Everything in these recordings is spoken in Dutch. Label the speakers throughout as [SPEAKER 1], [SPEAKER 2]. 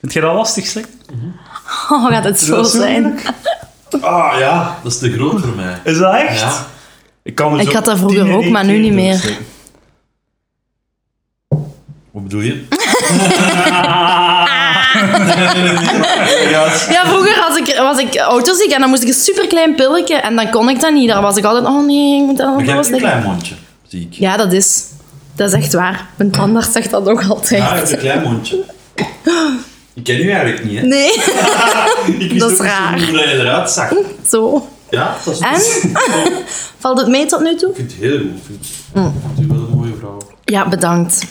[SPEAKER 1] Vind jij dat lastig, slecht?
[SPEAKER 2] Oh, gaat het zo
[SPEAKER 1] dat zo
[SPEAKER 2] zijn?
[SPEAKER 1] moeilijk?
[SPEAKER 3] Ah ja, dat is te groot voor mij.
[SPEAKER 1] Is dat echt?
[SPEAKER 3] Ja.
[SPEAKER 1] Ik, kan dus er
[SPEAKER 2] Ik
[SPEAKER 1] zo
[SPEAKER 2] had dat vroeger
[SPEAKER 1] tien in
[SPEAKER 2] ook,
[SPEAKER 1] één
[SPEAKER 2] maar nu
[SPEAKER 1] keer
[SPEAKER 2] niet
[SPEAKER 1] doen,
[SPEAKER 2] meer.
[SPEAKER 1] Slecht.
[SPEAKER 3] Wat bedoel je? nee, nee, nee, nee. Ja,
[SPEAKER 2] Ja, vroeger was ik, was ik autoziek en dan moest ik een superklein pilletje en dan kon ik dat niet. Dan was ik altijd, oh nee, ik moet dat
[SPEAKER 3] maar jij hebt
[SPEAKER 2] was
[SPEAKER 3] een klein mondje, zie ik.
[SPEAKER 2] Ja, dat is. Dat is echt waar. Mijn tandarts zegt dat ook altijd.
[SPEAKER 3] Ja, je hebt Ah, een klein mondje. Ik ken u eigenlijk niet, hè?
[SPEAKER 2] Nee,
[SPEAKER 3] Ik
[SPEAKER 2] dat
[SPEAKER 3] wist
[SPEAKER 2] is
[SPEAKER 3] ook niet zo
[SPEAKER 2] raar.
[SPEAKER 3] goed hoe dat je eruit zag.
[SPEAKER 2] zo.
[SPEAKER 3] Ja, dat is
[SPEAKER 2] En? Valt het mee tot nu toe?
[SPEAKER 3] Ik vind het heel goed. Ik vind,
[SPEAKER 2] Mm.
[SPEAKER 3] ik vind u wel een mooie vrouw.
[SPEAKER 2] Ja, bedankt.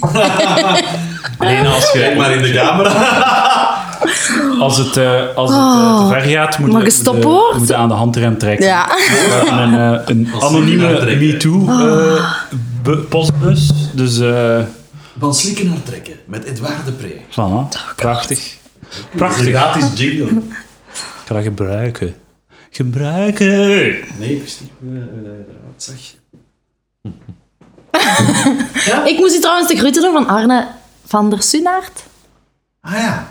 [SPEAKER 1] Alleen als,
[SPEAKER 3] Kijk
[SPEAKER 1] je,
[SPEAKER 3] nou, maar in de camera.
[SPEAKER 1] als het, eh, als het eh, te ver gaat, moet
[SPEAKER 2] Oh. Mag
[SPEAKER 1] je, moet
[SPEAKER 2] ik
[SPEAKER 1] je-
[SPEAKER 2] stopwoord?
[SPEAKER 1] moet je aan de handrem trekken.
[SPEAKER 2] Ja.
[SPEAKER 1] En een, eh, een
[SPEAKER 3] Als ze
[SPEAKER 1] anonieme
[SPEAKER 3] uittrekken.
[SPEAKER 2] Ah.
[SPEAKER 1] MeToo-postbus. dus eh
[SPEAKER 3] Van slikken naar trekken, met Edouard de Pre.
[SPEAKER 2] Oh,
[SPEAKER 1] voilà, prachtig.
[SPEAKER 3] Dus Dat is
[SPEAKER 1] Prachtig.
[SPEAKER 3] een gratis jingle.
[SPEAKER 1] Ik ga dat gebruiken. Gebruiken!
[SPEAKER 3] Nee, ik wist niet hoe hoe dat je eruit zag.
[SPEAKER 2] Ik moest u trouwens de groeten doen van Arne van der Sunaert.
[SPEAKER 3] Ah ja.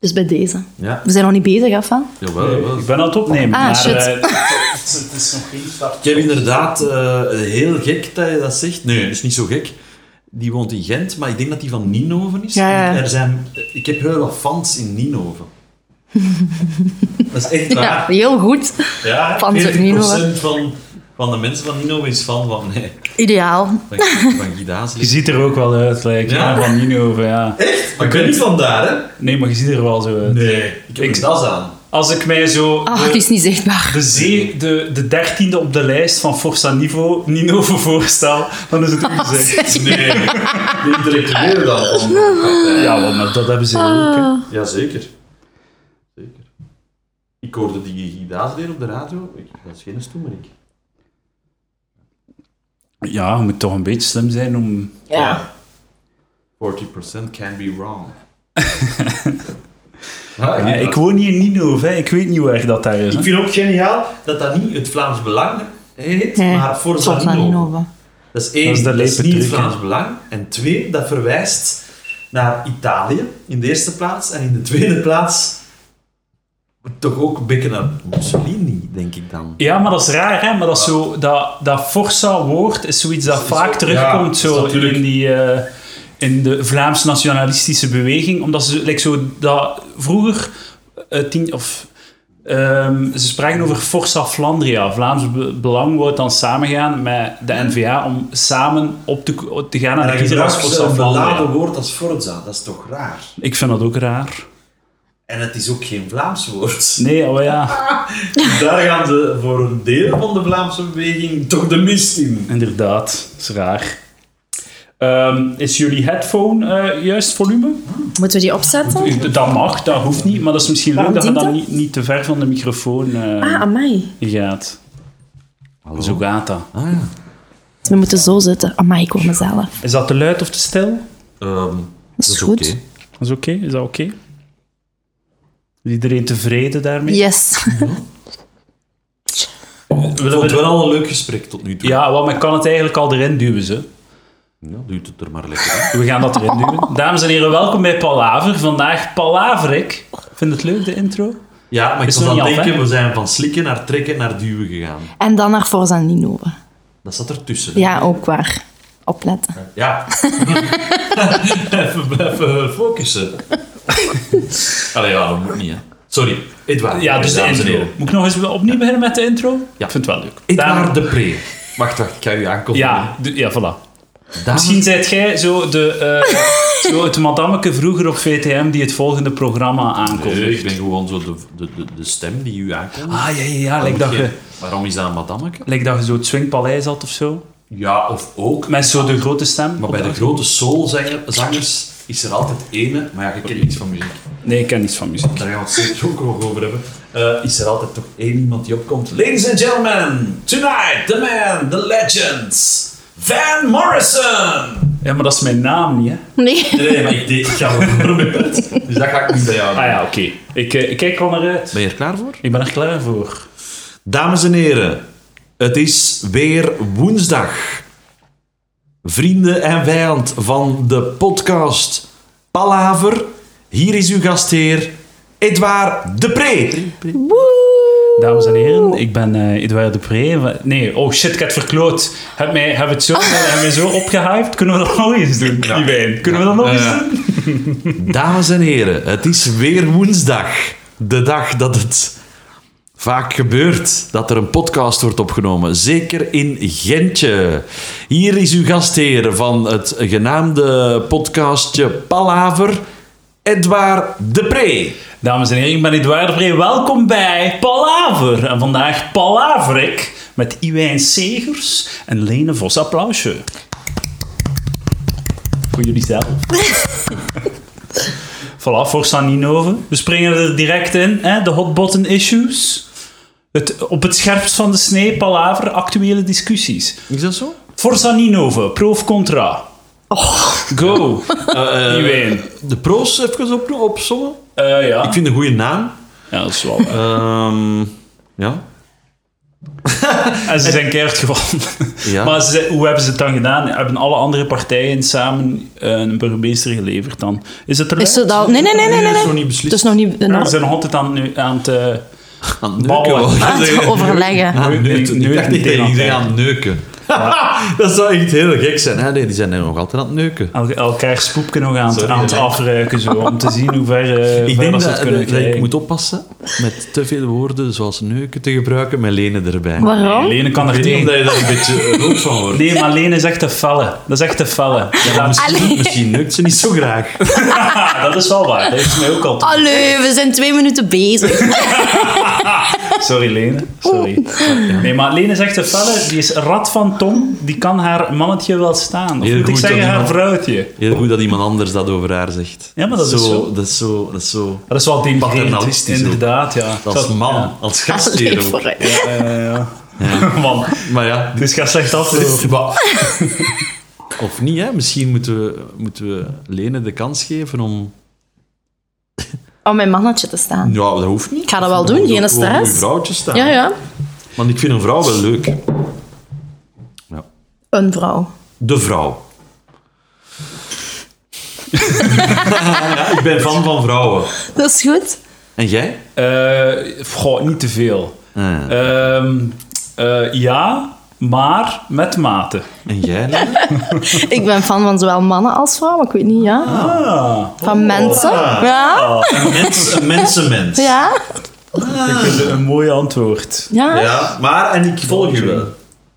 [SPEAKER 2] Dus bij deze.
[SPEAKER 3] Ja,
[SPEAKER 2] We zijn nog niet bezig, af van.
[SPEAKER 3] jawel, jawel.
[SPEAKER 1] Ik ben aan het opnemen.
[SPEAKER 2] Ah,
[SPEAKER 1] maar,
[SPEAKER 2] shit.
[SPEAKER 1] eh, het, is, het is nog geen stap.
[SPEAKER 3] Ik heb inderdaad eh, heel gek dat je dat zegt. Nee, dat is niet zo gek. Die woont in Gent, maar ik denk dat die van Ninhoven is.
[SPEAKER 2] Ja, ja.
[SPEAKER 3] Want Er zijn, eh, ik heb heel wat fans in Ninhoven. dat is echt
[SPEAKER 2] Ja,
[SPEAKER 3] waar.
[SPEAKER 2] heel goed.
[SPEAKER 3] Ja,
[SPEAKER 2] fans uit
[SPEAKER 3] 40%
[SPEAKER 2] Ninhoven.
[SPEAKER 3] Van, van de mensen van Ninhoven is fan van, nee,
[SPEAKER 2] Ideaal.
[SPEAKER 3] van, van Guy
[SPEAKER 1] Je
[SPEAKER 3] Dazelink.
[SPEAKER 1] ziet er ook wel uit, lijkt
[SPEAKER 3] Ja?
[SPEAKER 1] ja, van Nino. Ja.
[SPEAKER 3] Maar ik ben niet vandaar, hè?
[SPEAKER 1] Nee, maar je ziet er wel zo uit.
[SPEAKER 3] Nee. Ik heb
[SPEAKER 1] Ik-
[SPEAKER 3] een das aan.
[SPEAKER 1] Als ik mij zo...
[SPEAKER 2] Ah,
[SPEAKER 1] de-
[SPEAKER 2] het is niet zichtbaar.
[SPEAKER 1] de, zee, de, de dertiende op de lijst van Forza Nivo, Nino voor voorstel, dan is het goed gezegd.
[SPEAKER 3] Nee. Die intellectueel dan. van de partij.
[SPEAKER 1] Ja, want dat- dat hebben ze ook. hè.
[SPEAKER 3] Jazeker. Zeker. Ik hoorde die Guy Dazelink op de radio. Ik, dat is geen stoemerik.
[SPEAKER 1] Ja, je moet toch een beetje slim zijn om...
[SPEAKER 2] Ja.
[SPEAKER 3] 40% can be wrong. Ah,
[SPEAKER 1] Ja, ik woon hier in Nino, hè. ik weet niet waar dat daar is. hè.
[SPEAKER 3] ik vind ook geniaal dat dat niet het Vlaams Belang heet,
[SPEAKER 2] Nee,
[SPEAKER 3] maar Forza
[SPEAKER 2] Tot van
[SPEAKER 3] Nino.
[SPEAKER 2] Innova.
[SPEAKER 3] Dat is één,
[SPEAKER 1] Dat
[SPEAKER 3] dat
[SPEAKER 1] is
[SPEAKER 3] is,
[SPEAKER 1] de
[SPEAKER 3] niet het
[SPEAKER 1] lepertruc, hè.
[SPEAKER 3] Vlaams Belang. En twee, dat verwijst naar Italië in de eerste plaats. En in de tweede plaats toch ook een beetje naar Mussolini, denk ik dan.
[SPEAKER 1] Ja, maar dat is raar, hè? Maar dat, is zo, dat, dat Forza-woord is zoiets dat
[SPEAKER 3] Is- is-
[SPEAKER 1] vaak
[SPEAKER 3] ja,
[SPEAKER 1] terugkomt
[SPEAKER 3] is
[SPEAKER 1] zo
[SPEAKER 3] natuurlijk-
[SPEAKER 1] in, die, eh, in de Vlaams-nationalistische beweging. Omdat ze like, zo, dat, vroeger eh, tien, of, ehm, ze spraken over Forza Flandria. Vlaams Be- Belang wou dan samengaan met de NVA om samen op te, op te gaan naar de
[SPEAKER 3] En
[SPEAKER 1] kiezer
[SPEAKER 3] dan
[SPEAKER 1] als
[SPEAKER 3] gebruiken
[SPEAKER 1] Forza
[SPEAKER 3] ze een beladen
[SPEAKER 1] Flandria.
[SPEAKER 3] woord als Forza. Dat is toch raar?
[SPEAKER 1] Ik vind dat ook raar.
[SPEAKER 3] En het is ook geen Vlaams woord.
[SPEAKER 1] Nee, oh ja,
[SPEAKER 3] Daar gaan ze voor een deel van de Vlaamse beweging toch de mist in.
[SPEAKER 1] inderdaad. Dat is raar. Ehm, is jullie headphone eh, juist volume?
[SPEAKER 2] Moeten we die opzetten?
[SPEAKER 1] Eh, Dat mag, dat hoeft niet, maar dat is misschien leuk
[SPEAKER 2] Waarom
[SPEAKER 1] dat je
[SPEAKER 2] dient
[SPEAKER 1] dan
[SPEAKER 2] dat?
[SPEAKER 1] niet, niet te ver van de microfoon eh,
[SPEAKER 2] Ah, amai.
[SPEAKER 1] gaat. Zo gaat dat.
[SPEAKER 3] Ah ja.
[SPEAKER 2] We moeten zo zitten. Amai, ik hoor mezelf.
[SPEAKER 1] Is dat te luid of te stil?
[SPEAKER 3] Ehm,
[SPEAKER 2] Dat is goed.
[SPEAKER 1] Dat is oké, is dat oké? Is iedereen tevreden daarmee?
[SPEAKER 2] Yes.
[SPEAKER 3] Ik vond het wel al een leuk gesprek tot nu toe.
[SPEAKER 1] Ja, want men kan het eigenlijk al erin duwen, ze.
[SPEAKER 3] Ja, duurt het er maar lekker. in.
[SPEAKER 1] We gaan dat erin duwen. Dames en heren, welkom bij Palaver. Vandaag Palaver ik. Vind het leuk, de intro?
[SPEAKER 3] Ja, maar ik
[SPEAKER 1] Is
[SPEAKER 3] was
[SPEAKER 1] nog
[SPEAKER 3] aan
[SPEAKER 1] niet
[SPEAKER 3] het
[SPEAKER 1] af,
[SPEAKER 3] denken,
[SPEAKER 1] hè?
[SPEAKER 3] we zijn van slikken naar trekken naar duwen gegaan.
[SPEAKER 2] En dan naar Forza Ninova.
[SPEAKER 3] Dat zat ertussen. hè?
[SPEAKER 2] Ja, ook waar. Opletten.
[SPEAKER 3] Ja. even blijven focussen. Allee, ja, dat moet niet, hè. Sorry, Edouard.
[SPEAKER 1] Ja, dus de
[SPEAKER 3] dames en
[SPEAKER 1] intro.
[SPEAKER 3] heren.
[SPEAKER 1] Moet ik nog eens opnieuw beginnen met de intro? Ik vind het wel leuk. Dames-
[SPEAKER 3] Edouard de Pre. Wacht, wacht, ik ga u aankondigen.
[SPEAKER 1] Ja, de- ja, voilà.
[SPEAKER 3] Dames-
[SPEAKER 1] Misschien zijt jij zo, de, eh, zo het madammeke vroeger op VTM die het volgende programma aankomt.
[SPEAKER 3] Nee, ik ben gewoon zo de, de, de, de stem die u aankondigt.
[SPEAKER 1] Ah, ja, ja, ja. Lijkt dat, je,
[SPEAKER 3] Waarom is dat een madammeke?
[SPEAKER 1] lijkt dat je zo het swingpaleis had of zo.
[SPEAKER 3] Ja, of ook.
[SPEAKER 1] Met zo Ah. de grote stem.
[SPEAKER 3] Maar bij de grote soulzangers is er altijd ene, maar ja, je kent iets van muziek.
[SPEAKER 1] Nee, ik ken niets van muziek.
[SPEAKER 3] Daar gaan we het zeker ook nog over hebben. Eh, is er altijd toch één iemand die opkomt. Ladies and gentlemen, tonight, the man, the legends, Van Morrison!
[SPEAKER 1] Ja, maar dat is mijn naam niet, hè.
[SPEAKER 2] Nee.
[SPEAKER 3] Nee, maar ik, deed- ik ga wel door met het. Dus dat ga ik niet bij jou doen.
[SPEAKER 1] Ah ja, oké. Ik, eh, ik kijk al naar uit.
[SPEAKER 3] Ben je er klaar voor?
[SPEAKER 1] Ik ben er klaar voor.
[SPEAKER 3] Dames en heren, het is weer woensdag. Vrienden en vijand van de podcast Palaver. Hier is uw gastheer, Edouard Depré.
[SPEAKER 1] Dames en heren, ik ben eh Edouard Depree. Wa- Nee, oh shit, ik heb het verkloot. Heb mij, heb het zo, heb mij zo opgehyped. Kunnen we dat nog eens doen, die wijn? Kunnen we dat nog eens
[SPEAKER 3] Ja.
[SPEAKER 1] doen?
[SPEAKER 3] Eh, Dames en heren, het is weer woensdag. De dag dat het vaak gebeurt dat er een podcast wordt opgenomen. Zeker in Gentje. Hier is uw gastheer van het genaamde podcastje Palaver, Edouard Depré.
[SPEAKER 1] Dames en heren, ik ben Edouard Depree. Welkom bij Palaver. En vandaag palaver ik met Iwijn Segers en Lene Vos. Applausje. Voor jullie zelf. voilà, voor Saninoven. We springen er direct in, hè? de hot button issues. Het, op het scherpst van de snee, palaver, actuele discussies.
[SPEAKER 3] Is dat zo?
[SPEAKER 1] Forza Ninove, pro of contra? Go!
[SPEAKER 3] Eh, eh,
[SPEAKER 1] Iwijn.
[SPEAKER 3] de pro's even op, opzommen.
[SPEAKER 1] Eh, ja.
[SPEAKER 3] Ik vind een goede naam.
[SPEAKER 1] ja, dat is wel... waar.
[SPEAKER 3] Ehm, ja.
[SPEAKER 1] En ze zijn keihard gewonnen.
[SPEAKER 3] Ja.
[SPEAKER 1] Maar ze, hoe hebben ze het dan gedaan? Hebben alle andere partijen samen eh, een burgemeester geleverd dan? Is het er
[SPEAKER 2] Is het al... Nee, nee, nee, nee. nee,
[SPEAKER 3] is
[SPEAKER 2] nee.
[SPEAKER 3] nog niet beslist.
[SPEAKER 2] Het is nog niet...
[SPEAKER 1] Ja,
[SPEAKER 2] nog-
[SPEAKER 1] ze zijn nog altijd aan, nu, aan het... eh,
[SPEAKER 3] Aan het neuken.
[SPEAKER 1] Babbelen.
[SPEAKER 3] wou ik
[SPEAKER 2] aan het
[SPEAKER 3] zeggen.
[SPEAKER 2] overleggen.
[SPEAKER 3] Aan
[SPEAKER 1] Neuken,
[SPEAKER 3] neuken. Ik
[SPEAKER 1] neuken
[SPEAKER 3] dacht niet dat
[SPEAKER 1] tegen
[SPEAKER 3] je zei
[SPEAKER 1] elkaar.
[SPEAKER 3] aan het neuken. dat zou echt heel gek zijn. hè? Nee, die zijn er nog altijd aan het neuken.
[SPEAKER 1] el- elkaar spoepje nog aan, het-
[SPEAKER 3] Sorry,
[SPEAKER 1] aan het
[SPEAKER 3] hè.
[SPEAKER 1] afruiken, zo, om te zien hoe ver, eh,
[SPEAKER 3] Ik
[SPEAKER 1] ver
[SPEAKER 3] denk
[SPEAKER 1] dat ze
[SPEAKER 3] dat,
[SPEAKER 1] het kunnen
[SPEAKER 3] dat ik
[SPEAKER 1] krijgen.
[SPEAKER 3] moet oppassen met te veel woorden zoals neuken te gebruiken met lenen erbij.
[SPEAKER 2] Waarom?
[SPEAKER 1] Lene kan er
[SPEAKER 3] Ik denk
[SPEAKER 1] tegen.
[SPEAKER 3] dat je daar een beetje rood van wordt.
[SPEAKER 1] Nee, maar Lene is echt een felle. Dat is echt een felle. Ja, dat, is,
[SPEAKER 2] Allee.
[SPEAKER 3] Misschien neukt ze niet zo graag.
[SPEAKER 1] ah, dat is wel waar. Dat heeft mij ook al...
[SPEAKER 2] Allee, we zijn twee minuten bezig.
[SPEAKER 1] Sorry, Lene. Sorry.
[SPEAKER 2] Oh.
[SPEAKER 1] Nee, maar Lene is echt een felle. Die is rat van tong. Die kan haar mannetje wel staan. Of
[SPEAKER 3] Heel
[SPEAKER 1] moet ik
[SPEAKER 3] goed
[SPEAKER 1] zeggen,
[SPEAKER 3] dat
[SPEAKER 1] haar
[SPEAKER 3] iemand-
[SPEAKER 1] vrouwtje.
[SPEAKER 3] Heel goed dat iemand anders dat over haar zegt.
[SPEAKER 1] Ja, maar dat is zo.
[SPEAKER 3] Dat is zo... Dat is, zo,
[SPEAKER 1] Dat is wel denigrerend.
[SPEAKER 3] Paternalistisch ook.
[SPEAKER 1] Inderdaad, ja.
[SPEAKER 3] als
[SPEAKER 1] Dat-
[SPEAKER 3] man,
[SPEAKER 1] ja.
[SPEAKER 3] als
[SPEAKER 2] Allee,
[SPEAKER 3] gastheer ook.
[SPEAKER 2] vooruit.
[SPEAKER 1] Ja, ja, ja. Man,
[SPEAKER 3] Maar ja,
[SPEAKER 1] dit gaat slecht af. dus.
[SPEAKER 3] Wa- Of niet, hè? Misschien moeten we, moeten we Lene de kans geven om...
[SPEAKER 2] Om mijn mannetje te staan.
[SPEAKER 3] Ja, dat hoeft niet.
[SPEAKER 2] Ik ga dat wel doen, geen
[SPEAKER 3] Gewoon uw
[SPEAKER 2] stress.
[SPEAKER 3] vrouwtje staan.
[SPEAKER 2] Ja, ja.
[SPEAKER 3] Want ik vind een vrouw wel leuk. Ja.
[SPEAKER 2] Een vrouw.
[SPEAKER 3] De vrouw. ja, ik ben fan van vrouwen.
[SPEAKER 2] Dat is goed.
[SPEAKER 3] En jij?
[SPEAKER 1] Eh, goh, niet te veel.
[SPEAKER 3] Ah,
[SPEAKER 1] Ehm, eh, ja, maar met mate.
[SPEAKER 3] En jij? Lene?
[SPEAKER 2] Ik ben fan van zowel mannen als vrouwen, ik weet niet, ja.
[SPEAKER 1] Ah.
[SPEAKER 2] Van mensen. Ja?
[SPEAKER 3] Een mens, een mensenmens.
[SPEAKER 2] Ja?
[SPEAKER 1] Ik vind het een mooi antwoord.
[SPEAKER 2] Ja?
[SPEAKER 3] Ja, maar en ik volg je wel.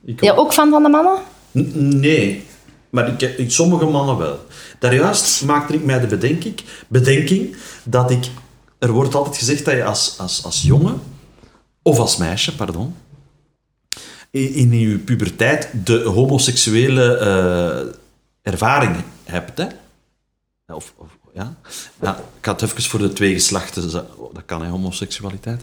[SPEAKER 3] Ik
[SPEAKER 2] Ja, ook fan van de mannen?
[SPEAKER 3] N- Nee, maar ik, ik, sommige mannen wel. Daarjuist maakte ik mij de bedenking, bedenking dat ik... Er wordt altijd gezegd dat je als, als, als jongen, of als meisje, pardon, i- in je puberteit de homoseksuele eh, ervaring hebt. Hè? Ja, Of, of, ja. ja, ik had even voor de twee geslachten, za- oh, dat kan, hè, homoseksualiteit.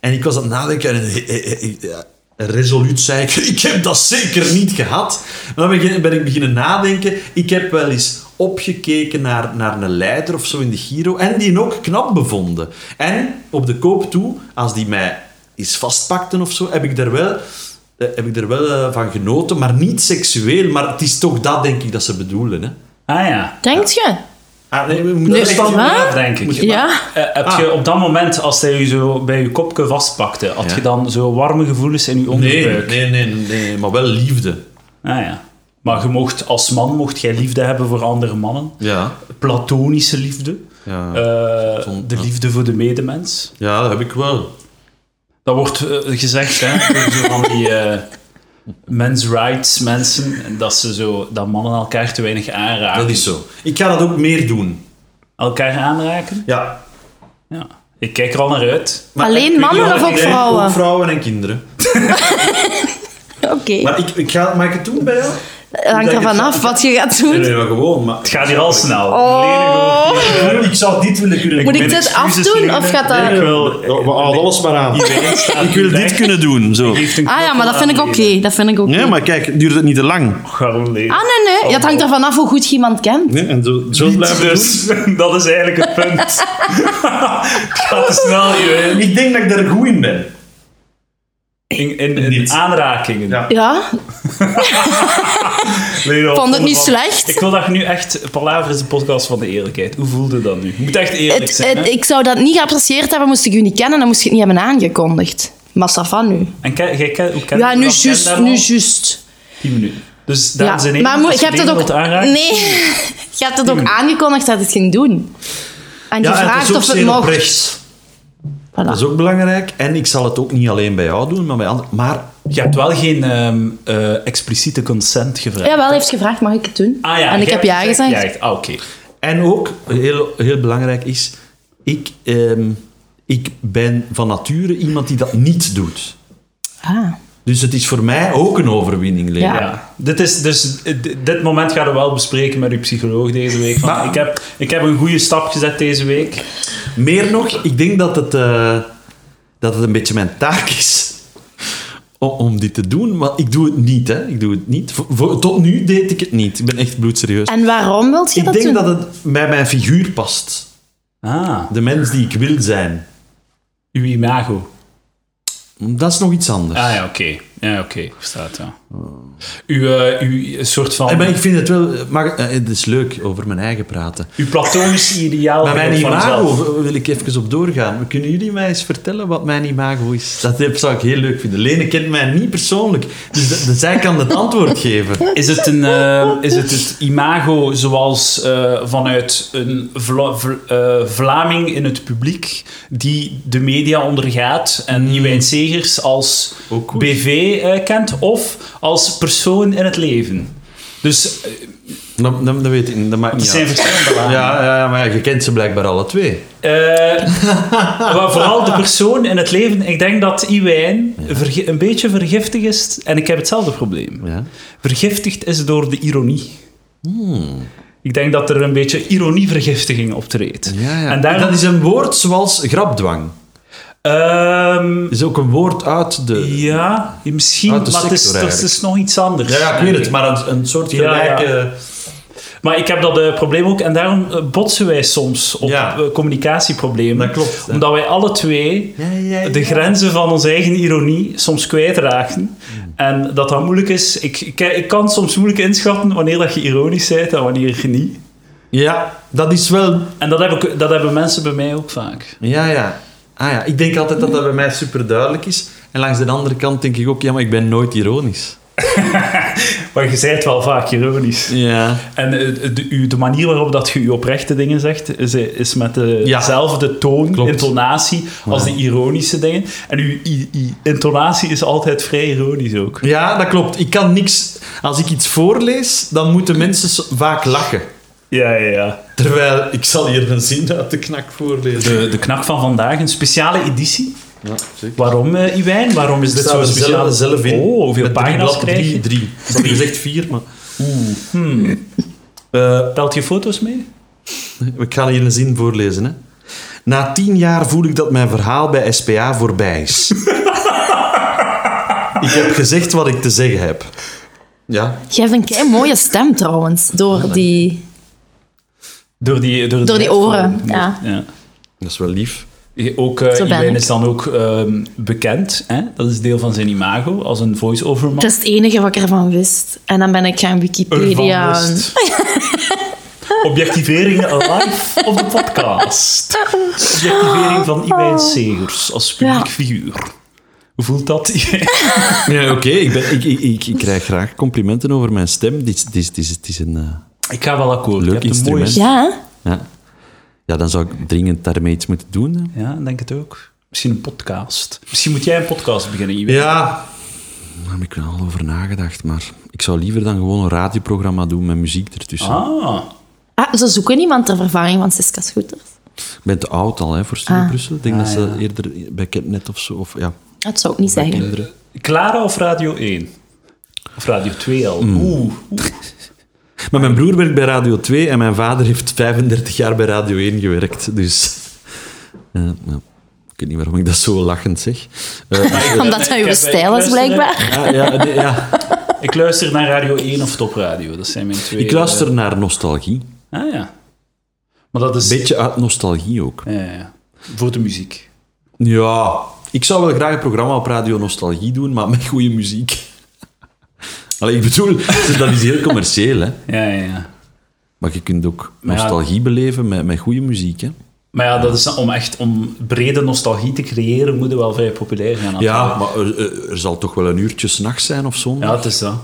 [SPEAKER 3] En ik was aan het nadenken en eh, eh, eh, eh, ja, resoluut zei ik, ik heb dat zeker niet gehad. Maar dan begin- ben ik beginnen nadenken. Ik heb wel eens opgekeken naar, naar een leider of zo in de Giro en die ook knap bevonden. En op de koop toe, als die mij eens vastpakten of zo, heb ik daar wel... eh, Heb ik er wel eh, van genoten, maar niet seksueel. Maar het is toch dat, denk ik, dat ze bedoelen. Hè?
[SPEAKER 1] Ah ja.
[SPEAKER 2] Denkt je?
[SPEAKER 3] Ah, nee, we moeten
[SPEAKER 2] Nee,
[SPEAKER 3] dat echt-
[SPEAKER 2] van- Huh?
[SPEAKER 1] Ja, denk ik.
[SPEAKER 2] Ja?
[SPEAKER 1] Eh, heb
[SPEAKER 3] Ah.
[SPEAKER 1] je op dat moment, als hij je zo bij je kopje vastpakte, had
[SPEAKER 3] Ja.
[SPEAKER 1] je dan zo warme gevoelens in je
[SPEAKER 3] Nee,
[SPEAKER 1] onderbuik?
[SPEAKER 3] nee, nee, nee, maar wel liefde.
[SPEAKER 1] Ah ja. Maar je mocht, als man mocht jij liefde hebben voor andere mannen.
[SPEAKER 3] Ja.
[SPEAKER 1] Platonische liefde.
[SPEAKER 3] Ja,
[SPEAKER 1] Eh,
[SPEAKER 3] Zon-
[SPEAKER 1] de
[SPEAKER 3] ja.
[SPEAKER 1] liefde voor de medemens.
[SPEAKER 3] ja dat heb ik wel.
[SPEAKER 1] Dat wordt eh, gezegd, hè, door zo van die eh, men's rights mensen, en dat, ze zo, dat mannen elkaar te weinig aanraken.
[SPEAKER 3] Dat is zo. ah. Ik ga dat ook meer doen.
[SPEAKER 1] Elkaar aanraken?
[SPEAKER 3] Ja.
[SPEAKER 1] Ja. Ik kijk er al naar uit.
[SPEAKER 3] Maar
[SPEAKER 2] Alleen
[SPEAKER 3] ik weet
[SPEAKER 2] mannen
[SPEAKER 3] niet
[SPEAKER 2] of
[SPEAKER 3] ik
[SPEAKER 2] ook
[SPEAKER 3] denk
[SPEAKER 2] vrouwen?
[SPEAKER 3] Ook vrouwen en kinderen.
[SPEAKER 2] Oké.
[SPEAKER 3] Maar ik, ik ga, mag ik het doen bij jou?
[SPEAKER 2] Het hangt
[SPEAKER 3] dat
[SPEAKER 2] ervan
[SPEAKER 3] ik-
[SPEAKER 2] af wat je gaat
[SPEAKER 3] Nee,
[SPEAKER 2] doen.
[SPEAKER 3] nee, maar gewoon. Maar...
[SPEAKER 1] Het gaat hier al snel.
[SPEAKER 2] Oh.
[SPEAKER 3] Ik zou dit willen kunnen
[SPEAKER 2] Moet
[SPEAKER 3] doen.
[SPEAKER 2] ik
[SPEAKER 1] Mijn
[SPEAKER 2] dit
[SPEAKER 1] excuses,
[SPEAKER 2] afdoen
[SPEAKER 1] Lene.
[SPEAKER 2] of gaat
[SPEAKER 1] Nee, ik
[SPEAKER 2] dat...
[SPEAKER 1] wil...
[SPEAKER 3] Ja, we houden alles maar aan. Ik wil dit kunnen doen. Zo.
[SPEAKER 2] Ah ja, maar dat vind ik oké. Dat vind ik oké.
[SPEAKER 4] Ja, maar kijk, duurt het niet te lang.
[SPEAKER 2] Ah nee, nee. Ja, het hangt ervan af hoe goed je iemand kent.
[SPEAKER 4] Nee, en zo, zo blijft het doen.
[SPEAKER 1] Dus, dat is eigenlijk het punt. het gaat te snel hier.
[SPEAKER 3] Ik denk dat ik daar goed in ben.
[SPEAKER 1] In, in, in
[SPEAKER 3] Niet.
[SPEAKER 1] aanrakingen.
[SPEAKER 3] Ja.
[SPEAKER 2] Ja?
[SPEAKER 1] Nee, dat
[SPEAKER 2] vond het niet
[SPEAKER 1] ervan.
[SPEAKER 2] slecht.
[SPEAKER 1] Ik wil dat je nu echt... Palaver is de podcast van de eerlijkheid. Hoe voelde dat nu? Je moet echt eerlijk
[SPEAKER 2] Het,
[SPEAKER 1] zijn,
[SPEAKER 2] het-
[SPEAKER 1] hè?
[SPEAKER 2] ik zou dat niet geapprecieerd hebben, moest ik u niet kennen, dan moest je het niet hebben aangekondigd. Massa van nu.
[SPEAKER 1] En ken, jij ken, hoe ken
[SPEAKER 2] Ja,
[SPEAKER 1] je
[SPEAKER 2] nu
[SPEAKER 1] dat? Ken
[SPEAKER 2] juist,
[SPEAKER 1] daarvan?
[SPEAKER 2] nu juist.
[SPEAKER 1] 10 minuten. Dus daar
[SPEAKER 2] Ja.
[SPEAKER 1] zijn één.
[SPEAKER 2] Maar
[SPEAKER 1] als
[SPEAKER 2] moet-
[SPEAKER 1] je
[SPEAKER 2] je hebt
[SPEAKER 1] dingen
[SPEAKER 2] het ook...
[SPEAKER 1] wilt aanraken,
[SPEAKER 2] Nee, je hebt het ook
[SPEAKER 1] minuten.
[SPEAKER 2] aangekondigd dat je het ging doen. En je
[SPEAKER 3] Ja, en het
[SPEAKER 2] vraagt
[SPEAKER 3] is ook
[SPEAKER 2] of het
[SPEAKER 3] zeer
[SPEAKER 2] mocht.
[SPEAKER 3] oprecht.
[SPEAKER 2] Voilà.
[SPEAKER 3] Dat is ook belangrijk. En ik zal het ook niet alleen bij jou doen, maar bij anderen. Maar
[SPEAKER 1] Je hebt wel geen ehm, eh, expliciete consent gevraagd.
[SPEAKER 2] Ja, wel heeft gevraagd, mag ik het doen?
[SPEAKER 1] Ah ja,
[SPEAKER 2] en ik
[SPEAKER 1] jij
[SPEAKER 2] heb ja
[SPEAKER 1] hebt
[SPEAKER 2] gezegd.
[SPEAKER 1] Ah, oké.
[SPEAKER 3] En ook, heel, heel belangrijk is, ik, ehm, ik ben van nature iemand die dat niet doet.
[SPEAKER 2] Ah.
[SPEAKER 3] Dus het is voor mij ook een overwinning, Leo.
[SPEAKER 2] Ja.
[SPEAKER 1] Ja. Dit, is, dus, eh, d- dit moment gaan we wel bespreken met uw psycholoog deze week. Van, ik, heb, ik heb een goede stap gezet deze week.
[SPEAKER 3] Meer nog, ik denk dat het, eh, dat het een beetje mijn taak is om, om dit te doen. Want ik doe het niet, hè. Ik doe het niet. Voor- voor- tot nu deed ik het niet. Ik ben echt bloedserieus.
[SPEAKER 2] En waarom wilt je
[SPEAKER 3] Ik
[SPEAKER 2] dat
[SPEAKER 3] denk
[SPEAKER 2] doen?
[SPEAKER 3] dat het bij mijn figuur past.
[SPEAKER 1] Ah,
[SPEAKER 3] De mens die ik wil zijn.
[SPEAKER 1] uw imago.
[SPEAKER 3] Dat is nog iets anders.
[SPEAKER 1] Ah ja, oké. Ja, oké. Verstaat, ja. Uw, eh, uw soort van...
[SPEAKER 3] Eh, Maar ik vind het wel... Maar, eh, het is leuk over mijn eigen praten.
[SPEAKER 1] Uw platonisch ideaal
[SPEAKER 3] Maar mijn
[SPEAKER 1] beeld van
[SPEAKER 3] imago
[SPEAKER 1] mezelf.
[SPEAKER 3] wil ik even op doorgaan. Kunnen jullie mij eens vertellen wat mijn imago is? Dat heb- zou ik heel leuk vinden. Lene kent mij niet persoonlijk, dus de, de- zij kan het antwoord geven.
[SPEAKER 1] Is het, een, eh, is het het imago zoals eh, vanuit een Vla- Vl- eh, Vlaming in het publiek die de media ondergaat en Nieuwijn Segers als
[SPEAKER 3] Hmm. Ook goed.
[SPEAKER 1] BV eh, kent of als persoon in het leven? Dus eh,
[SPEAKER 3] Dat, dat, dat weet ik niet, dat maakt
[SPEAKER 1] het
[SPEAKER 3] niet
[SPEAKER 1] zijn
[SPEAKER 3] uit.
[SPEAKER 1] verschillende lagen.
[SPEAKER 3] Ja, ja, ja, maar ja, je kent ze blijkbaar alle twee.
[SPEAKER 1] Eh, maar vooral de persoon in het leven. Ik denk dat Iwijn vergi- een beetje vergiftig is. En ik heb hetzelfde probleem.
[SPEAKER 3] Ja.
[SPEAKER 1] vergiftigd is door de ironie.
[SPEAKER 3] Hmm.
[SPEAKER 1] Ik denk dat er een beetje ironievergiftiging optreedt.
[SPEAKER 3] Ja, ja.
[SPEAKER 1] En daarom,
[SPEAKER 3] Dat is een woord zoals grapdwang.
[SPEAKER 1] Ehm,
[SPEAKER 3] is ook een woord uit de...
[SPEAKER 1] ja, misschien,
[SPEAKER 3] Uit de
[SPEAKER 1] maar het is,
[SPEAKER 3] sector
[SPEAKER 1] dat is dus
[SPEAKER 3] eigenlijk.
[SPEAKER 1] nog iets anders.
[SPEAKER 3] Ja, ja, ik weet het, maar een, een soort
[SPEAKER 1] Ja, ja.
[SPEAKER 3] gelijke...
[SPEAKER 1] Maar ik heb dat eh, probleem ook en daarom eh, botsen wij soms op
[SPEAKER 3] Ja.
[SPEAKER 1] eh, communicatieproblemen.
[SPEAKER 3] Dat klopt, hè.
[SPEAKER 1] Omdat wij alle twee
[SPEAKER 3] Ja, ja, ja.
[SPEAKER 1] de grenzen van onze eigen ironie soms kwijtraken.
[SPEAKER 3] Hmm.
[SPEAKER 1] En dat dat moeilijk is. Ik, ik, ik kan soms moeilijk inschatten wanneer dat je ironisch bent en wanneer je niet.
[SPEAKER 3] Ja, dat is wel
[SPEAKER 1] En dat, heb ik, dat hebben mensen bij mij ook vaak.
[SPEAKER 3] Ja, ja. Ah, ja. Ik denk altijd dat dat bij mij super duidelijk is. En langs de andere kant denk ik ook, ja, maar ik ben nooit ironisch.
[SPEAKER 1] Maar je zijt wel vaak ironisch.
[SPEAKER 3] Ja.
[SPEAKER 1] En eh, de, u- de manier waarop dat je je oprechte dingen zegt, is, is met eh,
[SPEAKER 3] Ja.
[SPEAKER 1] dezelfde toon,
[SPEAKER 3] Klopt.
[SPEAKER 1] intonatie, als de ironische dingen. En uw i- i- intonatie is altijd vrij ironisch ook.
[SPEAKER 3] Ja, dat klopt. Ik kan niks... Als ik iets voorlees, dan moeten mensen so- vaak lachen.
[SPEAKER 1] Ja, ja, ja.
[SPEAKER 3] Terwijl, ik zal hier een zin uit de knak voorlezen.
[SPEAKER 1] De, de knak van vandaag, een speciale editie.
[SPEAKER 3] Ja, zeker.
[SPEAKER 1] Waarom, eh Iwijn? Waarom is dit
[SPEAKER 3] Dit zou
[SPEAKER 1] zo
[SPEAKER 3] er
[SPEAKER 1] speciaal?
[SPEAKER 3] zelf, zelf in.
[SPEAKER 1] Oh, hoeveel
[SPEAKER 3] Met drie
[SPEAKER 1] pagina's
[SPEAKER 3] blad-
[SPEAKER 1] krijg je?
[SPEAKER 3] Drie, drie. Ik had gezegd vier, maar...
[SPEAKER 1] Eh, Telt je foto's mee?
[SPEAKER 3] Ik ga hier een zin voorlezen, hè. Na tien jaar voel ik dat mijn verhaal bij SPA voorbij is. ik heb gezegd wat ik te zeggen heb. Ja.
[SPEAKER 2] Je hebt een kei mooie stem trouwens, door die...
[SPEAKER 1] Door die, door het
[SPEAKER 2] Door die
[SPEAKER 1] headphone.
[SPEAKER 2] oren,
[SPEAKER 1] Door-
[SPEAKER 2] ja.
[SPEAKER 1] ja.
[SPEAKER 3] Dat is wel lief.
[SPEAKER 1] Ook, eh
[SPEAKER 2] Zo ben
[SPEAKER 1] Iwijn
[SPEAKER 2] ik.
[SPEAKER 1] is dan ook ehm, bekend. Hè? Dat is deel van zijn imago, als een voice-over man.
[SPEAKER 2] Dat is het enige wat ik ervan wist. En dan ben ik gaan Wikipedia...
[SPEAKER 1] Ervan wist. Objectivering live op de podcast. Objectivering van Iwijn Segers als publiek
[SPEAKER 2] Ah. Ja.
[SPEAKER 1] figuur. Hoe voelt dat?
[SPEAKER 3] Ja, oké. Ik, ben- ik, ik, ik, ik krijg graag complimenten over mijn stem. Dit is- dit is- dit is- het is een... eh,
[SPEAKER 1] Ik ga wel akkoord.
[SPEAKER 3] Leuk
[SPEAKER 1] Je hebt een
[SPEAKER 3] instrument.
[SPEAKER 1] mooie-
[SPEAKER 2] Ja, hè?
[SPEAKER 3] ja. ja, dan zou ik dringend daarmee iets moeten doen. hè.
[SPEAKER 1] Ja, ik denk het ook. Misschien een podcast. Misschien moet jij een podcast beginnen, Iwijn.
[SPEAKER 3] Ja. Daar heb ik wel al over nagedacht, maar ik zou liever dan gewoon een radioprogramma doen met muziek ertussen.
[SPEAKER 1] Ah,
[SPEAKER 2] Ah, ze zoeken iemand ter vervanging van Siska Scooters.
[SPEAKER 3] Ik ben te oud al hè, voor Studio
[SPEAKER 2] Ah.
[SPEAKER 3] Brussel. Ik denk dat ze
[SPEAKER 1] ja.
[SPEAKER 3] eerder bij Kentnet of zo... Of, ja,
[SPEAKER 2] Dat zou ik niet
[SPEAKER 3] bij
[SPEAKER 2] zeggen.
[SPEAKER 3] kinderen.
[SPEAKER 1] Clara of Radio 1? Of Radio 2 al? Oeh. oeh.
[SPEAKER 3] Maar mijn broer werkt bij Radio 2 en mijn vader heeft 35 jaar bij Radio 1 gewerkt. Dus... eh, ja. Ik weet niet waarom ik dat zo lachend zeg. Eh,
[SPEAKER 2] Omdat dat
[SPEAKER 1] Ik
[SPEAKER 2] uw
[SPEAKER 1] heb- ik
[SPEAKER 2] stijl is,
[SPEAKER 1] luister-
[SPEAKER 2] blijkbaar.
[SPEAKER 3] ja, ja, nee, ja.
[SPEAKER 1] Ik luister naar Radio 1 of Top Radio. Dat zijn mijn twee...
[SPEAKER 3] Ik luister naar nostalgie.
[SPEAKER 1] eh, ah ja. Maar dat is...
[SPEAKER 3] Beetje uit nostalgie ook.
[SPEAKER 1] Ja, ja, ja. Voor de muziek.
[SPEAKER 3] Ja, ik zou wel graag een programma op Radio Nostalgie doen, maar met goede muziek. Allee, ik bedoel, dat is heel commercieel, hè.
[SPEAKER 1] Ja, ja, ja.
[SPEAKER 3] Maar je kunt ook
[SPEAKER 1] Maar ja.
[SPEAKER 3] nostalgie beleven met, met goede muziek, hè.
[SPEAKER 1] Maar ja, dat is, om echt om brede nostalgie te creëren, moet je wel vrij populair gaan.
[SPEAKER 3] Ja,
[SPEAKER 1] natuurlijk.
[SPEAKER 3] maar er, er- er zal toch wel een uurtje s'nachts zijn of zo.
[SPEAKER 1] Ja, het is dat.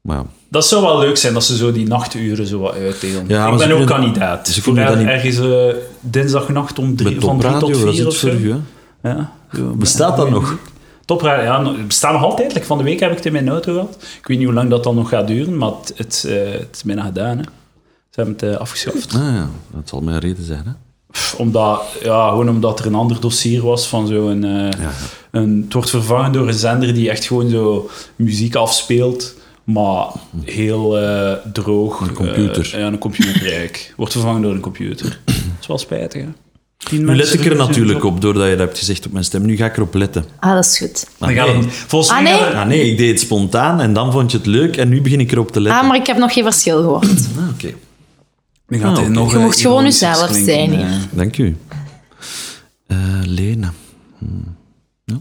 [SPEAKER 3] Maar ja.
[SPEAKER 1] Dat zou wel leuk zijn dat ze zo die nachturen zo wat uitdelen.
[SPEAKER 3] Ja,
[SPEAKER 1] ik
[SPEAKER 3] maar ze
[SPEAKER 1] ben ook
[SPEAKER 3] kunnen-
[SPEAKER 1] kandidaat.
[SPEAKER 3] ze kunnen
[SPEAKER 1] Ik ben
[SPEAKER 3] dat
[SPEAKER 1] ergens eh, dinsdagnacht om drie,
[SPEAKER 3] Met
[SPEAKER 1] van drie
[SPEAKER 3] topradio,
[SPEAKER 1] tot
[SPEAKER 3] dat is
[SPEAKER 1] vier of
[SPEAKER 3] iets
[SPEAKER 1] zo.
[SPEAKER 3] voor u, hè.
[SPEAKER 1] Ja.
[SPEAKER 3] Bestaat dat nog?
[SPEAKER 1] Topradio, ja, no- het bestaat nog altijd. like, van de week heb ik het in mijn auto gehad. Ik weet niet hoe lang dat dan nog gaat duren, maar het, het, eh, het is bijna gedaan. Hè. Ze hebben het eh, afgeschaft.
[SPEAKER 3] Ah, ja, dat zal mijn reden zijn, hè.
[SPEAKER 1] Pff, Omdat, ja, gewoon omdat er een ander dossier was van zo'n... eh,
[SPEAKER 3] Ja.
[SPEAKER 1] een- Het wordt vervangen door een zender die echt gewoon zo muziek afspeelt, maar heel eh, droog.
[SPEAKER 3] Een computer.
[SPEAKER 1] Eh, ja, een computer eigenlijk. Wordt vervangen door een computer. Dat is wel spijtig, hè? Tien
[SPEAKER 3] Nu
[SPEAKER 1] mensen
[SPEAKER 3] let ik er
[SPEAKER 1] doen zo'n
[SPEAKER 3] natuurlijk
[SPEAKER 1] job.
[SPEAKER 3] op, doordat je dat hebt gezegd op mijn stem. Nu ga ik erop letten.
[SPEAKER 2] Ah, dat is goed.
[SPEAKER 3] Ah,
[SPEAKER 1] Dan gaat
[SPEAKER 3] nee.
[SPEAKER 1] het, volgens
[SPEAKER 2] Ah,
[SPEAKER 1] mij
[SPEAKER 2] nee?
[SPEAKER 1] gaat het-
[SPEAKER 3] Ah, nee, ik deed het spontaan en dan vond je het leuk en nu begin ik erop te letten.
[SPEAKER 2] Ah, maar ik heb nog geen verschil gehoord.
[SPEAKER 3] Ah, Oké,
[SPEAKER 1] dan gaat het
[SPEAKER 3] Ah, oké.
[SPEAKER 1] nog,
[SPEAKER 3] Je
[SPEAKER 1] eh,
[SPEAKER 2] mocht gewoon
[SPEAKER 1] ironisch
[SPEAKER 2] jezelf
[SPEAKER 1] klinken,
[SPEAKER 2] zijn hier.
[SPEAKER 1] eh.
[SPEAKER 3] dank u. Eh, Lena. Hmm. Ja.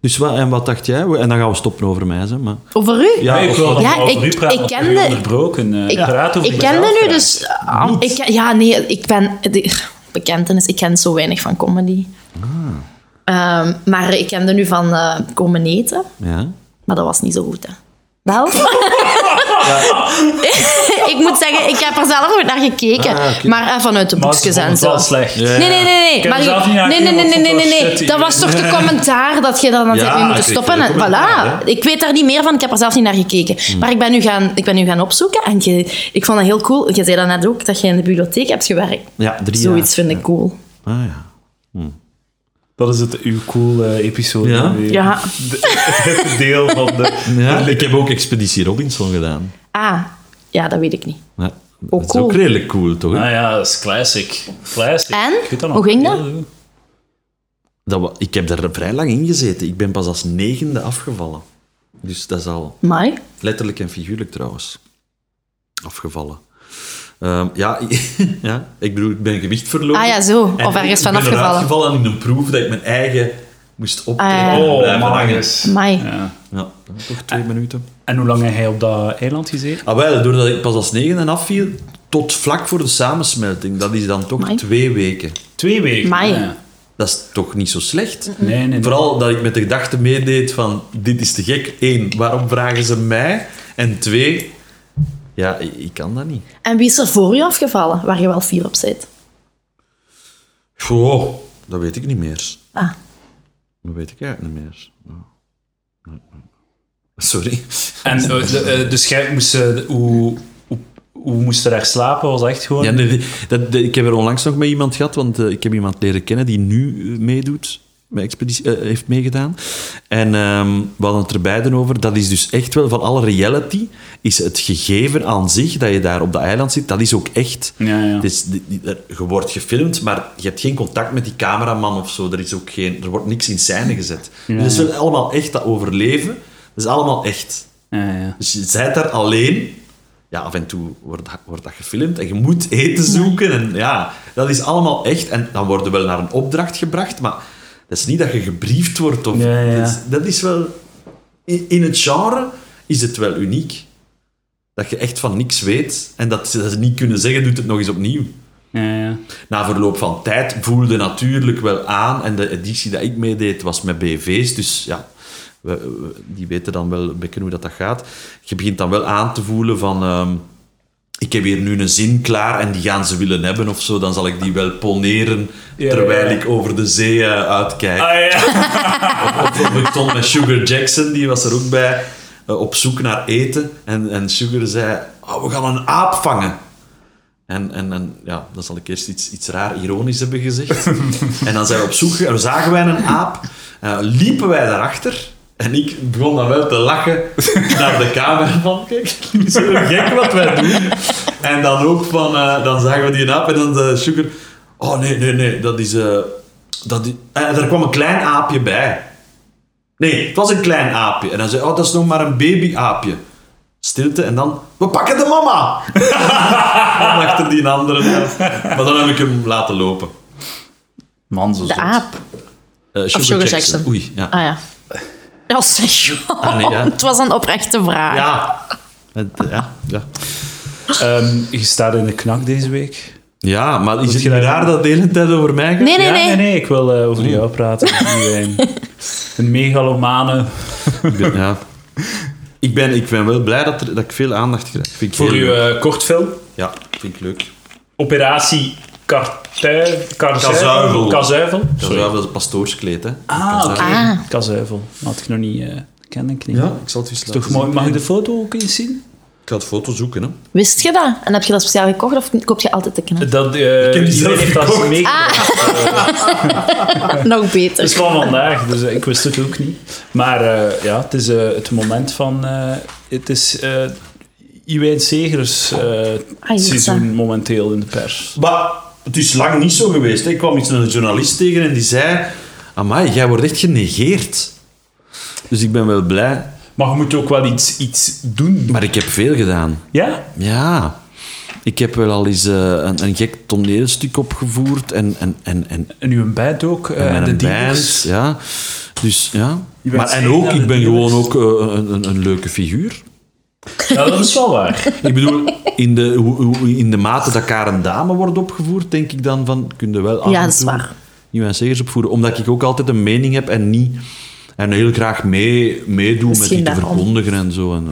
[SPEAKER 3] Dus wat, en wat dacht jij? En dan gaan we stoppen over mij, zeg maar.
[SPEAKER 2] Over u?
[SPEAKER 1] Ja,
[SPEAKER 3] Ja,
[SPEAKER 1] ik
[SPEAKER 3] of-
[SPEAKER 1] wil
[SPEAKER 2] Ja,
[SPEAKER 1] ja, over
[SPEAKER 2] ik-
[SPEAKER 1] u praten,
[SPEAKER 2] ik
[SPEAKER 1] ik
[SPEAKER 2] kende-
[SPEAKER 1] kende, onderbroken. eh.
[SPEAKER 2] Ik,
[SPEAKER 1] praat over
[SPEAKER 2] ik kende
[SPEAKER 1] jezelf
[SPEAKER 2] nu
[SPEAKER 1] graag.
[SPEAKER 2] dus... ah, ik, ja, nee, ik ben... de- bekentenis, ik ken zo weinig van comedy.
[SPEAKER 1] Ah.
[SPEAKER 2] Ehm, maar ik kende nu van eh Komen Eten,
[SPEAKER 3] Ja.
[SPEAKER 2] maar dat was niet zo goed, hè. Wel? ik moet zeggen, ik heb er zelf goed naar gekeken.
[SPEAKER 3] Ah, oké.
[SPEAKER 2] Maar eh, vanuit de
[SPEAKER 1] Maar ze
[SPEAKER 2] boekjes
[SPEAKER 1] vond
[SPEAKER 2] en
[SPEAKER 1] het
[SPEAKER 2] zo.
[SPEAKER 1] wel slecht.
[SPEAKER 3] Ja.
[SPEAKER 2] Nee, nee, nee.
[SPEAKER 1] Ik
[SPEAKER 2] nee.
[SPEAKER 1] heb
[SPEAKER 2] Maar
[SPEAKER 1] er zelf
[SPEAKER 2] je-
[SPEAKER 1] niet naar
[SPEAKER 2] nee, nee, nee,
[SPEAKER 1] gekeken,
[SPEAKER 2] nee, nee,
[SPEAKER 1] want ik vond
[SPEAKER 2] nee.
[SPEAKER 1] het wel
[SPEAKER 2] Dat was toch de commentaar dat je dan had
[SPEAKER 3] Ja,
[SPEAKER 2] hebt mee moeten
[SPEAKER 3] ik kreeg
[SPEAKER 2] stoppen. En,
[SPEAKER 3] veel commentaar,
[SPEAKER 2] voilà. Ik weet daar niet meer van. Ik heb er zelf niet naar gekeken. Maar ik ben nu gaan, ik ben nu gaan opzoeken. En je, ik vond dat heel cool. Je zei dat net ook, dat je in de bibliotheek hebt gewerkt.
[SPEAKER 3] Ja, drie
[SPEAKER 2] Zoiets
[SPEAKER 3] jaar.
[SPEAKER 2] vind ik cool.
[SPEAKER 3] Ah, ja.
[SPEAKER 1] Dat is het uw cool eh, episode.
[SPEAKER 3] Ja?
[SPEAKER 2] Ja.
[SPEAKER 1] Het deel van de...
[SPEAKER 3] ja. Ik heb ook Expeditie Robinson gedaan.
[SPEAKER 2] Ah, ja, dat weet ik niet.
[SPEAKER 3] Ja.
[SPEAKER 2] Oh,
[SPEAKER 3] dat is
[SPEAKER 2] cool.
[SPEAKER 3] ook redelijk cool, toch? hè?
[SPEAKER 1] Nou ja, dat is classic. Classic.
[SPEAKER 2] En?
[SPEAKER 1] Ik weet nog.
[SPEAKER 2] Hoe ging dat?
[SPEAKER 1] Heel goed.
[SPEAKER 3] Dat wa- ik heb daar vrij lang in gezeten. Ik ben pas als negende afgevallen. Dus dat is al
[SPEAKER 2] Mai.
[SPEAKER 3] letterlijk en figuurlijk trouwens. Afgevallen. Ehm, ja, ja, ik bedoel, ik ben gewicht verloren.
[SPEAKER 2] Ah ja, zo.
[SPEAKER 3] En
[SPEAKER 2] Of ergens
[SPEAKER 3] ik
[SPEAKER 2] van
[SPEAKER 3] ben
[SPEAKER 2] afgevallen.
[SPEAKER 3] afgevallen in een proef dat ik mijn eigen moest optrekken.
[SPEAKER 2] Ah, ja.
[SPEAKER 3] en
[SPEAKER 1] Oh,
[SPEAKER 3] blijven hangen.
[SPEAKER 1] Magnus.
[SPEAKER 2] Mai.
[SPEAKER 1] Ja.
[SPEAKER 3] Ja, toch twee minuten.
[SPEAKER 1] En hoe lang heeft hij op dat eiland gezeten?
[SPEAKER 3] Ah wel, doordat ik pas als negende afviel, tot vlak voor de samensmelting. Dat is dan toch
[SPEAKER 2] Amai.
[SPEAKER 3] twee weken.
[SPEAKER 1] Twee weken.
[SPEAKER 2] Mai.
[SPEAKER 1] Ja.
[SPEAKER 3] Dat is toch niet zo slecht?
[SPEAKER 1] Nee, nee, nee.
[SPEAKER 3] Vooral dat ik met de gedachte meedeed van, dit is te gek. Eén, waarom vragen ze mij? En twee, ja, ik, ik kan dat niet.
[SPEAKER 2] En wie is er voor je afgevallen, waar je wel fier op zit?
[SPEAKER 3] Goh, dat weet ik niet meer.
[SPEAKER 2] Ah.
[SPEAKER 3] Dat weet ik eigenlijk niet meer. Ja. Nee, nee. Sorry.
[SPEAKER 1] En eh, de- eh, dus jij moest... eh, hoe, hoe, hoe moest je daar slapen? Was dat echt gewoon...
[SPEAKER 3] Ja, nee, die- dat, die- ik heb er onlangs nog met iemand gehad, want eh, ik heb iemand leren kennen die nu eh, meedoet, bij Expeditie, eh, heeft meegedaan. En ehm, we hadden het er beiden over, dat is dus echt wel van alle reality, is het gegeven aan zich, dat je daar op dat eiland zit, dat is ook echt.
[SPEAKER 1] Ja, ja.
[SPEAKER 3] Het is, die- die- er- je wordt gefilmd, maar je hebt geen contact met die cameraman of zo. Er, is ook geen, er wordt niks in scène gezet. Dus het is wel allemaal echt, dat overleven, dat is allemaal echt.
[SPEAKER 1] Ja, ja.
[SPEAKER 3] Dus je bent daar alleen. Ja, af en toe wordt, dat- wordt dat gefilmd en je moet eten zoeken. En ja, dat is allemaal echt. En dan worden we wel naar een opdracht gebracht, maar dat is niet dat je gebriefd wordt. Of,
[SPEAKER 1] Ja, ja.
[SPEAKER 3] Dat, is, dat is wel... In, in het genre is het wel uniek. Dat je echt van niks weet en dat ze dat ze niet kunnen zeggen, doet het nog eens opnieuw.
[SPEAKER 1] Ja, ja.
[SPEAKER 3] Na verloop van tijd voelde natuurlijk wel aan, en de editie dat ik meedeed was met BV's, dus ja, we- we- die weten dan wel een beetje hoe dat, dat gaat. Je begint dan wel aan te voelen van, ehm, ik heb hier nu een zin klaar en die gaan ze willen hebben of zo, dan zal ik die wel poneren
[SPEAKER 1] Ja,
[SPEAKER 3] terwijl
[SPEAKER 1] ja.
[SPEAKER 3] ik over de zee eh, uitkijk.
[SPEAKER 1] Ah, ja.
[SPEAKER 3] Bijvoorbeeld ik stond met Sugar Jackson, die was er ook bij, eh, op zoek naar eten. En, en Sugar zei, "Ah, we gaan een aap vangen. En, en, en ja, dan zal ik eerst iets, iets raar ironisch hebben gezegd. en dan zijn we op zoek, en zagen wij een aap, eh, liepen wij daarachter. En ik begon dan wel te lachen naar de camera van, kijk, zo gek wat wij doen. En dan ook van, eh, dan zagen we die aap en dan de Sugar, oh nee, nee, nee, dat is... eh dat is eh, er kwam een klein aapje bij. Nee, het was een klein aapje. En dan zei oh, dat is nog maar een babyaapje. Stilte en dan, we pakken de mama! dan achter die andere. Maar dan heb ik hem laten lopen.
[SPEAKER 1] Man, zo
[SPEAKER 2] De
[SPEAKER 1] zot.
[SPEAKER 2] aap.
[SPEAKER 3] Eh,
[SPEAKER 2] Of Sugar Jackson.
[SPEAKER 3] Oei, ja.
[SPEAKER 2] Ah ja. Ja, zeg gewoon.
[SPEAKER 5] Ah, nee, ja.
[SPEAKER 2] Het was een oprechte vraag.
[SPEAKER 5] Ja. Het, eh, ja, ja.
[SPEAKER 1] Ehm, je staat in de knak deze week.
[SPEAKER 5] ja, maar is het
[SPEAKER 1] je
[SPEAKER 5] niet
[SPEAKER 1] daar-
[SPEAKER 5] raar dat de hele tijd over mij gaat?
[SPEAKER 2] Nee, nee,
[SPEAKER 1] ja,
[SPEAKER 2] nee.
[SPEAKER 1] nee, ik wil eh, over jou praten. over die wijn. Een megalomane.
[SPEAKER 5] Ik ben- Ja.
[SPEAKER 3] Ik ben, ik ben wel blij dat, er, dat ik veel aandacht krijg. Vind ik
[SPEAKER 1] Voor
[SPEAKER 3] heel
[SPEAKER 1] uw
[SPEAKER 3] leuk.
[SPEAKER 1] eh, kortfilm.
[SPEAKER 3] Ja, vind ik leuk.
[SPEAKER 1] Operatie Kartui, Karzuivel.
[SPEAKER 3] Kazuivel.
[SPEAKER 1] Kazuivel.
[SPEAKER 3] Dat is
[SPEAKER 1] Sorry.
[SPEAKER 3] wel een pastoorskleed, hè.
[SPEAKER 1] Ah, oké.
[SPEAKER 2] Ah.
[SPEAKER 1] Kazuivel. Had ik nog niet eh kennen. Ik niet.
[SPEAKER 3] Ja, ik zal het eens
[SPEAKER 1] Is
[SPEAKER 3] laten
[SPEAKER 1] toch
[SPEAKER 3] zien.
[SPEAKER 1] mooi. Mag ik de foto ook eens zien?
[SPEAKER 3] Ik ga het foto zoeken, hè.
[SPEAKER 2] Wist je dat? En heb je dat speciaal gekocht of koop je altijd de knap?
[SPEAKER 1] Dat, eh
[SPEAKER 3] heb die
[SPEAKER 1] iedereen
[SPEAKER 3] zelf
[SPEAKER 1] heeft dat
[SPEAKER 3] gekocht.
[SPEAKER 1] mee.
[SPEAKER 2] Ah. Nog beter.
[SPEAKER 1] Het is van vandaag, dus eh, ik wist het ook niet. Maar eh, ja, het is eh, het moment van... eh, het is eh Iwijn Segers eh,
[SPEAKER 2] Ah, hier is dat.
[SPEAKER 1] seizoen momenteel in de pers.
[SPEAKER 3] Maar het is lang niet zo geweest. Hè. Ik kwam iets met een journalist tegen en die zei... Amai, jij wordt echt genegeerd. Dus ik ben wel blij.
[SPEAKER 1] Maar je moet ook wel iets, iets doen.
[SPEAKER 3] Maar ik heb veel gedaan.
[SPEAKER 1] Ja?
[SPEAKER 3] Ja. Ik heb wel al eens eh, een, een gek toneelstuk opgevoerd en, en, en, en,
[SPEAKER 1] En uw band ook. eh,
[SPEAKER 3] en
[SPEAKER 1] en de
[SPEAKER 3] een
[SPEAKER 1] dealers.
[SPEAKER 3] band. Ja. Dus ja.
[SPEAKER 1] bent
[SPEAKER 3] Maar en
[SPEAKER 1] zeker
[SPEAKER 3] ook,
[SPEAKER 1] naar de
[SPEAKER 3] ik ben
[SPEAKER 1] dealers.
[SPEAKER 3] gewoon ook eh, een, een, een leuke figuur.
[SPEAKER 1] Ja, dat is wel waar.
[SPEAKER 3] Ik bedoel, in de, hoe- hoe- in de mate dat ik haar een dame wordt opgevoerd, denk ik dan van, kun je wel af
[SPEAKER 2] Ja,
[SPEAKER 3] en
[SPEAKER 2] dat is
[SPEAKER 3] toe
[SPEAKER 2] waar.
[SPEAKER 3] Johan Segers opvoeren. Omdat ik ook altijd een mening heb en niet... En heel graag mee, meedoe met
[SPEAKER 2] Misschien
[SPEAKER 3] die te
[SPEAKER 2] daarom.
[SPEAKER 3] verkondigen en zo. En ja,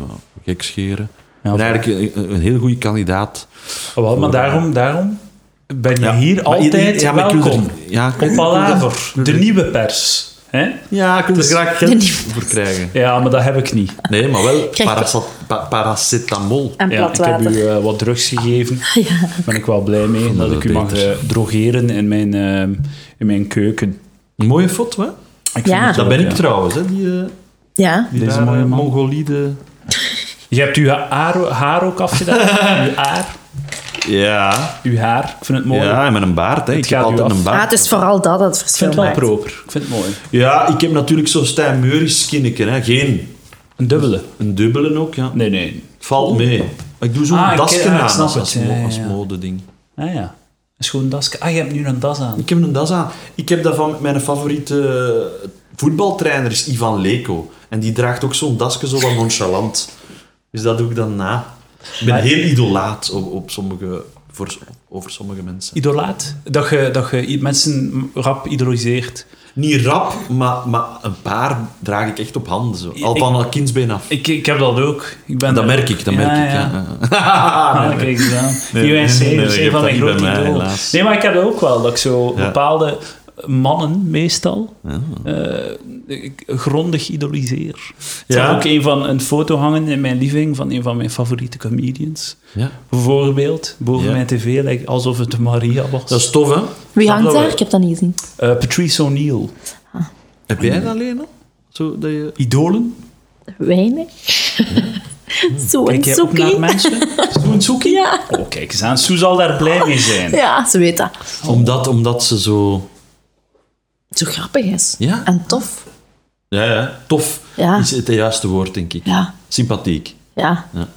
[SPEAKER 3] gek scheren.
[SPEAKER 1] Ja,
[SPEAKER 3] Ik ben eigenlijk een, een heel goede kandidaat.
[SPEAKER 1] Wel, maar daarom, daarom ben je hier
[SPEAKER 3] Maar
[SPEAKER 1] altijd
[SPEAKER 3] iedereen- ja, maar ik wil
[SPEAKER 1] welkom.
[SPEAKER 3] er- ja,
[SPEAKER 1] Op Palaver, de nieuwe pers. Hè?
[SPEAKER 3] Ja, ik wil er graag geld
[SPEAKER 2] nieuwe
[SPEAKER 3] voor krijgen.
[SPEAKER 1] Ja, maar dat heb ik niet.
[SPEAKER 3] Nee, maar wel
[SPEAKER 2] Kijk.
[SPEAKER 3] paracet- pa- paracetamol.
[SPEAKER 2] En
[SPEAKER 1] Ja,
[SPEAKER 2] plat
[SPEAKER 1] ik heb u
[SPEAKER 2] water.
[SPEAKER 1] eh, wat drugs gegeven. Daar ben ik wel blij mee dat ik u mag
[SPEAKER 3] beter.
[SPEAKER 1] eh, drogeren in mijn, eh, in mijn keuken.
[SPEAKER 3] Een mooie foto, hè?
[SPEAKER 1] Ik
[SPEAKER 2] Ja.
[SPEAKER 1] vind het
[SPEAKER 3] Dat
[SPEAKER 1] wel,
[SPEAKER 3] ben ik
[SPEAKER 1] ja.
[SPEAKER 3] trouwens, hè? Die, eh,
[SPEAKER 2] Ja.
[SPEAKER 3] die eh,
[SPEAKER 1] Deze
[SPEAKER 3] rare
[SPEAKER 1] mooie man.
[SPEAKER 3] Mongolide...
[SPEAKER 1] Je hebt uw haar, haar ook afgedaan. uw haar.
[SPEAKER 3] Ja,
[SPEAKER 1] Uw haar. Ik vind het mooi.
[SPEAKER 3] ja, en met een baard, hè? Ik heb
[SPEAKER 1] gaat u
[SPEAKER 3] altijd
[SPEAKER 1] af.
[SPEAKER 3] een
[SPEAKER 2] Ah,
[SPEAKER 3] baard.
[SPEAKER 2] het is vooral dat dat het
[SPEAKER 1] Ik
[SPEAKER 2] verschil
[SPEAKER 1] vind het wel
[SPEAKER 2] maakt.
[SPEAKER 1] proper. Ik vind het mooi.
[SPEAKER 3] Ja, ik heb natuurlijk zo'n Stijn Meuris skinneken, hè? Geen.
[SPEAKER 1] Een dubbele.
[SPEAKER 3] Een dubbele ook, ja.
[SPEAKER 1] Nee, nee.
[SPEAKER 3] Het valt mee. Ik doe zo'n
[SPEAKER 1] Ah, ik-
[SPEAKER 3] dasje
[SPEAKER 1] ja, ik
[SPEAKER 3] aan
[SPEAKER 1] snap
[SPEAKER 3] als,
[SPEAKER 1] het.
[SPEAKER 3] als,
[SPEAKER 1] Ja,
[SPEAKER 3] mo-
[SPEAKER 1] ja,
[SPEAKER 3] als
[SPEAKER 1] ja.
[SPEAKER 3] modeding.
[SPEAKER 1] Ah ja. Een schoon dasje. Ah, je hebt nu een das aan.
[SPEAKER 3] Ik heb een das aan. Ik heb dat van mijn favoriete eh, voetbaltrainer, is Ivan Leko. En die draagt ook zo'n dasje zo wat nonchalant. Dus dat doe ik dan na. Ik ben
[SPEAKER 1] Maar-
[SPEAKER 3] heel idolaat op, op sommige, voor, over sommige mensen.
[SPEAKER 1] Idolaat. Dat je, dat je i- mensen rap idoliseert.
[SPEAKER 3] Niet rap, maar, maar een paar draag ik echt op handen. Zo. Al van al kindsbeen af.
[SPEAKER 1] Ik, ik heb dat ook. Ik ben
[SPEAKER 3] Dat merk ik, dat merk ik. Ja.
[SPEAKER 1] Ah, dat kreeg ik aan.
[SPEAKER 3] Nee,
[SPEAKER 1] Die
[SPEAKER 3] nee,
[SPEAKER 1] UNC
[SPEAKER 3] nee,
[SPEAKER 1] is
[SPEAKER 3] je
[SPEAKER 1] een
[SPEAKER 3] hebt
[SPEAKER 1] van
[SPEAKER 3] dat
[SPEAKER 1] mijn
[SPEAKER 3] niet
[SPEAKER 1] grote
[SPEAKER 3] bij mij,
[SPEAKER 1] idolen.
[SPEAKER 3] helaas.
[SPEAKER 1] Nee, maar ik heb dat ook wel. Dat ik zo
[SPEAKER 3] Ja.
[SPEAKER 1] bepaalde mannen meestal eh, ik grondig idoliseer. Ik
[SPEAKER 3] Ja.
[SPEAKER 1] had ook een, van, een foto hangen in mijn living van een van mijn favoriete comedians.
[SPEAKER 3] Ja.
[SPEAKER 1] Bijvoorbeeld, boven
[SPEAKER 3] Ja.
[SPEAKER 1] mijn tv, lijkt alsof het Maria was.
[SPEAKER 3] Dat is tof, hè?
[SPEAKER 2] Wie
[SPEAKER 1] Snap
[SPEAKER 2] hangt
[SPEAKER 1] dat
[SPEAKER 2] daar?
[SPEAKER 1] wel.
[SPEAKER 2] Ik heb dat niet gezien.
[SPEAKER 1] Eh, Patrice O'Neill.
[SPEAKER 3] Heb jij dat alleen al? Zo, dat je...
[SPEAKER 1] Idolen?
[SPEAKER 2] Weinig. Zo'n
[SPEAKER 1] Kijk jij ook naar
[SPEAKER 2] soekie.
[SPEAKER 1] mensen? Zo'n Soekie?
[SPEAKER 2] Ja.
[SPEAKER 1] Oh, kijk eens aan. Sue zal daar blij mee zijn.
[SPEAKER 2] Ja, ze weet dat.
[SPEAKER 3] Omdat, omdat ze zo...
[SPEAKER 2] Het zo grappig is.
[SPEAKER 3] Ja.
[SPEAKER 2] En tof.
[SPEAKER 3] Ja, ja. Tof
[SPEAKER 2] Ja.
[SPEAKER 3] is het juiste woord, denk ik.
[SPEAKER 2] Ja.
[SPEAKER 3] Sympathiek.
[SPEAKER 2] Ja.
[SPEAKER 3] Ja.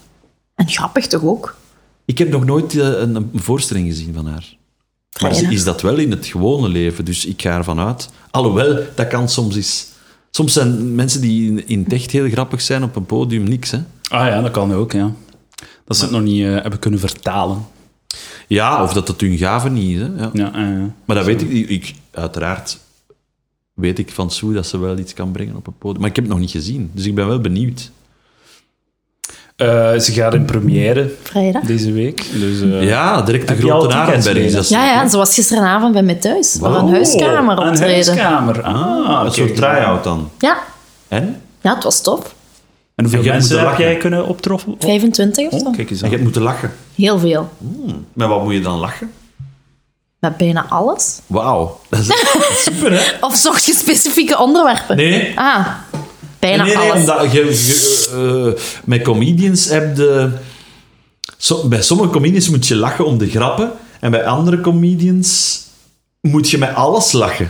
[SPEAKER 2] En grappig toch ook?
[SPEAKER 3] Ik heb nog nooit eh, een, een voorstelling gezien van haar. Maar ze
[SPEAKER 2] Fijn, hè?
[SPEAKER 3] is dat wel in het gewone leven, dus ik ga ervan uit. Alhoewel, dat kan soms is. Soms zijn mensen die in, in het echt heel grappig zijn op een podium niks, hè.
[SPEAKER 1] Ah ja, dat kan ook, ja. Dat ze het nog niet eh, hebben kunnen vertalen.
[SPEAKER 3] Ja, of dat het hun gave niet is, hè. Ja.
[SPEAKER 1] Ja, eh,
[SPEAKER 3] Maar dat weet ik, ik, ik- Uiteraard weet ik van Sue dat ze wel iets kan brengen op een podium. Maar ik heb het nog niet gezien, dus ik ben wel benieuwd.
[SPEAKER 1] Eh, ze gaat in première
[SPEAKER 2] Vrijdag.
[SPEAKER 1] deze week. Dus, eh,
[SPEAKER 3] Ja, direct de
[SPEAKER 1] Heb je al
[SPEAKER 3] grote
[SPEAKER 1] tickets
[SPEAKER 3] Arenberg.
[SPEAKER 1] binnen?
[SPEAKER 3] dat is-
[SPEAKER 2] Ja, ja, en ze was gisteravond bij mij thuis. Voor een huiskamer
[SPEAKER 1] Oh, Een
[SPEAKER 2] optreden.
[SPEAKER 1] huiskamer. Ah,
[SPEAKER 3] Een
[SPEAKER 1] oké.
[SPEAKER 3] soort try-out dan.
[SPEAKER 2] Ja.
[SPEAKER 3] En?
[SPEAKER 2] ja, het was top.
[SPEAKER 1] En hoeveel
[SPEAKER 3] En jij
[SPEAKER 1] mensen
[SPEAKER 3] moet
[SPEAKER 1] heb
[SPEAKER 3] lachen.
[SPEAKER 1] jij kunnen optroffen?
[SPEAKER 2] 25 of zo.
[SPEAKER 1] Oh, kijk eens
[SPEAKER 3] En
[SPEAKER 1] aan.
[SPEAKER 3] je hebt moeten lachen.
[SPEAKER 2] Heel veel.
[SPEAKER 3] Maar wat moet je dan lachen?
[SPEAKER 2] Met bijna alles.
[SPEAKER 3] Wauw. Dat is super, hè?
[SPEAKER 2] Of zocht je specifieke onderwerpen?
[SPEAKER 3] Nee.
[SPEAKER 2] Ah, bijna
[SPEAKER 3] nee, nee,
[SPEAKER 2] alles.
[SPEAKER 3] omdat je, je, eh, met comedians heb je... Zo- bij sommige comedians moet je lachen om de grappen. En bij andere comedians moet je met alles lachen.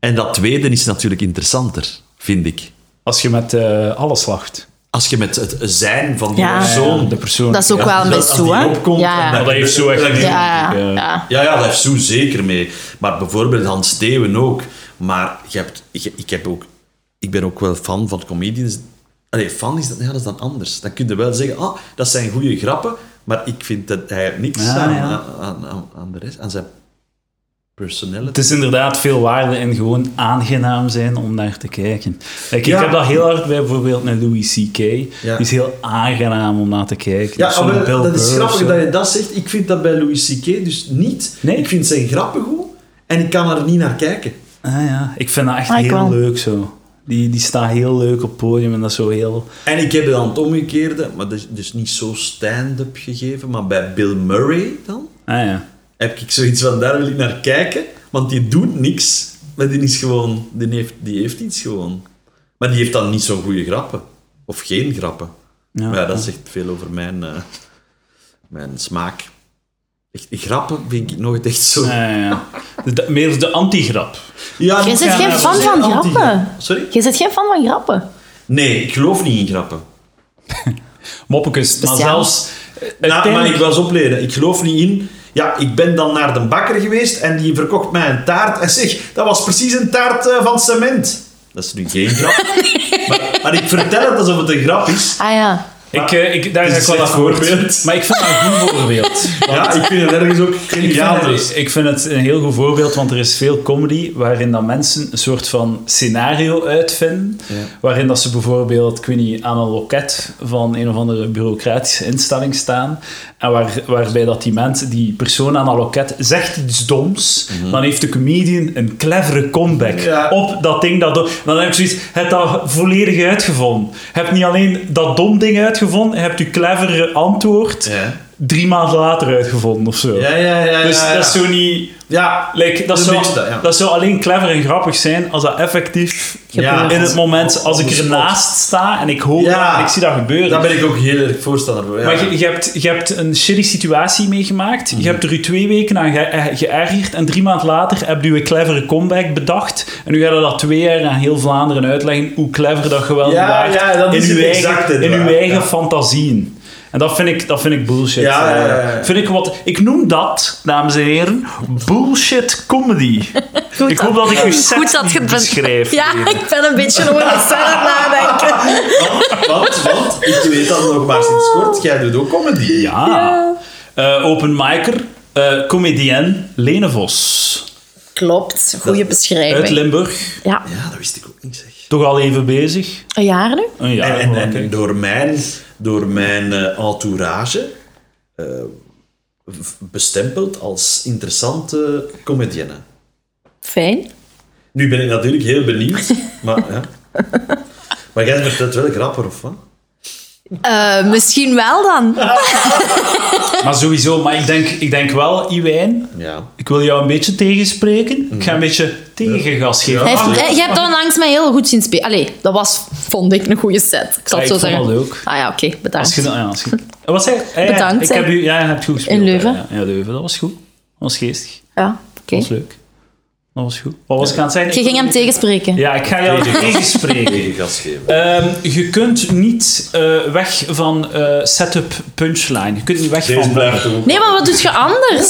[SPEAKER 3] En dat tweede is natuurlijk interessanter, vind ik.
[SPEAKER 1] Als je met eh, alles lacht. Oh,
[SPEAKER 3] Als je met het zijn van de
[SPEAKER 2] Ja.
[SPEAKER 3] persoon...
[SPEAKER 1] De persoon.
[SPEAKER 2] Dat is ook
[SPEAKER 3] Ja,
[SPEAKER 2] wel
[SPEAKER 3] dus
[SPEAKER 2] met
[SPEAKER 3] als die
[SPEAKER 2] zo, hè?
[SPEAKER 3] opkomt en
[SPEAKER 2] Ja,
[SPEAKER 3] dan-
[SPEAKER 1] Maar dat heeft zo echt...
[SPEAKER 3] Ja,
[SPEAKER 2] ja,
[SPEAKER 1] Eh,
[SPEAKER 2] ja.
[SPEAKER 3] Ja, ja, daar heeft Sue zeker mee. Maar bijvoorbeeld Hans Steven ook. Maar je hebt, je- ik heb ook ik ben ook wel fan van comedians. Allee, fan is dat, ja, dat is dan anders. Dan kun je wel zeggen, ah, dat zijn goede grappen, maar ik vind dat hij niks
[SPEAKER 1] Ja,
[SPEAKER 3] aan,
[SPEAKER 1] ja.
[SPEAKER 3] Aan, aan, aan de rest, aan zijn personality.
[SPEAKER 1] Het is inderdaad veel waarde in gewoon aangenaam zijn om naar te kijken. Kijk,
[SPEAKER 3] Ja.
[SPEAKER 1] Ik heb dat heel hard bij bijvoorbeeld een Louis C.K.
[SPEAKER 3] Ja.
[SPEAKER 1] Die is heel aangenaam om naar te kijken.
[SPEAKER 3] Ja,
[SPEAKER 1] Of zo'n
[SPEAKER 3] maar
[SPEAKER 1] Bill
[SPEAKER 3] dat is
[SPEAKER 1] Burr of
[SPEAKER 3] grappig
[SPEAKER 1] zo.
[SPEAKER 3] dat je dat zegt. Ik vind dat bij Louis C.K. dus niet.
[SPEAKER 1] Nee?
[SPEAKER 3] Ik vind zijn grappen goed en ik kan er niet naar kijken.
[SPEAKER 1] Ah, ja. Ik vind dat echt
[SPEAKER 2] Ah, ik
[SPEAKER 1] heel
[SPEAKER 2] wel.
[SPEAKER 1] leuk zo. Die, die staat heel leuk op het podium en dat is zo heel...
[SPEAKER 3] En ik heb dan het omgekeerde, maar dat is dus niet zo stand-up gegeven, maar bij Bill Murray dan
[SPEAKER 1] Ah ja.
[SPEAKER 3] heb ik zoiets van, daar wil ik naar kijken, want die doet niks. Maar die is gewoon, die heeft, die heeft iets gewoon. Maar die heeft dan niet zo'n goede grappen. Of geen grappen.
[SPEAKER 1] Ja.
[SPEAKER 3] Maar ja, dat zegt veel over mijn, eh, mijn smaak. Echt, grappen vind ik nooit echt zo...
[SPEAKER 1] Ah, ja, ja. De- de- meer de anti-grap.
[SPEAKER 3] Ja,
[SPEAKER 2] Jij
[SPEAKER 3] ik
[SPEAKER 2] bent
[SPEAKER 3] ga
[SPEAKER 2] geen
[SPEAKER 3] naar-
[SPEAKER 2] fan van
[SPEAKER 3] anti-
[SPEAKER 2] grappen.
[SPEAKER 3] Sorry?
[SPEAKER 2] Je bent geen fan van grappen.
[SPEAKER 3] Nee, ik geloof niet in grappen.
[SPEAKER 1] Moppekes. Maar
[SPEAKER 2] Speciaal.
[SPEAKER 1] zelfs... eh,
[SPEAKER 3] Nou, maar
[SPEAKER 1] uiteindelijk-
[SPEAKER 3] ik was opleden. Ik geloof niet in... Ja, ik ben dan naar de bakker geweest en die verkocht mij een taart. En zeg, dat was precies een taart eh, van cement. Dat is nu geen grap. maar, maar ik vertel het alsof het een grap is.
[SPEAKER 2] Ah ja.
[SPEAKER 1] Ik, eh, ik, daar
[SPEAKER 3] Het
[SPEAKER 1] ga
[SPEAKER 3] is
[SPEAKER 1] ik wel
[SPEAKER 3] een slecht
[SPEAKER 1] akkoord.
[SPEAKER 3] voorbeeld.
[SPEAKER 1] Maar ik vind dat een goed voorbeeld.
[SPEAKER 3] Ja, ik vind het ergens ook
[SPEAKER 1] Ik
[SPEAKER 3] geniaal.
[SPEAKER 1] vind,
[SPEAKER 3] dus.
[SPEAKER 1] het, ik vind het een heel goed voorbeeld, want er is veel comedy waarin dat mensen een soort van scenario uitvinden. Waarin dat ze bijvoorbeeld, ik weet niet, aan een loket van een of andere bureaucratische instelling staan. En waar, waarbij dat die, mens, die persoon aan dat loket zegt iets doms. Dan heeft de comedian een clevere comeback
[SPEAKER 3] Mhm. Ja.
[SPEAKER 1] op dat ding. Dat do- dan heb ik zoiets, heb dat volledig uitgevonden. Heb niet alleen dat dom ding uitgevonden, heb je clevere antwoord.
[SPEAKER 3] Ja.
[SPEAKER 1] Drie maanden later uitgevonden of zo.
[SPEAKER 3] Ja, ja, ja.
[SPEAKER 1] Dus
[SPEAKER 3] ja, Eh, ja.
[SPEAKER 1] dat is zo niet...
[SPEAKER 3] Ja,
[SPEAKER 1] Like, dat,
[SPEAKER 3] Een
[SPEAKER 1] zou,
[SPEAKER 3] beetje dat, ja.
[SPEAKER 1] dat zou alleen clever en grappig zijn als dat effectief
[SPEAKER 3] Ja.
[SPEAKER 1] in het moment, als
[SPEAKER 3] Op
[SPEAKER 1] ik
[SPEAKER 3] de spot.
[SPEAKER 1] ernaast sta en ik hoor
[SPEAKER 3] Ja.
[SPEAKER 1] dat en ik zie dat gebeuren.
[SPEAKER 3] daar ben ik ook heel erg voorstander voor. Ja. Mhm.
[SPEAKER 1] Maar je, je, hebt, je hebt een shitty situatie meegemaakt. Je hebt er u twee weken aan ge- eh, geërgerd. En drie maanden later heb je een clevere comeback bedacht. En nu gaat je dat twee jaar aan heel Vlaanderen uitleggen hoe clever dat je wel
[SPEAKER 3] Ja,
[SPEAKER 1] waart
[SPEAKER 3] ja, dat is
[SPEAKER 1] in uw
[SPEAKER 3] het exact,
[SPEAKER 1] eigen, in uw
[SPEAKER 3] inderdaad.
[SPEAKER 1] eigen
[SPEAKER 3] Ja.
[SPEAKER 1] fantasieën. En dat vind ik, dat vind ik bullshit.
[SPEAKER 3] Ja, ja, ja, ja.
[SPEAKER 1] Eh, Vind ik, wat, ik noem dat, dames en heren, bullshit comedy.
[SPEAKER 2] Goed
[SPEAKER 1] ik hoop dat ik u set
[SPEAKER 2] goed dat je
[SPEAKER 1] niet
[SPEAKER 2] het
[SPEAKER 1] beschrijf.
[SPEAKER 2] Ja, ik ben een beetje over de set aan het nadenken.
[SPEAKER 3] Want, want, want, ik weet dat nog maar sinds kort, jij doet ook comedy.
[SPEAKER 1] Ja. Eh, open micer, eh comedienne Lene Vos.
[SPEAKER 2] Klopt, goede beschrijving.
[SPEAKER 1] Uit Limburg.
[SPEAKER 2] ja,
[SPEAKER 3] Ja, dat wist ik ook niet, zeg.
[SPEAKER 1] Toch al even bezig.
[SPEAKER 2] een jaar nu?
[SPEAKER 1] Een jaar.
[SPEAKER 3] En, en,
[SPEAKER 1] gewoon,
[SPEAKER 3] en
[SPEAKER 1] denk ik.
[SPEAKER 3] door mijn, door mijn eh, entourage eh, v- bestempeld als interessante comedienne.
[SPEAKER 2] Fijn.
[SPEAKER 3] Nu ben ik natuurlijk heel benieuwd, maar ja. Maar jij vertelt wel grappig, of wat?
[SPEAKER 2] Eh, misschien wel dan.
[SPEAKER 1] Maar sowieso, maar ik denk, ik denk wel, Iwijn,
[SPEAKER 3] Ja.
[SPEAKER 1] ik wil jou een beetje tegenspreken. Ik ga een beetje tegengas geven.
[SPEAKER 2] Hij
[SPEAKER 1] Ah,
[SPEAKER 2] heeft, eh, je hebt onlangs mij heel goed zien spelen. Allee, dat was, vond ik, een goede set. Ik
[SPEAKER 1] Ja,
[SPEAKER 2] zal het zo
[SPEAKER 1] ik vond
[SPEAKER 2] zeggen.
[SPEAKER 1] dat leuk.
[SPEAKER 2] Ah ja, oké,
[SPEAKER 1] als
[SPEAKER 2] bedankt.
[SPEAKER 1] je dan- ja, als je- Wat zei je? Ah, ja,
[SPEAKER 2] Bedankt,
[SPEAKER 1] Ik
[SPEAKER 2] hè.
[SPEAKER 1] heb u, ja, je hebt goed gespeeld.
[SPEAKER 2] In Leuven.
[SPEAKER 1] Ja, ja, Leuven, dat was goed. Dat was geestig.
[SPEAKER 2] Ja, oké.
[SPEAKER 1] Dat was leuk. Dat was goed. Wat was ik aan het zeggen?
[SPEAKER 2] Je ging hem tegenspreken.
[SPEAKER 1] Ja, ik ga jou tegenspreken.
[SPEAKER 3] Tegengas geven.
[SPEAKER 1] Ehm, je kunt niet eh, weg van eh, setup punchline. Je kunt niet weg
[SPEAKER 3] Deze
[SPEAKER 1] van...
[SPEAKER 3] blijft ook.
[SPEAKER 2] Nee, maar wat doet je anders?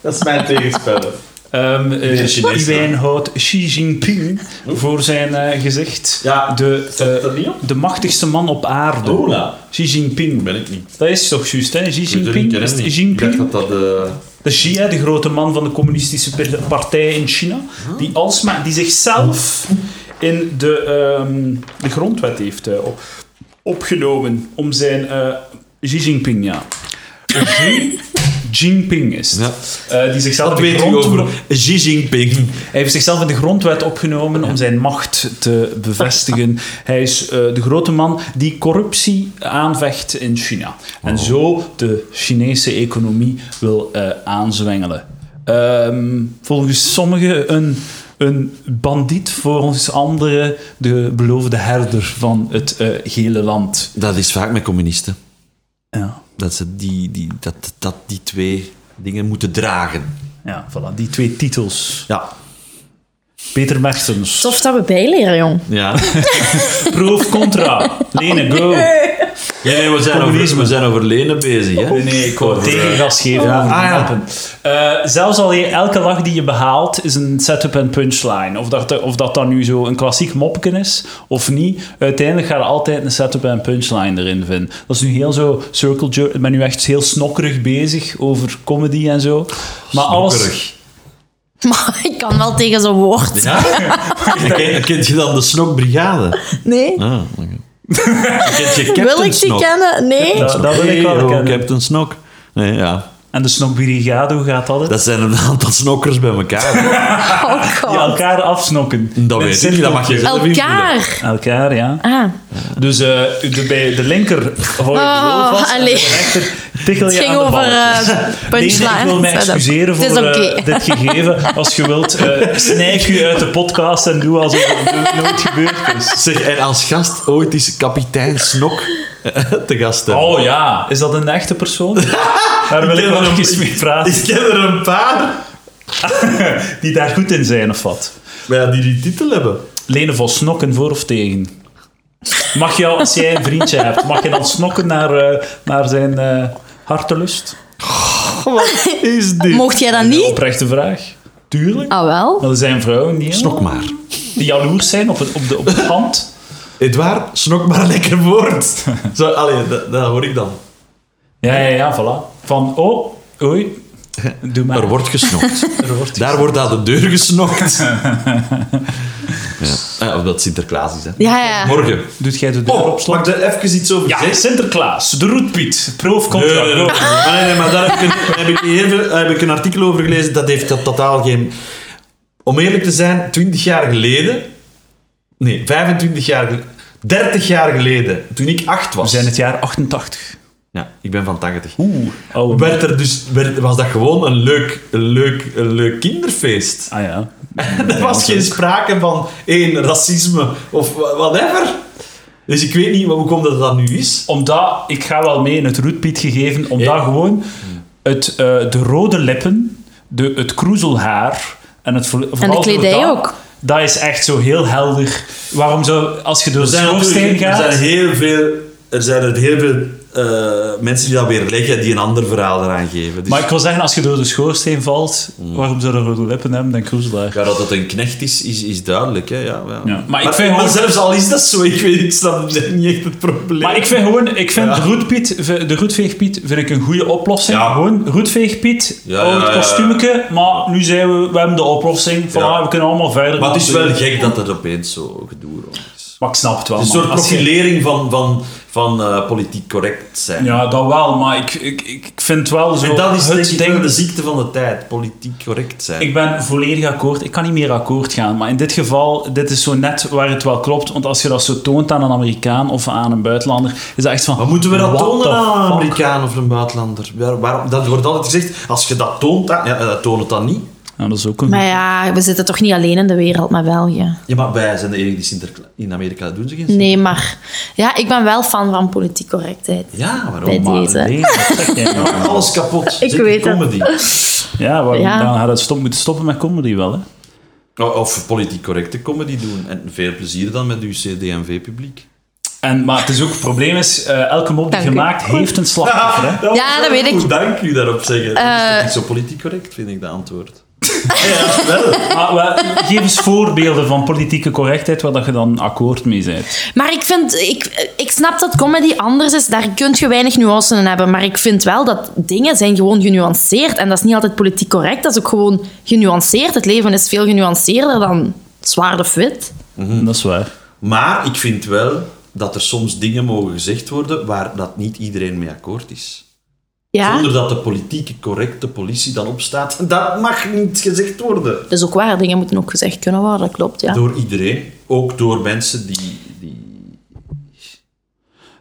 [SPEAKER 3] Dat is mijn tegenspeler.
[SPEAKER 1] Ehm eh,
[SPEAKER 3] Chinees,
[SPEAKER 1] Iwijn houdt Xi Jinping voor zijn eh, gezicht
[SPEAKER 3] Ja,
[SPEAKER 1] de,
[SPEAKER 3] staat
[SPEAKER 1] eh,
[SPEAKER 3] er niet op?
[SPEAKER 1] de machtigste man op aarde.
[SPEAKER 3] Ola.
[SPEAKER 1] Xi Jinping.
[SPEAKER 3] Ben ik niet.
[SPEAKER 1] Dat is toch juist, hè? Xi
[SPEAKER 3] Ik weet het niet,
[SPEAKER 1] Jinping? Is
[SPEAKER 3] ik ken
[SPEAKER 1] het
[SPEAKER 3] hem
[SPEAKER 1] Xi
[SPEAKER 3] niet. Ik dacht
[SPEAKER 1] Jinping?
[SPEAKER 3] dat dat... eh,
[SPEAKER 1] De Xi, hè, de grote man van de communistische per- partij in China. Die, alsmaar, die zichzelf in de, ehm, de grondwet heeft eh, op- opgenomen om zijn... eh Xi Jinping, ja. Xi Jinping is het.
[SPEAKER 3] Ja.
[SPEAKER 1] Eh, die zichzelf
[SPEAKER 3] Wat
[SPEAKER 1] de
[SPEAKER 3] weet u
[SPEAKER 1] grond-
[SPEAKER 3] over Xi Jinping?
[SPEAKER 1] hij heeft zichzelf in de grondwet opgenomen om zijn macht te bevestigen. Hij is eh, de grote man die corruptie aanvecht in China. En zo de Chinese economie wil eh, aanzwengelen. Ehm, volgens sommigen een, een bandiet, volgens anderen de beloofde herder van het eh, gele land.
[SPEAKER 3] Dat is vaak met communisten.
[SPEAKER 1] Ja,
[SPEAKER 3] Dat ze die, die, dat, dat die twee dingen moeten dragen.
[SPEAKER 1] ja voilà. Die twee titels.
[SPEAKER 3] Ja.
[SPEAKER 1] Peter Mertens.
[SPEAKER 2] Tof dat we bijleren, jong.
[SPEAKER 3] Ja.
[SPEAKER 1] Proof contra. Lene, go.
[SPEAKER 3] Nee, nee, we zijn, over, we zijn over lenen bezig. Hè? eh,
[SPEAKER 1] Nee, nee, ik wou tegengas geven over de
[SPEAKER 3] ah, ja.
[SPEAKER 1] knappen. Eh, zelfs al je, elke lach die je behaalt is een setup en punchline. Of dat, of dat dan nu zo een klassiek mopken is of niet, uiteindelijk ga je altijd een setup en punchline erin vinden. Dat is nu heel zo circle jerk. Ik ben nu echt heel snokkerig bezig over comedy en zo. Maar alles.
[SPEAKER 3] Knokkerig.
[SPEAKER 2] Maar ik kan wel tegen zo'n woord.
[SPEAKER 3] Ja? Ken, kent je dan de snokbrigade?
[SPEAKER 2] Nee?
[SPEAKER 3] Ah, oké. Kent je Captain
[SPEAKER 2] Wil ik die
[SPEAKER 3] Snok?
[SPEAKER 2] kennen? Nee?
[SPEAKER 1] Dat, dat wil ik wel
[SPEAKER 3] Hey, oh,
[SPEAKER 1] kennen.
[SPEAKER 3] Captain Snok. Nee, ja.
[SPEAKER 1] En de snokbrigado gaat altijd.
[SPEAKER 3] Dat zijn een aantal snokkers bij elkaar.
[SPEAKER 2] Oh god.
[SPEAKER 1] Die elkaar afsnokken.
[SPEAKER 3] Dat
[SPEAKER 1] Met
[SPEAKER 3] weet ik, dat mag je zelf invullen.
[SPEAKER 2] Elkaar.
[SPEAKER 1] Elkaar, ja.
[SPEAKER 2] Ah.
[SPEAKER 1] Dus eh, de, bij de linker hou je de
[SPEAKER 2] Oh,
[SPEAKER 1] lul vast en bij
[SPEAKER 2] allee.
[SPEAKER 1] de rechter tikkel
[SPEAKER 2] Het
[SPEAKER 1] je
[SPEAKER 2] ging
[SPEAKER 1] aan de
[SPEAKER 2] over
[SPEAKER 1] ballen.
[SPEAKER 2] eh
[SPEAKER 1] Deze, ik wil
[SPEAKER 2] punchline.
[SPEAKER 1] mij excuseren voor
[SPEAKER 2] Het is oké.
[SPEAKER 1] eh, dit gegeven. Als je wilt, eh snijf je uit de podcast en doe alsof het nooit gebeurd is.
[SPEAKER 3] Zeg, en als gast ooit is kapitein Snok te gast hebben.
[SPEAKER 1] Oh ja, is dat een echte persoon? Daar wil ik wel nog eens mee praten.
[SPEAKER 3] Ik ken er een paar
[SPEAKER 1] Die daar goed in zijn of wat?
[SPEAKER 3] maar ja, die die titel hebben.
[SPEAKER 1] Lene van snokken voor of tegen? Mag je al, als jij een vriendje hebt, mag je dan snokken naar, eh, naar zijn eh hartelust?
[SPEAKER 3] Is dit?
[SPEAKER 2] Mocht jij dat niet?
[SPEAKER 1] Oprechte vraag. Tuurlijk.
[SPEAKER 2] Ah wel?
[SPEAKER 1] Maar er zijn vrouwen
[SPEAKER 2] Ah.
[SPEAKER 1] die,
[SPEAKER 3] Snok maar.
[SPEAKER 1] die jaloers zijn op, het, op, de, op de hand.
[SPEAKER 3] Edouard, snok maar lekker woord. Zo, allee, dat, dat hoor ik dan.
[SPEAKER 1] Ja, ja, ja, voilà. Van, oh, oei, doe maar.
[SPEAKER 3] Er wordt gesnokt.
[SPEAKER 1] Er wordt
[SPEAKER 3] Daar wordt aan de deur gesnokt. ja. Ah, omdat Sinterklaas is, hè.
[SPEAKER 2] Ja, ja.
[SPEAKER 3] Morgen.
[SPEAKER 1] Doet jij de deur op
[SPEAKER 3] Oh,
[SPEAKER 1] slot?
[SPEAKER 3] mag ik daar even iets over
[SPEAKER 1] Ja,
[SPEAKER 3] zeggen?
[SPEAKER 1] Sinterklaas, de roetpiet, proefcontract.
[SPEAKER 3] Nee, nee, nee. Maar, nee, nee, maar daar heb ik, een, heb, ik heel veel- daar heb ik een artikel over gelezen. Dat heeft dat totaal geen. Om eerlijk te zijn, 20 jaar geleden. Nee, 25 jaar geleden. 30 jaar geleden, toen ik 8
[SPEAKER 1] We
[SPEAKER 3] was.
[SPEAKER 1] zijn het jaar 88.
[SPEAKER 3] Ja, ik ben van 80.
[SPEAKER 1] Oeh, oude man.
[SPEAKER 3] Werd er dus, werd, was dat gewoon een leuk, een leuk, een leuk kinderfeest?
[SPEAKER 1] Ah ja.
[SPEAKER 3] Er was geen sprake van één racisme of wa- whatever. Dus ik weet niet hoe komt dat dat nu is.
[SPEAKER 1] Omdat, ik ga wel mee in het roetpiet gegeven, omdat
[SPEAKER 3] Ja.
[SPEAKER 1] gewoon het, eh, de rode lippen, de, het kroezelhaar en het vo- vooral
[SPEAKER 2] En de
[SPEAKER 1] zo
[SPEAKER 2] kledij
[SPEAKER 1] dat-
[SPEAKER 2] ook.
[SPEAKER 1] Dat is echt zo heel helder. Waarom zo, als je door de schoorsteen
[SPEAKER 3] natuurlijk- er
[SPEAKER 1] gaat...
[SPEAKER 3] zijn heel veel, er zijn er heel veel eh, mensen die dat weer leggen, die een ander verhaal eraan geven. Dus
[SPEAKER 1] Maar ik wil zeggen, als je door de schoorsteen valt,
[SPEAKER 3] Mm.
[SPEAKER 1] waarom zou je rode lippen hebben dan kroezelaar?
[SPEAKER 3] ja, dat het een knecht is, is, is duidelijk. Hè? Ja, ja.
[SPEAKER 1] maar ik vind
[SPEAKER 3] maar
[SPEAKER 1] gewoon-
[SPEAKER 3] zelfs al is dat zo, ik weet ik snap dat niet echt het probleem.
[SPEAKER 1] Maar ik vind gewoon, ik vind
[SPEAKER 3] Ja.
[SPEAKER 1] de roetpiet, de roetveegpiet vind ik een goede oplossing.
[SPEAKER 3] Ja.
[SPEAKER 1] Gewoon roetveegpiet,
[SPEAKER 3] Ja,
[SPEAKER 1] oud
[SPEAKER 3] ja, ja, ja.
[SPEAKER 1] kostuumke, maar nu zijn we, we hebben de oplossing. Voilà,
[SPEAKER 3] Ja.
[SPEAKER 1] we kunnen allemaal verder.
[SPEAKER 3] Maar het is
[SPEAKER 1] doen.
[SPEAKER 3] wel gek dat het opeens zo gedoe rond is.
[SPEAKER 1] Maar ik snap het wel,
[SPEAKER 3] Een
[SPEAKER 1] Oh, man.
[SPEAKER 3] soort
[SPEAKER 1] Als je-
[SPEAKER 3] profilering van, van, van eh, politiek correct zijn.
[SPEAKER 1] Ja, dat wel, maar ik, ik, ik ik vind wel zo
[SPEAKER 3] En dat is denk
[SPEAKER 1] het
[SPEAKER 3] ik
[SPEAKER 1] ding.
[SPEAKER 3] wel de ziekte van de tijd, politiek correct zijn.
[SPEAKER 1] Ik ben volledig akkoord. Ik kan niet meer akkoord gaan. Maar in dit geval, dit is zo net waar het wel klopt. Want als je dat zo toont aan een Amerikaan of aan een buitenlander, is dat echt van...
[SPEAKER 3] Maar moeten we dat
[SPEAKER 1] what the
[SPEAKER 3] tonen aan een
[SPEAKER 1] fuck?
[SPEAKER 3] Amerikaan of een buitenlander? Waar, waarom- dat wordt altijd gezegd, als je dat toont, dan, ja, dat toont het dan niet.
[SPEAKER 1] Ja, dat is ook een...
[SPEAKER 2] Maar ja, we zitten toch niet alleen in de wereld, maar België.
[SPEAKER 3] Ja, maar wij zijn de enige die Sinterkla in Amerika doen ze geen Sinterklaas.
[SPEAKER 2] Nee, maar... Ja, ik ben wel fan van politiek correctheid.
[SPEAKER 3] Ja,
[SPEAKER 2] Bij
[SPEAKER 3] waarom? Maar
[SPEAKER 2] deze.
[SPEAKER 3] nee,
[SPEAKER 1] Dat zeg jij nou.
[SPEAKER 3] alles kapot. Zeker
[SPEAKER 2] weet het.
[SPEAKER 3] comedy.
[SPEAKER 1] Ja, waarom,
[SPEAKER 2] Ja.
[SPEAKER 1] dan had het stop, moeten stoppen met comedy wel, hè.
[SPEAKER 3] O- Oh, Of politiek correcte comedy doen. En veel plezier dan met uw CD&V-publiek.
[SPEAKER 1] En, maar het is ook, het probleem is, eh, elke mop die
[SPEAKER 2] Dank u.
[SPEAKER 1] gemaakt heeft een slachtoffer, hè.
[SPEAKER 2] Ja, dat weet ik.
[SPEAKER 3] Dank u daarop zeggen. Dat is
[SPEAKER 2] Eh.
[SPEAKER 3] toch niet zo politiek correct, vind ik, de antwoord.
[SPEAKER 1] Maar wel, geef eens voorbeelden van politieke correctheid waar dat je dan akkoord mee bent.
[SPEAKER 2] Maar ik vind... Ik, ik snap dat comedy anders is. Daar kun je weinig nuances in hebben. Maar ik vind wel dat dingen zijn gewoon genuanceerd. En dat is niet altijd politiek correct. Dat is ook gewoon genuanceerd. Het leven is veel genuanceerder dan zwaar of wit.
[SPEAKER 3] Mhm.
[SPEAKER 1] Dat is waar.
[SPEAKER 3] Maar ik vind wel dat er soms dingen mogen gezegd worden waar dat niet iedereen mee akkoord is.
[SPEAKER 2] Ja,
[SPEAKER 3] Zonder dat de politieke correcte politie dan opstaat. Dat mag niet gezegd worden.
[SPEAKER 2] dat is Dus ook waar. Dingen moeten ook gezegd kunnen worden. Dat klopt, ja.
[SPEAKER 3] Door iedereen. Ook door mensen die... die,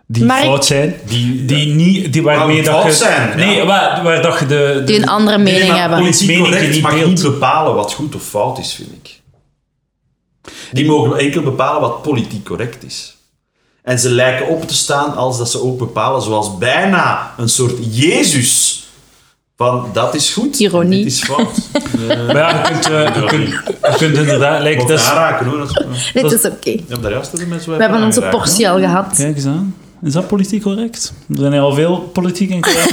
[SPEAKER 1] Die
[SPEAKER 2] Maar ik-
[SPEAKER 1] fout zijn.
[SPEAKER 3] die,
[SPEAKER 1] Die, niet, die waarmee
[SPEAKER 3] Maar
[SPEAKER 1] dat je...
[SPEAKER 3] fout zijn,
[SPEAKER 1] nee,
[SPEAKER 3] ja.
[SPEAKER 1] waar, waar dat je de... de
[SPEAKER 2] Die een andere
[SPEAKER 3] Nee,
[SPEAKER 2] mening
[SPEAKER 3] maar
[SPEAKER 2] hebben.
[SPEAKER 1] politie- Mening
[SPEAKER 3] Politiek
[SPEAKER 1] die
[SPEAKER 3] correct
[SPEAKER 1] niet
[SPEAKER 3] mag
[SPEAKER 1] deelt.
[SPEAKER 3] niet bepalen wat goed of fout is, vind ik. Die mogen enkel bepalen wat politiek correct is. En ze lijken op te staan als dat ze ook bepalen, zoals bijna een soort Jezus. Van dat is goed, en
[SPEAKER 2] Ironie.
[SPEAKER 3] dit is fout.
[SPEAKER 1] maar ja, je kunt, eh, je kunt, je kunt inderdaad... Lijkt,
[SPEAKER 3] Mocht
[SPEAKER 1] dat is,
[SPEAKER 3] aanraken hoor. Dat is,
[SPEAKER 2] Dit is oké.
[SPEAKER 3] ja, daar juist hebben mensen wel
[SPEAKER 2] We hebben onze
[SPEAKER 3] aangeraakt, hè.
[SPEAKER 2] portie al gehad.
[SPEAKER 1] Kijk eens aan. Is dat politiek correct? Er zijn hier al veel politiek en correct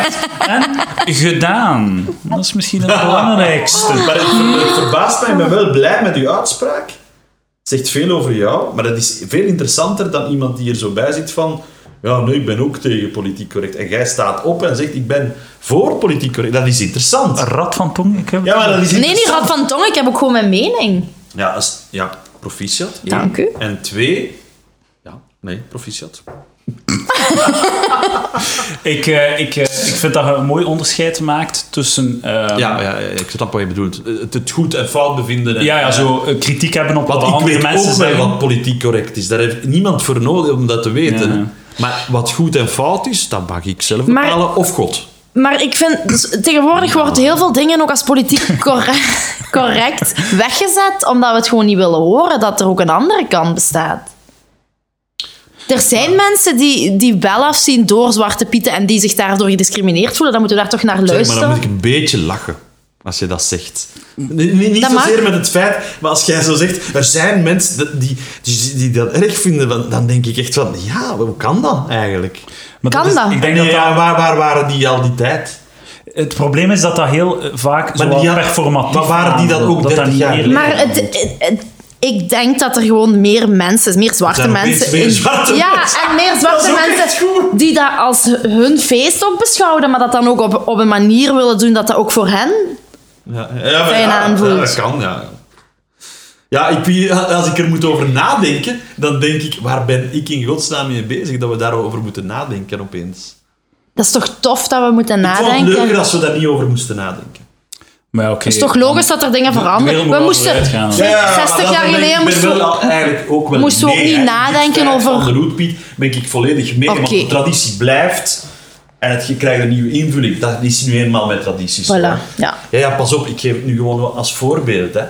[SPEAKER 1] En gedaan. Dat is misschien het belangrijkste.
[SPEAKER 3] Maar het, ver- het verbaast mij, ik ben wel blij met uw uitspraak. Het zegt veel over jou, maar dat is veel interessanter dan iemand die er zo bij zit van... Ja, nee, ik ben ook tegen politiek correct. En jij staat op en zegt, ik ben voor politiek correct. Dat is interessant.
[SPEAKER 1] Rad van tong, ik heb
[SPEAKER 3] Ja, maar dat is
[SPEAKER 2] Nee, niet
[SPEAKER 3] interessant.
[SPEAKER 2] Rad van Tong, ik heb ook gewoon mijn mening.
[SPEAKER 3] Ja, als, ja proficiat.
[SPEAKER 2] Dank u.
[SPEAKER 3] En twee... Ja, nee, proficiat.
[SPEAKER 1] Ik, eh, ik, eh, ik vind dat je een mooi onderscheid maakt tussen... eh,
[SPEAKER 3] Ja, ja, ja, ik snap wat je bedoelt. Het, het goed en fout bevinden. en-
[SPEAKER 1] ja, ja, zo eh, kritiek hebben op wat
[SPEAKER 3] Want ik
[SPEAKER 1] andere
[SPEAKER 3] weet
[SPEAKER 1] mensen
[SPEAKER 3] ook wel
[SPEAKER 1] zeggen.
[SPEAKER 3] wat politiek correct is. Daar heeft niemand voor nodig om dat te weten.
[SPEAKER 1] Ja.
[SPEAKER 3] Maar wat goed en fout is, dat mag ik zelf
[SPEAKER 2] Maar-
[SPEAKER 3] bepalen. Of God.
[SPEAKER 2] Maar ik vind, dus tegenwoordig wordt heel veel dingen ook als politiek correct, correct weggezet, omdat we het gewoon niet willen horen dat er ook een andere kant bestaat. Er zijn mensen die, die wel afzien door Zwarte Pieten en die zich daardoor gediscrimineerd voelen. Dan moeten we daar toch naar
[SPEAKER 3] Zeg, maar dan
[SPEAKER 2] luisteren.
[SPEAKER 3] moet ik een beetje lachen. Als je dat zegt. Nee, nee, niet
[SPEAKER 2] Dat mag.
[SPEAKER 3] zozeer met het feit, maar als jij zo zegt, er zijn mensen dat- die, die, die dat erg vinden, van- dan denk ik echt van, ja, hoe kan dat eigenlijk?
[SPEAKER 1] Maar
[SPEAKER 2] Kan dat?
[SPEAKER 1] Ik denk
[SPEAKER 3] En eh,
[SPEAKER 1] dat
[SPEAKER 3] ja,
[SPEAKER 1] dat-
[SPEAKER 3] waar, waar waren die al die tijd?
[SPEAKER 1] Het probleem is dat dat heel eh, vaak zo
[SPEAKER 3] die had-
[SPEAKER 1] performatief
[SPEAKER 3] maar waren die dat
[SPEAKER 1] aanvoelt,
[SPEAKER 3] ook
[SPEAKER 1] dat
[SPEAKER 3] 30
[SPEAKER 1] niet
[SPEAKER 3] jaar
[SPEAKER 1] eerlijk
[SPEAKER 2] Maar het, het- het- ik denk dat er gewoon meer mensen, meer zwarte
[SPEAKER 3] zijn opeens
[SPEAKER 2] mensen.
[SPEAKER 3] meer zwarte
[SPEAKER 2] ja,
[SPEAKER 3] mensen.
[SPEAKER 2] en meer
[SPEAKER 3] Dat
[SPEAKER 2] zwarte
[SPEAKER 3] is ook echt
[SPEAKER 2] mensen
[SPEAKER 3] goed.
[SPEAKER 2] die dat als hun feest ook beschouwen, maar dat dan ook op, op een manier willen doen dat dat ook voor hen.
[SPEAKER 3] Ja, ja, maar
[SPEAKER 2] Fijn
[SPEAKER 3] ja,
[SPEAKER 2] aanvoelt.
[SPEAKER 3] ja, dat kan, ja. Ja, ik, als ik er moet over nadenken, dan denk ik, waar ben ik in godsnaam mee bezig dat we daarover moeten nadenken opeens?
[SPEAKER 2] Dat is toch tof dat we moeten
[SPEAKER 3] Ik vond het
[SPEAKER 2] nadenken.
[SPEAKER 3] leuker
[SPEAKER 2] Het
[SPEAKER 3] als we daar niet over moesten nadenken.
[SPEAKER 1] Maar ja, oké.
[SPEAKER 2] is toch logisch dat er dingen veranderen.
[SPEAKER 1] wereld moet
[SPEAKER 2] We
[SPEAKER 1] wel
[SPEAKER 2] moesten
[SPEAKER 1] vooruit gaan.
[SPEAKER 2] twee-
[SPEAKER 3] Ja, maar
[SPEAKER 2] 60
[SPEAKER 3] dat
[SPEAKER 2] jaar
[SPEAKER 3] ben ik-
[SPEAKER 2] geleden
[SPEAKER 3] ik ben
[SPEAKER 2] moesten we-
[SPEAKER 3] wel eigenlijk ook wel
[SPEAKER 2] moesten we ook
[SPEAKER 3] mee,
[SPEAKER 2] niet
[SPEAKER 3] eigenlijk.
[SPEAKER 2] nadenken
[SPEAKER 3] Het feit
[SPEAKER 2] over-
[SPEAKER 3] Van de roetpiet ben ik volledig mee, want
[SPEAKER 2] Oké.
[SPEAKER 3] de traditie blijft en het, je krijgt een nieuwe invulling. Dat is nu eenmaal met tradities. hoor.
[SPEAKER 2] Voilà, ja.
[SPEAKER 3] Ja, ja, pas op, ik geef het nu gewoon als voorbeeld. Hè.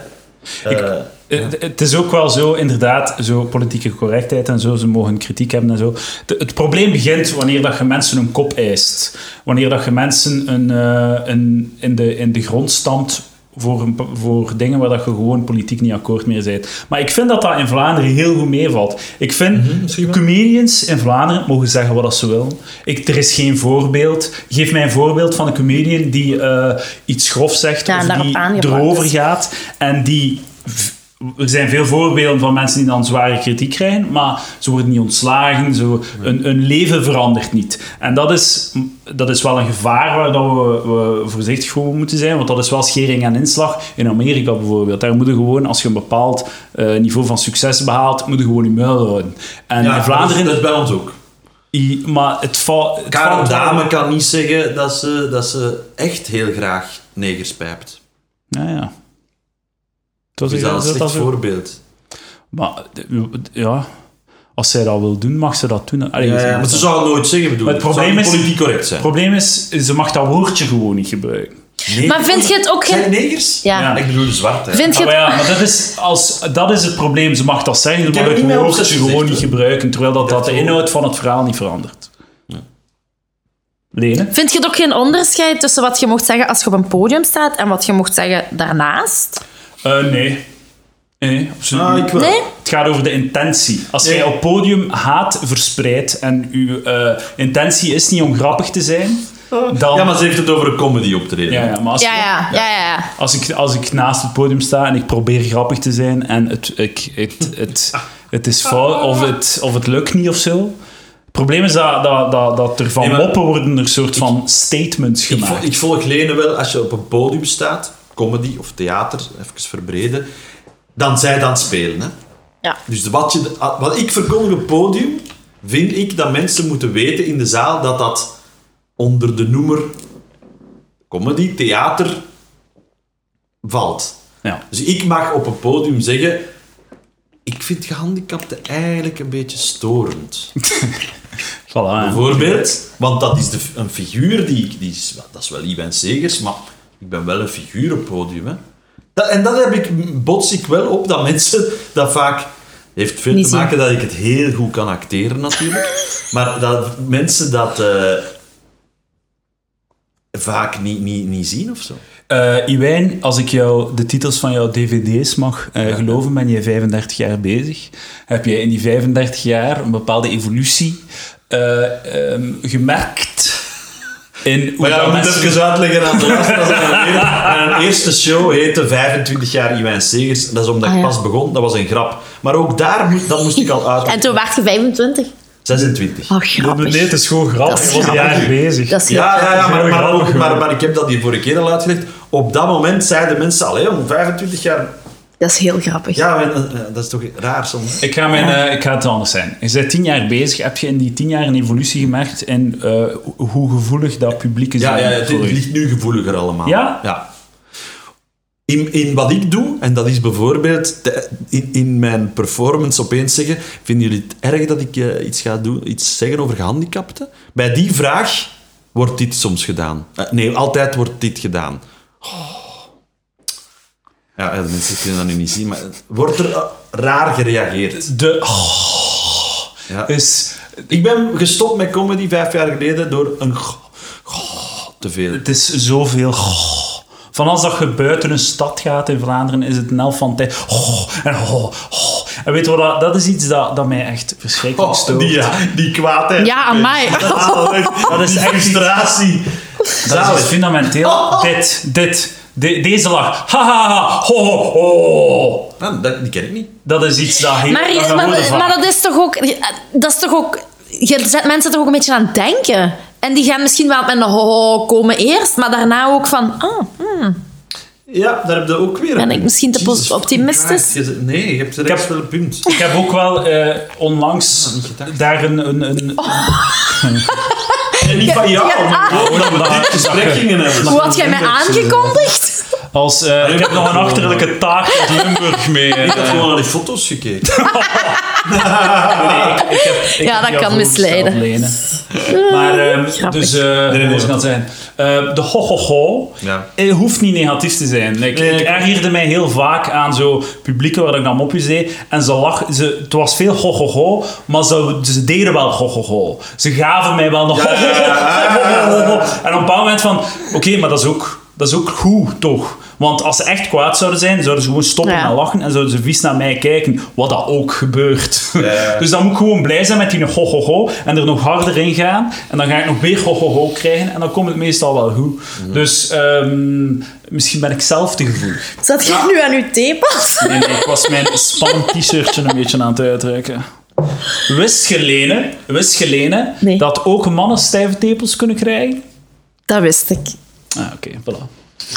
[SPEAKER 3] Eh,
[SPEAKER 1] Eh, d- Het is ook wel zo, inderdaad, zo politieke correctheid en zo, ze mogen kritiek hebben en zo. De- het probleem begint wanneer dat je mensen een kop eist. Wanneer dat je mensen een, eh, een, in, de, in de grond stampt voor, een, voor dingen waar dat je gewoon politiek niet akkoord mee bent. Maar ik vind dat dat in Vlaanderen heel goed meevalt. Ik vind comedians in Vlaanderen mogen zeggen wat dat ze willen. Ik, er is geen voorbeeld. Geef mij een voorbeeld van een comedian die eh, iets grof zegt
[SPEAKER 2] Ja, en
[SPEAKER 1] of
[SPEAKER 2] daarop
[SPEAKER 1] die
[SPEAKER 2] aangepakt
[SPEAKER 1] erover
[SPEAKER 2] is.
[SPEAKER 1] gaat en die er zijn veel voorbeelden van mensen die dan zware kritiek krijgen, maar ze worden niet ontslagen, zo, hun, hun leven verandert niet. En dat is, dat is wel een gevaar waar dat we, we voorzichtig over moeten zijn, want dat is wel schering en inslag in Amerika bijvoorbeeld. Daar moet je gewoon, als je een bepaald eh, niveau van succes behaalt, moet je gewoon je muil houden. En
[SPEAKER 3] ja,
[SPEAKER 1] in Vlaanderen,
[SPEAKER 3] dat is bij ons ook.
[SPEAKER 1] i- maar het, va het
[SPEAKER 3] Karel
[SPEAKER 1] valt wel-
[SPEAKER 3] Dame kan niet zeggen dat ze, dat ze echt heel graag negers pijpt.
[SPEAKER 1] Ja, ja. Dat
[SPEAKER 3] Is dat een slecht
[SPEAKER 1] zo-
[SPEAKER 3] voorbeeld?
[SPEAKER 1] Maar d- ja, als zij dat wil doen, mag ze dat doen. Allee, ze-
[SPEAKER 3] maar ze zou het nooit zeggen, bedoel
[SPEAKER 1] Maar
[SPEAKER 3] ik.
[SPEAKER 1] het
[SPEAKER 3] Het zou
[SPEAKER 1] probleem
[SPEAKER 3] niet
[SPEAKER 1] is-
[SPEAKER 3] politiek correct zijn.
[SPEAKER 1] Het probleem is, ze mag dat woordje gewoon niet gebruiken.
[SPEAKER 3] Nee.
[SPEAKER 2] Maar vind je het ook
[SPEAKER 3] Zijn
[SPEAKER 2] geen...
[SPEAKER 3] negers?
[SPEAKER 2] Ja.
[SPEAKER 1] Ja.
[SPEAKER 3] Ik bedoel zwart, hè.
[SPEAKER 2] Vind je
[SPEAKER 1] Ah, maar
[SPEAKER 2] het...
[SPEAKER 1] ja, maar dat is, als, dat is het probleem. Ze mag dat zeggen, ze
[SPEAKER 3] heb
[SPEAKER 1] mag
[SPEAKER 3] het
[SPEAKER 1] het
[SPEAKER 3] niet met
[SPEAKER 1] woordje
[SPEAKER 3] opzet
[SPEAKER 1] gewoon
[SPEAKER 3] gezegd,
[SPEAKER 1] niet
[SPEAKER 3] hoor.
[SPEAKER 1] gebruiken, terwijl dat,
[SPEAKER 3] heb
[SPEAKER 1] dat de
[SPEAKER 3] het ook.
[SPEAKER 1] inhoud van het verhaal niet verandert. Lenen?
[SPEAKER 2] Vind je het ook geen onderscheid tussen wat je mocht zeggen als je op een podium staat en wat je mocht zeggen daarnaast?
[SPEAKER 1] Eh, nee. Nee, absoluut
[SPEAKER 3] Ah,
[SPEAKER 1] niet.
[SPEAKER 3] ik wel.
[SPEAKER 2] Nee?
[SPEAKER 1] Het gaat over de intentie. Als jij op podium haat verspreidt en uw eh, intentie is niet om grappig te zijn, dan...
[SPEAKER 3] Oh. Ja, maar ze heeft het over een comedy optreden.
[SPEAKER 1] Ja, ja, maar als
[SPEAKER 2] Ja, ja, ja, ja. ja.
[SPEAKER 1] Als ik, als ik naast het podium sta en ik probeer grappig te zijn en het, ik, het, het,
[SPEAKER 3] Ah.
[SPEAKER 1] het is fout of het, of het lukt niet of zo. Het probleem is dat, dat, dat, dat er van
[SPEAKER 3] Nee, maar-
[SPEAKER 1] moppen worden er soort van statements
[SPEAKER 3] Ik, vo-
[SPEAKER 1] gemaakt.
[SPEAKER 3] ik volg Lene wel, als je op een podium staat, comedy of theater, even verbreden, dan zij dan spelen, hè.
[SPEAKER 2] Ja.
[SPEAKER 3] Dus wat, je, wat ik verkondig op podium, vind ik dat mensen moeten weten in de zaal dat dat onder de noemer comedy, theater valt.
[SPEAKER 1] ja.
[SPEAKER 3] Dus ik mag op een podium zeggen, ik vind gehandicapten eigenlijk een beetje storend.
[SPEAKER 1] Voilà, ja.
[SPEAKER 3] Bijvoorbeeld, want dat is de, f- een figuur die ik... Die is, dat is wel Iwan Segers, maar ik ben wel een figuur op het podium. Hè. Dat, en dat heb ik, bots ik wel op, dat mensen dat vaak... heeft veel
[SPEAKER 2] Niet
[SPEAKER 3] te
[SPEAKER 2] zien.
[SPEAKER 3] maken dat ik het heel goed kan acteren natuurlijk. maar dat mensen dat... eh, vaak niet, niet, niet zien of zo.
[SPEAKER 1] Eh, Iwijn, als ik jou de titels van jouw dvd's mag eh, geloven, ben je 35 jaar bezig. Heb jij in die 35 jaar een bepaalde evolutie eh, ehm, gemerkt? In hoe
[SPEAKER 3] Maar ja,
[SPEAKER 1] dat
[SPEAKER 3] we moeten
[SPEAKER 1] mensen-
[SPEAKER 3] even uitleggen aan de luisteraars. Mijn eer- Mijn eerste show heette 25 jaar Iwijn Segers. Dat is omdat
[SPEAKER 2] Ah,
[SPEAKER 3] ik
[SPEAKER 2] ja.
[SPEAKER 3] pas begon. Dat was een grap. Maar ook daar moest, dat moest ik al uit.
[SPEAKER 2] En toen werd je 25.
[SPEAKER 3] 26.
[SPEAKER 2] Oh, grappig.
[SPEAKER 1] Nee, het is gewoon
[SPEAKER 2] Dat
[SPEAKER 1] grappig.
[SPEAKER 2] is
[SPEAKER 1] Je was een
[SPEAKER 2] grappig.
[SPEAKER 1] jaar bezig.
[SPEAKER 2] Dat is heel
[SPEAKER 3] Ja, ja, ja maar,
[SPEAKER 1] Heel
[SPEAKER 3] maar,
[SPEAKER 1] grappig,
[SPEAKER 3] maar,
[SPEAKER 1] hoor.
[SPEAKER 3] maar, maar ik heb dat hier vorige keer al uitgelegd. Op dat moment zeiden mensen al, hè, om 25 jaar...
[SPEAKER 2] Dat is heel grappig.
[SPEAKER 3] Ja, maar, eh, eh, dat is toch raar soms.
[SPEAKER 1] Ik ga, mijn, eh, ik ga het anders zijn. Je bent tien jaar bezig. Heb je in die tien jaar een evolutie gemerkt in eh, ho- hoe gevoelig dat publiek is?
[SPEAKER 3] Ja, ja het,
[SPEAKER 1] voor
[SPEAKER 3] het
[SPEAKER 1] u?
[SPEAKER 3] ligt nu gevoeliger allemaal.
[SPEAKER 1] Ja?
[SPEAKER 3] In, in wat ik doe, en dat is bijvoorbeeld te- in, in mijn performance opeens zeggen: Vinden jullie het erg dat ik eh, iets ga doen, iets zeggen over gehandicapten? Bij die vraag wordt dit soms gedaan. Eh, nee, altijd wordt dit gedaan. Oh. Ja, eh, de mensen kunnen dat nu niet zien, maar eh, wordt er eh, raar gereageerd.
[SPEAKER 1] De... oh,
[SPEAKER 3] Ja.
[SPEAKER 1] is,
[SPEAKER 3] Ik ben gestopt met comedy vijf jaar geleden door een te veel.
[SPEAKER 1] het is zoveel... oh. Van als dat je buiten een stad gaat in Vlaanderen, is het een elf van tijd. oh, en, oh, oh. en weet je wat, dat- dat is iets dat, dat mij echt verschrikkelijk
[SPEAKER 3] Oh,
[SPEAKER 1] stoort.
[SPEAKER 3] die, ja, die kwaadheid.
[SPEAKER 2] Ja, amai.
[SPEAKER 1] Dat is echt iets-
[SPEAKER 3] frustratie.
[SPEAKER 1] Dat is dus
[SPEAKER 3] Zalig.
[SPEAKER 1] fundamenteel. Dit, dit, de- deze lach. Ha, ha, ha, ho, ho, ho.
[SPEAKER 3] Ah, dat, die ken ik niet.
[SPEAKER 1] Dat is iets dat heel...
[SPEAKER 2] Maar,
[SPEAKER 1] dat
[SPEAKER 2] je-
[SPEAKER 1] we
[SPEAKER 2] maar,
[SPEAKER 1] horen vaak.
[SPEAKER 2] maar dat is toch ook... Dat is toch ook... Je zet mensen toch ook een beetje aan het denken. En die gaan misschien wel met een ho komen eerst, maar daarna ook van... Ah,
[SPEAKER 3] Ja, daar heb je ook weer. een
[SPEAKER 2] ben ik
[SPEAKER 3] punt.
[SPEAKER 2] misschien te
[SPEAKER 3] Jezus,
[SPEAKER 2] optimistisch?
[SPEAKER 3] fucking Christ. Nee, je hebt er echt wel een punt.
[SPEAKER 1] Ik heb ook wel eh, onlangs daar een... een, een
[SPEAKER 3] Oh. En niet van jou,
[SPEAKER 2] ja, ah.
[SPEAKER 3] omdat we omdat we dit gesprek gingen hebben.
[SPEAKER 2] Hoe had jij mij aangekondigd?
[SPEAKER 1] als, eh, ik heb nog een achterlijke taart uit Limburg mee. eh.
[SPEAKER 3] Ik had Oh. gewoon naar die foto's gekeken.
[SPEAKER 1] Ik
[SPEAKER 2] Ja,
[SPEAKER 1] heb
[SPEAKER 2] dat
[SPEAKER 1] jou
[SPEAKER 2] kan
[SPEAKER 1] voorgesteld,
[SPEAKER 2] misleiden. Ah,
[SPEAKER 1] Lene. Maar, ehm,
[SPEAKER 2] Grappig.
[SPEAKER 1] dus, eh hoe moet ik dat zijn? Eh, de ho-ho-ho
[SPEAKER 3] Ja.
[SPEAKER 1] eh, hoeft niet negatief te zijn. Like,
[SPEAKER 3] Nee,
[SPEAKER 1] ik
[SPEAKER 3] ik-
[SPEAKER 1] ergerde mij heel vaak aan zo publieken waar ik dan mopjes deed. En ze lach, ze, het was veel ho-ho-ho, maar ze, ze deden wel ho-ho-ho. Ze gaven mij wel nog ho-ho-ho, ho-ho-ho. En op een bepaald moment van, oké, maar dat is ook... Dat is ook goed, toch? Want als ze echt kwaad zouden zijn, zouden ze gewoon stoppen
[SPEAKER 2] Ja.
[SPEAKER 1] en lachen en zouden ze vies naar mij kijken, wat dat ook gebeurt.
[SPEAKER 3] ja.
[SPEAKER 1] dus dan moet ik gewoon blij zijn met die ho-ho-ho en er nog harder in gaan. En dan ga ik nog weer ho-ho-ho krijgen en dan komt het meestal wel goed. Dus ehm, misschien ben ik zelf te gevoelig.
[SPEAKER 2] Zat jij nu aan uw theepas?
[SPEAKER 1] Nee, nee, ik was mijn span-t-shirtje een beetje aan het uitreiken. Wist gelenen, wist gelenen
[SPEAKER 2] Nee.
[SPEAKER 1] dat ook mannen stijve tepels kunnen krijgen?
[SPEAKER 2] Dat wist ik.
[SPEAKER 1] Ah, oké, voilà.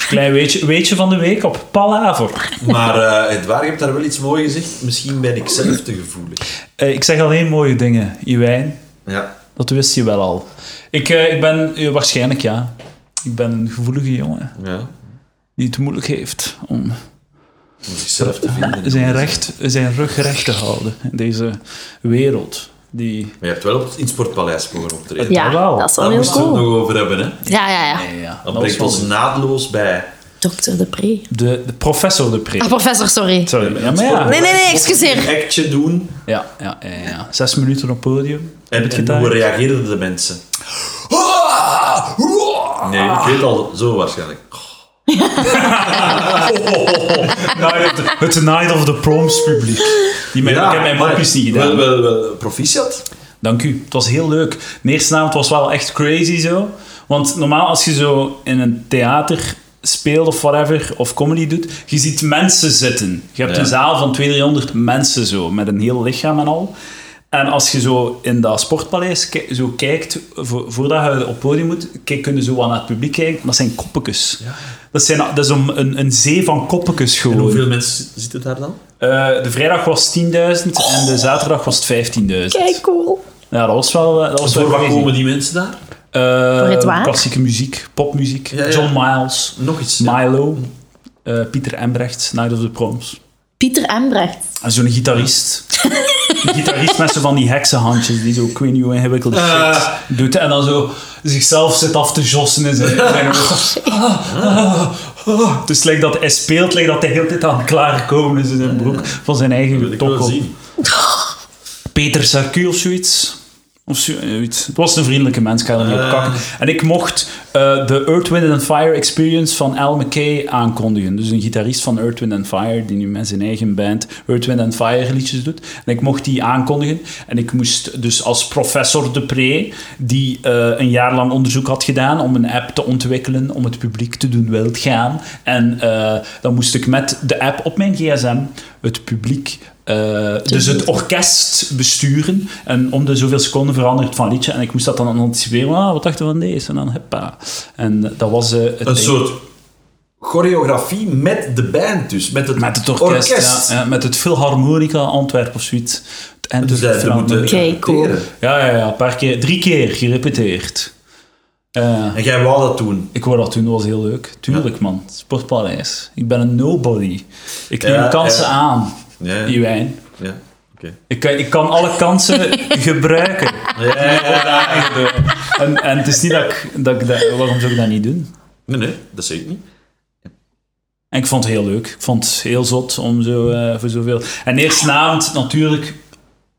[SPEAKER 1] Klein weetje, weetje van de week op Palaver.
[SPEAKER 3] Maar eh Edouard, je hebt daar wel iets moois gezegd. Misschien ben ik zelf te gevoelig.
[SPEAKER 1] Eh, ik zeg alleen mooie dingen, Iwijn.
[SPEAKER 3] Ja.
[SPEAKER 1] Dat wist je wel al. Ik, eh, ik ben eh, waarschijnlijk ja. Ik ben een gevoelige jongen
[SPEAKER 3] ja.
[SPEAKER 1] die het moeilijk heeft om
[SPEAKER 3] Om zichzelf te vinden.
[SPEAKER 1] zijn, recht, zijn rug recht te houden in deze wereld. Die,
[SPEAKER 3] Maar je hebt wel op het Insportpaleis mogen optreden.
[SPEAKER 2] Ja, Oh.
[SPEAKER 1] Dat wel.
[SPEAKER 2] dat is wel
[SPEAKER 3] Daar
[SPEAKER 2] heel
[SPEAKER 3] moesten we het
[SPEAKER 2] cool.
[SPEAKER 3] nog over hebben. Hè?
[SPEAKER 2] Ja, ja, ja.
[SPEAKER 1] ja,
[SPEAKER 3] Dat brengt
[SPEAKER 1] was
[SPEAKER 3] ons naadloos bij
[SPEAKER 2] Dokter de Pre.
[SPEAKER 1] de, de professor de
[SPEAKER 2] Ah,
[SPEAKER 1] Pre.
[SPEAKER 2] professor, sorry.
[SPEAKER 1] Sorry, ja, maar ja.
[SPEAKER 2] Nee, nee, nee, excuseer.
[SPEAKER 3] een actje doen.
[SPEAKER 1] Ja, ja, ja, ja. Zes minuten op podium.
[SPEAKER 3] En,
[SPEAKER 1] het
[SPEAKER 3] en
[SPEAKER 1] gitaar.
[SPEAKER 3] hoe reageerden de mensen? Nee, ik weet al zo waarschijnlijk.
[SPEAKER 1] Nou, het, het Night of the Proms publiek. Die mij, ik heb mijn
[SPEAKER 3] maar
[SPEAKER 1] mopjes niet gedaan.
[SPEAKER 3] Wel, wel, wel, proficiat.
[SPEAKER 1] Dank u. Het was heel leuk. De eerste avond was wel echt crazy zo. Want normaal als je zo in een theater speelt of whatever, of comedy doet, je ziet mensen zitten. Je hebt
[SPEAKER 3] Ja.
[SPEAKER 1] een zaal van 200, 300 mensen zo, met een heel lichaam en al. En als je zo in dat sportpaleis ki- zo kijkt, vo- voordat je op het podium moet, kijk, kun je zo wat naar het publiek kijken. Dat zijn koppetjes. Dat, zijn, dat is een, een, een zee van koppetjes gewoon.
[SPEAKER 3] Hoeveel mensen zitten daar dan?
[SPEAKER 1] Eh, de vrijdag was 10.000 en
[SPEAKER 3] Oh.
[SPEAKER 1] de zaterdag was het 15.000.
[SPEAKER 2] Kijk, cool.
[SPEAKER 1] Ja, dat was wel... eh, Dat was wel
[SPEAKER 3] Voor wat
[SPEAKER 1] crazy.
[SPEAKER 3] komen die mensen daar?
[SPEAKER 1] Eh,
[SPEAKER 2] Voor het waar?
[SPEAKER 1] klassieke muziek, popmuziek.
[SPEAKER 3] Ja, ja.
[SPEAKER 1] John Miles,
[SPEAKER 3] Nog iets. ja.
[SPEAKER 1] Milo, eh, Pieter Embrecht, Night of the Proms.
[SPEAKER 2] Pieter Embrecht.
[SPEAKER 1] En zo'n gitarist. Een gitarist met zo van die heksenhandjes die zo, ik weet niet hoe ingewikkelde
[SPEAKER 3] Ah.
[SPEAKER 1] shit doet. En dan zo zichzelf zit af te jossen in zijn... in zijn hoofd. Ah, ah, ah. Dus lijkt dat hij speelt, lijkt dat hij de hele tijd aan het klaarkomen is in zijn broek van zijn
[SPEAKER 3] Dat wil
[SPEAKER 1] eigen
[SPEAKER 3] ik wel
[SPEAKER 1] tokkel.
[SPEAKER 3] zien.
[SPEAKER 1] Peter Sarcu of zoiets. Of eh, zoiets. Het was een vriendelijke mens, ik ga er niet op kakken. En ik mocht eh, de Earth, Wind and Fire Experience van Al McKay aankondigen. Dus een gitarist van Earth, Wind and Fire, die nu met zijn eigen band Earth, Wind and Fire liedjes doet. En ik mocht die aankondigen. En ik moest dus als professor Depree, die eh, een jaar lang onderzoek had gedaan om een app te ontwikkelen, om het publiek te doen wild gaan. En eh, dan moest ik met de app op mijn gsm het publiek eh, dus het orkest besturen. En om de zoveel seconden verandert van liedje. En ik moest dat dan anticiperen. Ah, wat dacht je van deze? En dan huppa. En dat was eh, het
[SPEAKER 3] Een
[SPEAKER 1] ding.
[SPEAKER 3] soort choreografie met de band dus. Met het,
[SPEAKER 1] Met het orkest. Ja, ja, met het Philharmonica Antwerpen of zoiets. Het
[SPEAKER 3] Dus
[SPEAKER 1] Antwerpen
[SPEAKER 3] dat dat moeten
[SPEAKER 1] Philharmonica.
[SPEAKER 2] Oké, cool.
[SPEAKER 3] repeteren.
[SPEAKER 1] Ja, ja, ja. Een paar keer. Drie keer gerepeteerd. Eh,
[SPEAKER 3] En jij wou dat doen.
[SPEAKER 1] ik wou dat toen, dat was heel leuk. Tuurlijk, man. Sportpaleis. Ik ben een nobody. Ik neem
[SPEAKER 3] Ja,
[SPEAKER 1] kansen
[SPEAKER 3] ja.
[SPEAKER 1] aan,
[SPEAKER 3] Ja, ja.
[SPEAKER 1] Iwijn.
[SPEAKER 3] ja. oké.
[SPEAKER 1] Ik, kan- ik kan alle kansen gebruiken. En, en het is niet dat ik, dat ik dat- Waarom zou ik dat niet doen?
[SPEAKER 3] Nee, nee, dat zeg ik niet.
[SPEAKER 1] En ik vond het heel leuk. Ik vond het heel zot om zo, eh, voor zoveel... En eerstenavond natuurlijk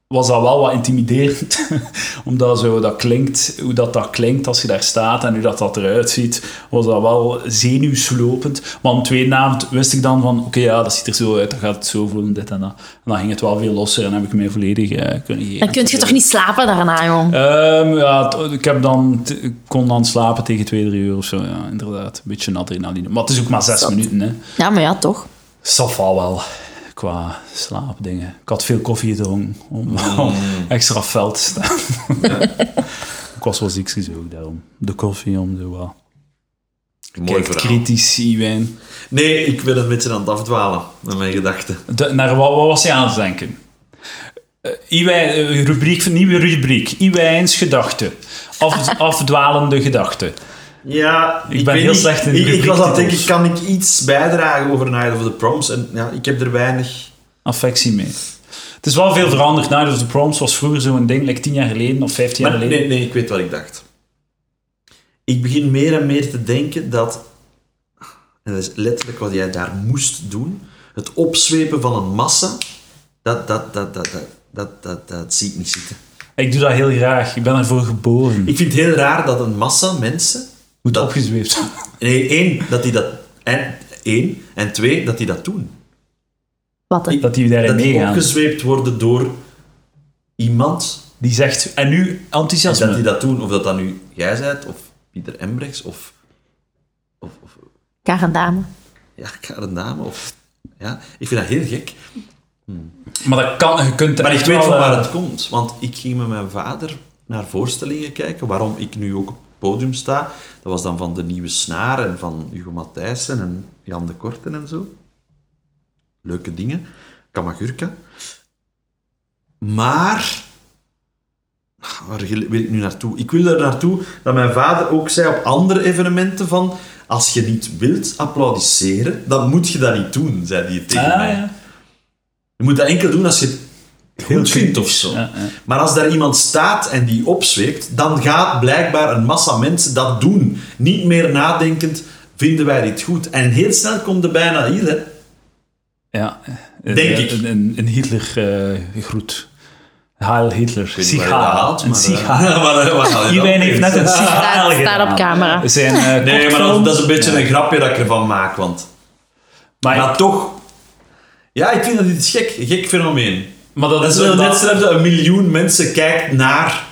[SPEAKER 1] was dat wel wat intimiderend. Omdat zo dat klinkt, hoe dat, dat klinkt als je daar staat en hoe dat, dat eruit ziet, was dat wel zenuwslopend. Maar om de tweede avond wist ik dan van, oké, ja, dat ziet er zo uit, dat gaat het zo voelen, dit en dat. En dan ging het wel veel losser en heb ik mij volledig eh, kunnen geven.
[SPEAKER 2] Dan kun je toch niet slapen daarna, jong?
[SPEAKER 1] Ehm, ja, t- ik heb dan, t- ik kon dan slapen tegen 2, 3 uur of zo. Ja, inderdaad. Een beetje adrenaline. Maar het is ook maar 6 minuten, hè.
[SPEAKER 2] Ja, maar ja, toch.
[SPEAKER 1] Safal wel. Qua slaapdingen. Ik had veel koffie gedronken om om extra fel te staan. ik was wel ziek dus ook daarom. De koffie om zo wat.
[SPEAKER 3] Mooi
[SPEAKER 1] Kijk,
[SPEAKER 3] verhaal.
[SPEAKER 1] kritisch, Iwijn.
[SPEAKER 3] Nee, ik ben een beetje aan het afdwalen met mijn gedachten.
[SPEAKER 1] De- naar wat, wat was hij aan het denken? Eh, Iwijn, eh, rubriek, nieuwe rubriek. Iwijns gedachten. Af, afdwalende gedachten.
[SPEAKER 3] Ja,
[SPEAKER 1] Ik ben heel slecht in
[SPEAKER 3] ik, ik was aan het denken,
[SPEAKER 1] rubriektitels.
[SPEAKER 3] kan ik iets bijdragen over Night of the Proms? En ja, ik heb er weinig...
[SPEAKER 1] affectie mee. Het is wel veel veranderd. Night of the Proms was vroeger zo'n ding, like 10 jaar geleden of 15 jaar
[SPEAKER 3] Maar
[SPEAKER 1] geleden.
[SPEAKER 3] nee, nee, ik weet wat ik dacht. Ik begin meer en meer te denken dat... En dat is letterlijk wat jij daar moest doen. Het opzwepen van een massa, dat, dat, dat, dat, dat, dat, dat, dat zie ik niet zitten.
[SPEAKER 1] Ik doe dat heel graag. Ik ben ervoor geboren.
[SPEAKER 3] Ik vind het heel raar dat een massa mensen...
[SPEAKER 1] Moet
[SPEAKER 3] dat-
[SPEAKER 1] opgezweept worden.
[SPEAKER 3] Nee, één, dat die dat... En, één, en twee, dat die dat doen.
[SPEAKER 2] Wat een...
[SPEAKER 1] Dat die daarin
[SPEAKER 3] dat die
[SPEAKER 1] meegaan.
[SPEAKER 3] opgezweept worden door iemand
[SPEAKER 1] Die zegt, en nu enthousiasme.
[SPEAKER 3] dat die dat doen. Of dat dat nu jij bent, of Pieter Embrechts, of, of, of
[SPEAKER 2] Karen Dame.
[SPEAKER 3] ja, Karen Dame. Of, ja. Ik vind dat heel gek.
[SPEAKER 1] Maar dat kan, je kunt er
[SPEAKER 3] Maar ik
[SPEAKER 1] echt
[SPEAKER 3] weet
[SPEAKER 1] wel,
[SPEAKER 3] van waar
[SPEAKER 1] eh,
[SPEAKER 3] het komt. Want ik ging met mijn vader naar voorstellingen kijken, waarom ik nu ook op het podium sta. Dat was dan van De Nieuwe Snaar en van Hugo Matthijssen en Jan de Korten en zo. Leuke dingen. Kamagurka. Maar... Waar wil ik nu naartoe? Ik wil er naartoe dat mijn vader ook zei op andere evenementen van... Als je niet wilt applaudisseren, dan moet je dat niet doen, zei hij tegen
[SPEAKER 1] Ah,
[SPEAKER 3] mij.
[SPEAKER 1] ja.
[SPEAKER 3] Je moet dat enkel doen als je het goed vindt of zo.
[SPEAKER 1] Ja, ja.
[SPEAKER 3] Maar als daar iemand staat en die opzweept, dan gaat blijkbaar een massa mensen dat doen. Niet meer nadenkend, vinden wij dit goed? En heel snel komt er bijna hier, hè.
[SPEAKER 1] Ja. Een-
[SPEAKER 3] Denk ik.
[SPEAKER 1] Een, een, een Hitler eh, groet. Heil Hitler.
[SPEAKER 3] niet waar je dat
[SPEAKER 1] Sigaal.
[SPEAKER 3] haalt,
[SPEAKER 1] Een
[SPEAKER 3] maar, eh,
[SPEAKER 1] sigaal.
[SPEAKER 3] maar, eh, waar haal je dat
[SPEAKER 1] Iwijn
[SPEAKER 3] op?
[SPEAKER 1] heeft net een sigaal
[SPEAKER 2] Staat, staat op
[SPEAKER 1] Ah, gedaan.
[SPEAKER 2] camera.
[SPEAKER 1] Zijn, eh,
[SPEAKER 3] Nee, maar
[SPEAKER 1] kortfilm.
[SPEAKER 3] dat, dat is een beetje een grapje dat ik ervan maak, want...
[SPEAKER 1] Maar,
[SPEAKER 3] Maar toch... Ja, ik vind dat dit is gek. Een gek fenomeen.
[SPEAKER 1] maar dat,
[SPEAKER 3] Dat is wel net hetzelfde dat een miljoen mensen kijkt naar...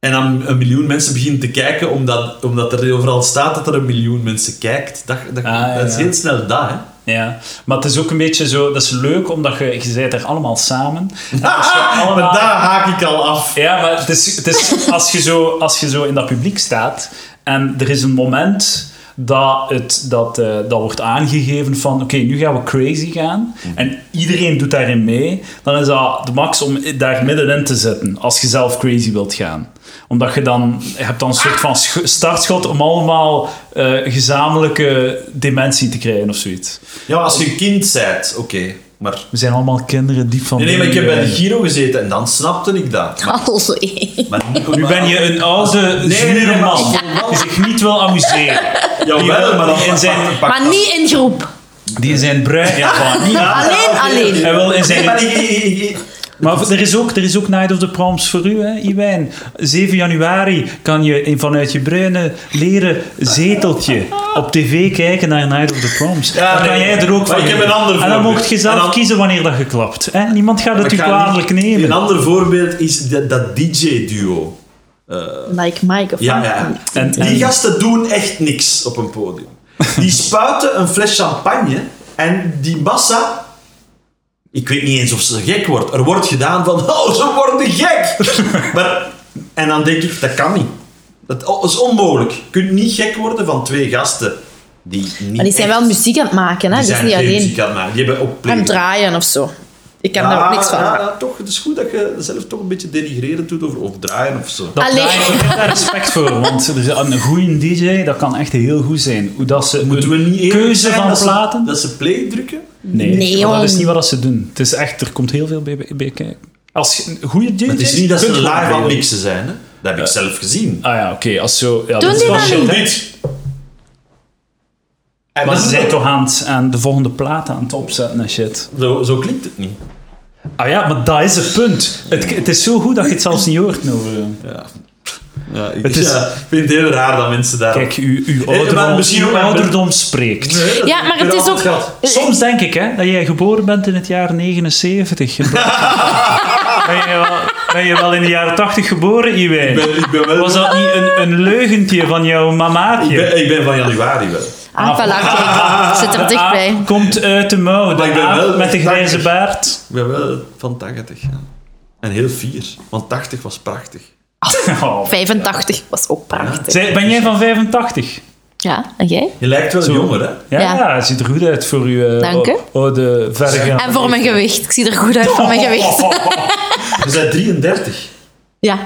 [SPEAKER 3] En dan een miljoen mensen beginnen te kijken omdat, omdat er overal staat dat er een miljoen mensen kijkt. Dat, dat,
[SPEAKER 1] Ah,
[SPEAKER 3] dat is
[SPEAKER 1] ja. Ah,
[SPEAKER 3] heel snel dat, hè.
[SPEAKER 1] Ja, maar het is ook een beetje zo, dat is leuk omdat je, je bent er allemaal samen. En als je
[SPEAKER 3] Ah, maar
[SPEAKER 1] allemaal-
[SPEAKER 3] daar haak ik al af.
[SPEAKER 1] Ja, maar het is, het is als, je zo, als je zo in dat publiek staat en er is een moment dat, het, dat, eh, dat wordt aangegeven van oké, nu gaan we crazy gaan en iedereen doet daarin mee, dan is dat de max om daar middenin te zitten als je zelf crazy wilt gaan. Omdat je dan, je hebt dan een soort van sch- startschot om allemaal eh, gezamenlijke dementie te krijgen of zoiets.
[SPEAKER 3] Ja, maar als je een kind bent, oké. Maar...
[SPEAKER 1] We zijn allemaal kinderen diep van
[SPEAKER 3] Nee, nee, maar ik heb bij
[SPEAKER 1] binnen.
[SPEAKER 3] de Giro gezeten en dan snapte ik dat. Maar,
[SPEAKER 2] Allee.
[SPEAKER 3] maar niet-
[SPEAKER 1] Nu ben je een oude, zure
[SPEAKER 3] nee, maar
[SPEAKER 1] man die zich niet wil amuseren.
[SPEAKER 3] Jawel, maar dan
[SPEAKER 1] Die in zijn-
[SPEAKER 3] pak-
[SPEAKER 2] Maar niet in groep.
[SPEAKER 1] Die in zijn bruin... Ja, van, niet-
[SPEAKER 2] Alleen, alleen.
[SPEAKER 1] Hij wil in
[SPEAKER 3] Nee, maar
[SPEAKER 1] zijn...
[SPEAKER 3] ik- ik- ik- ik-
[SPEAKER 1] Maar er is, ook, er is ook Night of the Proms voor u, hè, Iwijn. 7 januari kan je in- vanuit je bruine leren zeteltje op tv kijken naar Night of the Proms.
[SPEAKER 3] Ja,
[SPEAKER 1] Dan kan
[SPEAKER 3] nee,
[SPEAKER 1] jij er ook
[SPEAKER 3] maar
[SPEAKER 1] van
[SPEAKER 3] ik heb
[SPEAKER 1] genieten.
[SPEAKER 3] een ander
[SPEAKER 1] En dan
[SPEAKER 3] voorbeeld.
[SPEAKER 1] mocht je
[SPEAKER 3] En
[SPEAKER 1] zelf
[SPEAKER 3] dan-
[SPEAKER 1] kiezen wanneer dat geklapt. Hè? Niemand gaat het u
[SPEAKER 3] Ik ga
[SPEAKER 1] kwalijk
[SPEAKER 3] niet-
[SPEAKER 1] nemen.
[SPEAKER 3] Een ander voorbeeld is dat, dat DJ-duo.
[SPEAKER 2] Like Mike of
[SPEAKER 3] Ja,
[SPEAKER 2] wat.
[SPEAKER 3] ja.
[SPEAKER 1] En- en-
[SPEAKER 3] Die gasten doen echt niks op een podium. Die spuiten een fles champagne en die massa... Ik weet niet eens of ze gek wordt. Er wordt gedaan van, oh, ze worden gek. maar, en dan denk ik, dat kan niet. Dat is onmogelijk. Je kunt niet gek worden van twee gasten die niet
[SPEAKER 2] Maar die zijn
[SPEAKER 3] echt-
[SPEAKER 2] wel muziek aan het maken, hè?
[SPEAKER 3] die
[SPEAKER 2] Die is
[SPEAKER 3] zijn
[SPEAKER 2] niet
[SPEAKER 3] geen
[SPEAKER 2] alleen
[SPEAKER 3] muziek aan het maken. Die hebben op
[SPEAKER 2] hem
[SPEAKER 3] play-
[SPEAKER 2] draaien of zo. Ik ken daar ook niks van.
[SPEAKER 3] Ja, ja, toch, het is goed dat je zelf toch een beetje denigrerend doet over of draaien of zo.
[SPEAKER 1] Dat
[SPEAKER 2] Allee.
[SPEAKER 1] daar- Ik heb daar respect voor, want er is een goede DJ, dat kan echt heel goed zijn. Hoe dat ze
[SPEAKER 3] Moeten Dus we niet eerlijk
[SPEAKER 1] keuze
[SPEAKER 3] zijn
[SPEAKER 1] van
[SPEAKER 3] dat ze-
[SPEAKER 1] platen.
[SPEAKER 3] dat ze play drukken?
[SPEAKER 1] Nee,
[SPEAKER 2] Nee,
[SPEAKER 1] maar dat is
[SPEAKER 2] jong.
[SPEAKER 1] niet wat dat ze doen. Het is echt, er komt heel veel bij, bij- bij kijken. Als je een goede DJ
[SPEAKER 3] Het is niet dat ze
[SPEAKER 1] kunt gewoon
[SPEAKER 3] live aan het
[SPEAKER 1] veel.
[SPEAKER 3] mixen zijn, hè? Dat heb ik zelf gezien.
[SPEAKER 1] Ah ja, oké. als zo, ja,
[SPEAKER 2] Doen
[SPEAKER 1] dat is
[SPEAKER 2] die
[SPEAKER 1] wel
[SPEAKER 2] dat
[SPEAKER 1] shit,
[SPEAKER 2] niet?
[SPEAKER 1] hè.
[SPEAKER 3] Dit. En
[SPEAKER 1] Maar
[SPEAKER 3] dat
[SPEAKER 1] ze
[SPEAKER 3] is
[SPEAKER 1] zijn
[SPEAKER 3] ook-
[SPEAKER 1] toch aan, het- aan de volgende plaat aan het opzetten en shit.
[SPEAKER 3] Zo, zo klinkt het niet.
[SPEAKER 1] Ah ja, maar dat is het punt. Het, het is zo goed dat je het zelfs niet hoort. Nover.
[SPEAKER 3] Ja. Ja, ik,
[SPEAKER 1] Het is-
[SPEAKER 3] ja, ik vind het heel raar dat mensen daar...
[SPEAKER 1] Kijk, uw, uw
[SPEAKER 3] Eh, maar
[SPEAKER 1] ouderdom,
[SPEAKER 3] misschien
[SPEAKER 1] uw
[SPEAKER 3] ook maar-
[SPEAKER 1] ouderdom spreekt.
[SPEAKER 3] Nee, dat
[SPEAKER 2] Ja,
[SPEAKER 3] heb
[SPEAKER 2] maar
[SPEAKER 3] ik
[SPEAKER 2] het
[SPEAKER 3] er
[SPEAKER 2] is
[SPEAKER 3] altijd
[SPEAKER 2] ook-
[SPEAKER 3] gehad.
[SPEAKER 1] Soms denk ik hè, dat jij geboren bent in het jaar 79. in plaats van- ben, je wel, ben je wel in de jaren 80 geboren, Iwijn?
[SPEAKER 3] Ik ben, ik ben wel...
[SPEAKER 1] Was dat niet een, een leugentje van jouw
[SPEAKER 3] ik,
[SPEAKER 1] mamaatje?
[SPEAKER 3] ben, ik ben van januari wel.
[SPEAKER 2] Ah, voilà, kijk. Zit er
[SPEAKER 1] De aap
[SPEAKER 2] dichtbij.
[SPEAKER 1] Ah, komt uit de mouw. De
[SPEAKER 3] Maar ik ben
[SPEAKER 1] aap
[SPEAKER 3] wel
[SPEAKER 1] met de grijze
[SPEAKER 3] 80.
[SPEAKER 1] baard.
[SPEAKER 3] Ik ben wel van 80, ja. En heel fier. Want 80 was prachtig.
[SPEAKER 1] Oh.
[SPEAKER 2] 85 was ook prachtig.
[SPEAKER 1] Zij- Ben jij van 85?
[SPEAKER 2] Ja, en jij?
[SPEAKER 3] Je lijkt wel jonger, hè?
[SPEAKER 1] Ja,
[SPEAKER 2] Ja.
[SPEAKER 1] ja, het ziet er goed uit voor u. eh,
[SPEAKER 2] Dank u.
[SPEAKER 1] o- Oude verregaande.
[SPEAKER 2] En voor mijn gewicht. Ik zie er goed uit voor mijn gewicht.
[SPEAKER 3] Je bent 33.
[SPEAKER 2] Ja.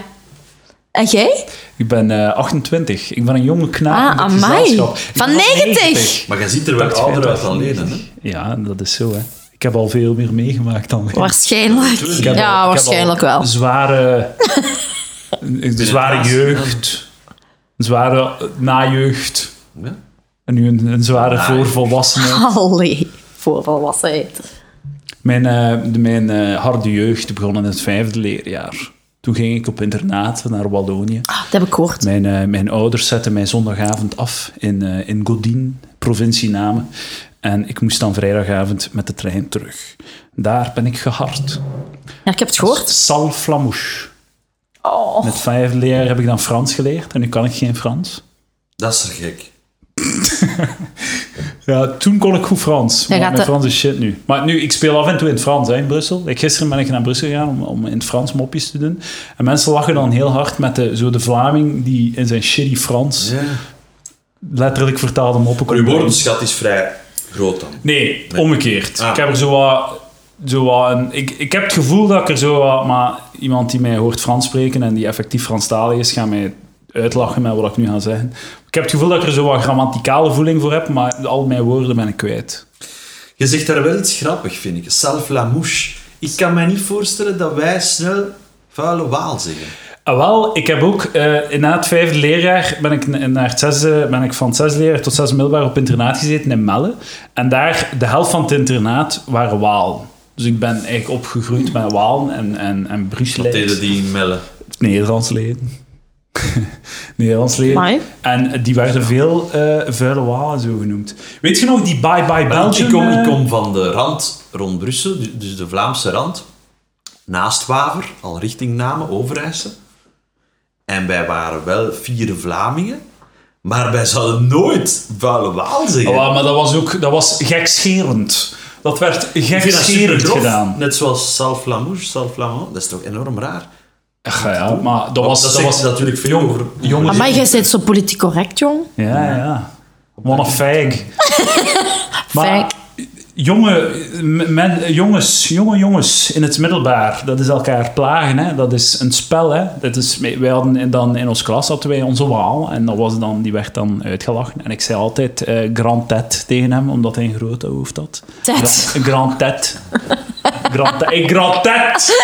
[SPEAKER 2] En jij?
[SPEAKER 1] Ik ben eh, 28. Ik ben een jonge knaap.
[SPEAKER 2] Ah,
[SPEAKER 1] in dit
[SPEAKER 2] amai.
[SPEAKER 1] gezelschap. Ik
[SPEAKER 2] Van
[SPEAKER 1] ben
[SPEAKER 2] 90.
[SPEAKER 3] Maar je ziet er wel ouder uit dan leden, hè?
[SPEAKER 1] Ja, dat is zo, hè. Ik heb al veel meer meegemaakt dan leden.
[SPEAKER 2] Waarschijnlijk.
[SPEAKER 1] Ik heb al- ik heb
[SPEAKER 2] Ja,
[SPEAKER 1] al
[SPEAKER 2] waarschijnlijk wel.
[SPEAKER 1] Zware, een zware
[SPEAKER 3] Binnenplaats.
[SPEAKER 1] jeugd, een zware eh, najeugd
[SPEAKER 3] Ja.
[SPEAKER 1] en nu een, een zware voorvolwassenen.
[SPEAKER 2] Allee, voor volwassenheid.
[SPEAKER 1] Mijn, eh, de- mijn eh, harde jeugd begon in het vijfde leerjaar. Toen ging ik op internaat naar Wallonië.
[SPEAKER 2] Dat heb ik gehoord.
[SPEAKER 1] Mijn, eh, mijn ouders zetten mij zondagavond af in, eh, in Godin, provincie Namen. En ik moest dan vrijdagavond met de trein terug. Daar ben ik gehard.
[SPEAKER 2] Ja, ik heb het gehoord.
[SPEAKER 1] Sal Flamouche.
[SPEAKER 2] Oh.
[SPEAKER 1] Met vijf leer heb ik dan Frans geleerd en nu kan ik geen Frans.
[SPEAKER 3] Dat is er gek.
[SPEAKER 1] Ja, toen kon ik goed Frans. Maar
[SPEAKER 2] gaat
[SPEAKER 1] mijn
[SPEAKER 2] de-
[SPEAKER 1] Frans is shit nu. Maar nu, ik speel af en toe in het Frans hè, in Brussel. Ik, gisteren ben ik naar Brussel gegaan om, om in het Frans mopjes te doen. En mensen lachen dan heel hard met de, zo de Vlaming die in zijn shitty Frans letterlijk vertaalde moppen
[SPEAKER 3] Maar
[SPEAKER 1] kon
[SPEAKER 3] uw
[SPEAKER 1] doen.
[SPEAKER 3] woordenschat is vrij groot dan.
[SPEAKER 1] Nee,
[SPEAKER 3] Nee.
[SPEAKER 1] omgekeerd.
[SPEAKER 3] Ah.
[SPEAKER 1] Ik heb er zo wat... Zo wat een, ik, ik heb het gevoel dat ik er zo wat... Maar iemand die mij hoort Frans spreken en die effectief Franstalig is, gaat mij uitlachen met wat ik nu ga zeggen. Ik heb het gevoel dat ik er zo wat grammaticale voeling voor heb, maar al mijn woorden ben ik kwijt.
[SPEAKER 3] Je zegt daar wel iets grappig, vind ik. Salve la mouche. Ik kan me niet voorstellen dat wij snel vuile waal zeggen.
[SPEAKER 1] Ah, wel, ik heb ook eh, na het vijfde leerjaar ben ik, n- naar het zesde, ben ik van het zesde leerjaar tot zesde middelbaar op internaat gezeten in Melle. En daar, de helft van het internaat waren Waal. Dus ik ben eigenlijk opgegroeid met Waal en, en, en
[SPEAKER 3] Dat
[SPEAKER 1] Brusselijs.
[SPEAKER 3] deden die in Melle.
[SPEAKER 1] Nederlands leden. Nederlands leden.
[SPEAKER 2] Amai.
[SPEAKER 1] En die werden veel eh vuile walen zo genoemd. Weet je nog die Bye Bye
[SPEAKER 3] Want
[SPEAKER 1] Belgium?
[SPEAKER 3] ik, kom, ik
[SPEAKER 1] eh,
[SPEAKER 3] kom van de rand rond Brussel, du- dus de Vlaamse rand. Naast Waver, al richting Namen, Overijssel. En wij waren wel vier Vlamingen. Maar wij zouden nooit vuile waal zeggen.
[SPEAKER 1] Ja, Ah, maar dat was ook dat was gekscherend. Dat werd
[SPEAKER 3] Ik vind dat
[SPEAKER 1] gekscherend
[SPEAKER 3] supergrof.
[SPEAKER 1] gedaan.
[SPEAKER 3] Net zoals Salve la mouche, Salve la mouche. Dat is toch enorm raar?
[SPEAKER 1] Ach, ja, maar dat
[SPEAKER 3] Want
[SPEAKER 1] was...
[SPEAKER 3] dat,
[SPEAKER 1] Dat
[SPEAKER 3] zegt
[SPEAKER 1] was
[SPEAKER 3] natuurlijk veel over
[SPEAKER 1] jongens.
[SPEAKER 2] Maar jij bent zo politiek correct, jong.
[SPEAKER 1] Ja, ja. Wat een fag.
[SPEAKER 2] Fag.
[SPEAKER 1] Jonge, m- men, jongens, jonge jongens in het middelbaar, dat is elkaar plagen. Hè? Dat is een spel. Hè? Dat is, wij hadden in- dan in ons klas hadden wij onze waal en dat was dan, die werd dan uitgelachen. En ik zei altijd eh, Grand Tet tegen hem, omdat hij een grote hoofd had.
[SPEAKER 2] Tet.
[SPEAKER 1] Gra- Grand Tet. Grand Tet. Hey, Grand Tet!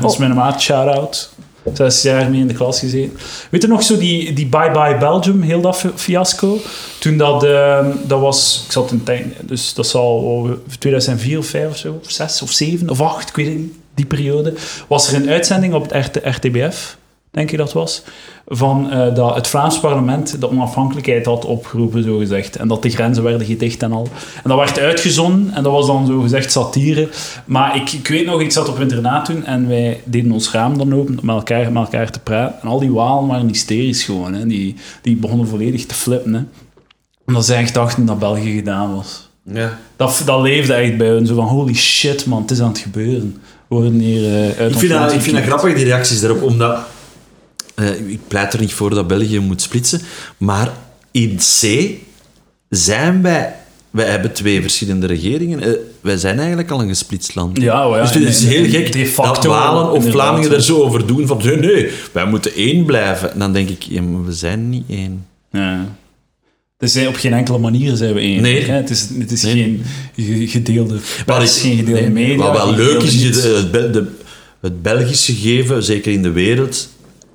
[SPEAKER 1] Dat is mijn maat, shout-out. Zes jaar mee in de klas gezeten. Weet je nog zo die, die Bye Bye Belgium, heel dat fi- fiasco? Toen dat, ehm, dat was, ik zat in het dus dat zal wel 2004 of 5 of zo, of 6 of 7 of 8, ik weet het niet. die periode, was er een uitzending op het RT RTBF, denk ik dat was, van eh, dat het Vlaams parlement de onafhankelijkheid had opgeroepen, zogezegd. En dat de grenzen werden gedicht en al. En dat werd uitgezonden en dat was dan zogezegd satire. Maar ik, ik weet nog, ik zat op internaat toen en wij deden ons raam dan open om met elkaar, met elkaar te praten. En al die walen waren hysterisch gewoon. Hè. Die, die begonnen volledig te flippen. Hè. Omdat zij echt dachten dat België gedaan was.
[SPEAKER 3] Ja.
[SPEAKER 1] Dat, dat leefde echt bij hun. Zo van, holy shit man, het is aan het gebeuren. We worden hier eh, uit
[SPEAKER 3] Ik
[SPEAKER 1] ons
[SPEAKER 3] vind,
[SPEAKER 1] land
[SPEAKER 3] dat, ik vind dat
[SPEAKER 1] geknipt.
[SPEAKER 3] grappig, die reacties daarop, omdat... eh, ik pleit er niet voor dat België moet splitsen, maar in C zijn wij... Wij hebben twee verschillende regeringen. eh, wij zijn eigenlijk al een gesplitst land.
[SPEAKER 1] Ja, oh ja,
[SPEAKER 3] dus het is
[SPEAKER 1] en-
[SPEAKER 3] heel
[SPEAKER 1] en
[SPEAKER 3] gek
[SPEAKER 1] de facto
[SPEAKER 3] dat Walen of
[SPEAKER 1] inderdaad,
[SPEAKER 3] Vlamingen
[SPEAKER 1] ja.
[SPEAKER 3] er zo over doen van nee, nee, wij moeten één blijven. En dan denk ik, ja, maar we zijn niet één.
[SPEAKER 1] Ja. Dus zij- op geen enkele manier zijn we één.
[SPEAKER 3] Nee.
[SPEAKER 1] Hè? Het is, het is
[SPEAKER 3] Nee.
[SPEAKER 1] geen ge- gedeelde
[SPEAKER 3] Wat
[SPEAKER 1] pers, geen gedeelde
[SPEAKER 3] nee,
[SPEAKER 1] media.
[SPEAKER 3] Wat wel
[SPEAKER 1] geen
[SPEAKER 3] leuk
[SPEAKER 1] gedeelde
[SPEAKER 3] is, is
[SPEAKER 1] niets.
[SPEAKER 3] het, eh, het Bel- de- het Belgische geven, zeker in de wereld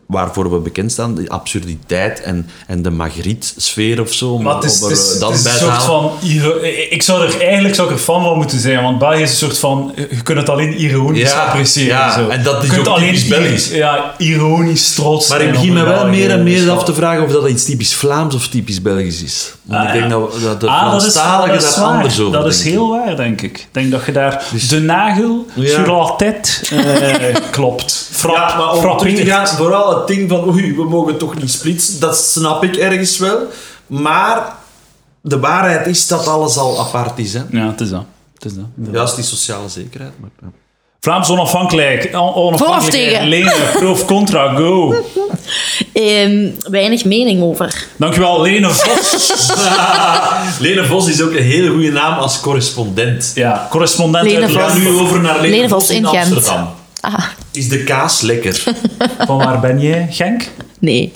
[SPEAKER 3] waarvoor we bekend staan, de absurditeit en, en de Magritte-sfeer of zo. om-
[SPEAKER 1] Maar het is,
[SPEAKER 3] om er
[SPEAKER 1] het is-
[SPEAKER 3] eh, dat
[SPEAKER 1] het is
[SPEAKER 3] bij
[SPEAKER 1] een
[SPEAKER 3] te
[SPEAKER 1] soort
[SPEAKER 3] halen.
[SPEAKER 1] van... iro- Ik zou er, eigenlijk zou ik er fan van moeten zijn, want België is een soort van... Je kunt het alleen ironisch
[SPEAKER 3] Ja,
[SPEAKER 1] appreciëren.
[SPEAKER 3] ja,
[SPEAKER 1] zo.
[SPEAKER 3] en dat is
[SPEAKER 1] je kunt
[SPEAKER 3] ook
[SPEAKER 1] alleen
[SPEAKER 3] typisch
[SPEAKER 1] iro-
[SPEAKER 3] Belgisch.
[SPEAKER 1] Ja, ironisch trots
[SPEAKER 3] Maar ik
[SPEAKER 1] zijn
[SPEAKER 3] begin
[SPEAKER 1] op
[SPEAKER 3] me
[SPEAKER 1] een
[SPEAKER 3] wel
[SPEAKER 1] België.
[SPEAKER 3] meer en
[SPEAKER 1] Dus
[SPEAKER 3] meer
[SPEAKER 1] ja.
[SPEAKER 3] af te vragen of dat iets typisch Vlaams of typisch Belgisch is. Want
[SPEAKER 1] Ah,
[SPEAKER 3] ik denk
[SPEAKER 1] ja.
[SPEAKER 3] dat, dat de
[SPEAKER 1] Ah, dat is,
[SPEAKER 3] Franstaligen
[SPEAKER 1] dat is
[SPEAKER 3] daar
[SPEAKER 1] waar.
[SPEAKER 3] anders over
[SPEAKER 1] Dat is
[SPEAKER 3] denken. Dus-
[SPEAKER 1] heel waar, denk ik. Ik denk dat je daar de nagel sur la tête eh, klopt. Frap,
[SPEAKER 3] Ja, maar om terug te
[SPEAKER 1] frappeert.
[SPEAKER 3] gaan, vooral het ding van oei, we mogen toch niet splitsen, dat snap ik ergens wel. Maar de waarheid is dat alles al apart is. Hè?
[SPEAKER 1] Ja, het is dat. Het is dat.
[SPEAKER 3] Juist die sociale zekerheid. Maar, ja.
[SPEAKER 1] Vlaams onafhankelijk. on- onafhankelijkheid.
[SPEAKER 2] tegen?
[SPEAKER 1] Lenen. Pro of contra. Go.
[SPEAKER 2] Ehm, weinig mening over.
[SPEAKER 1] Dankjewel, Lene Vos.
[SPEAKER 3] Ah. Lene Vos is ook een hele goede naam als correspondent.
[SPEAKER 1] Ja, correspondent
[SPEAKER 2] Lene
[SPEAKER 1] uit
[SPEAKER 2] Vos.
[SPEAKER 3] Ga
[SPEAKER 1] Vlaanderen.
[SPEAKER 3] nu over naar Lene,
[SPEAKER 2] Lene
[SPEAKER 3] Vos,
[SPEAKER 2] Vos
[SPEAKER 3] in,
[SPEAKER 2] in Gent.
[SPEAKER 3] Amsterdam.
[SPEAKER 2] Ah,
[SPEAKER 3] Is de kaas lekker?
[SPEAKER 1] Van waar ben je, Genk?
[SPEAKER 2] nee.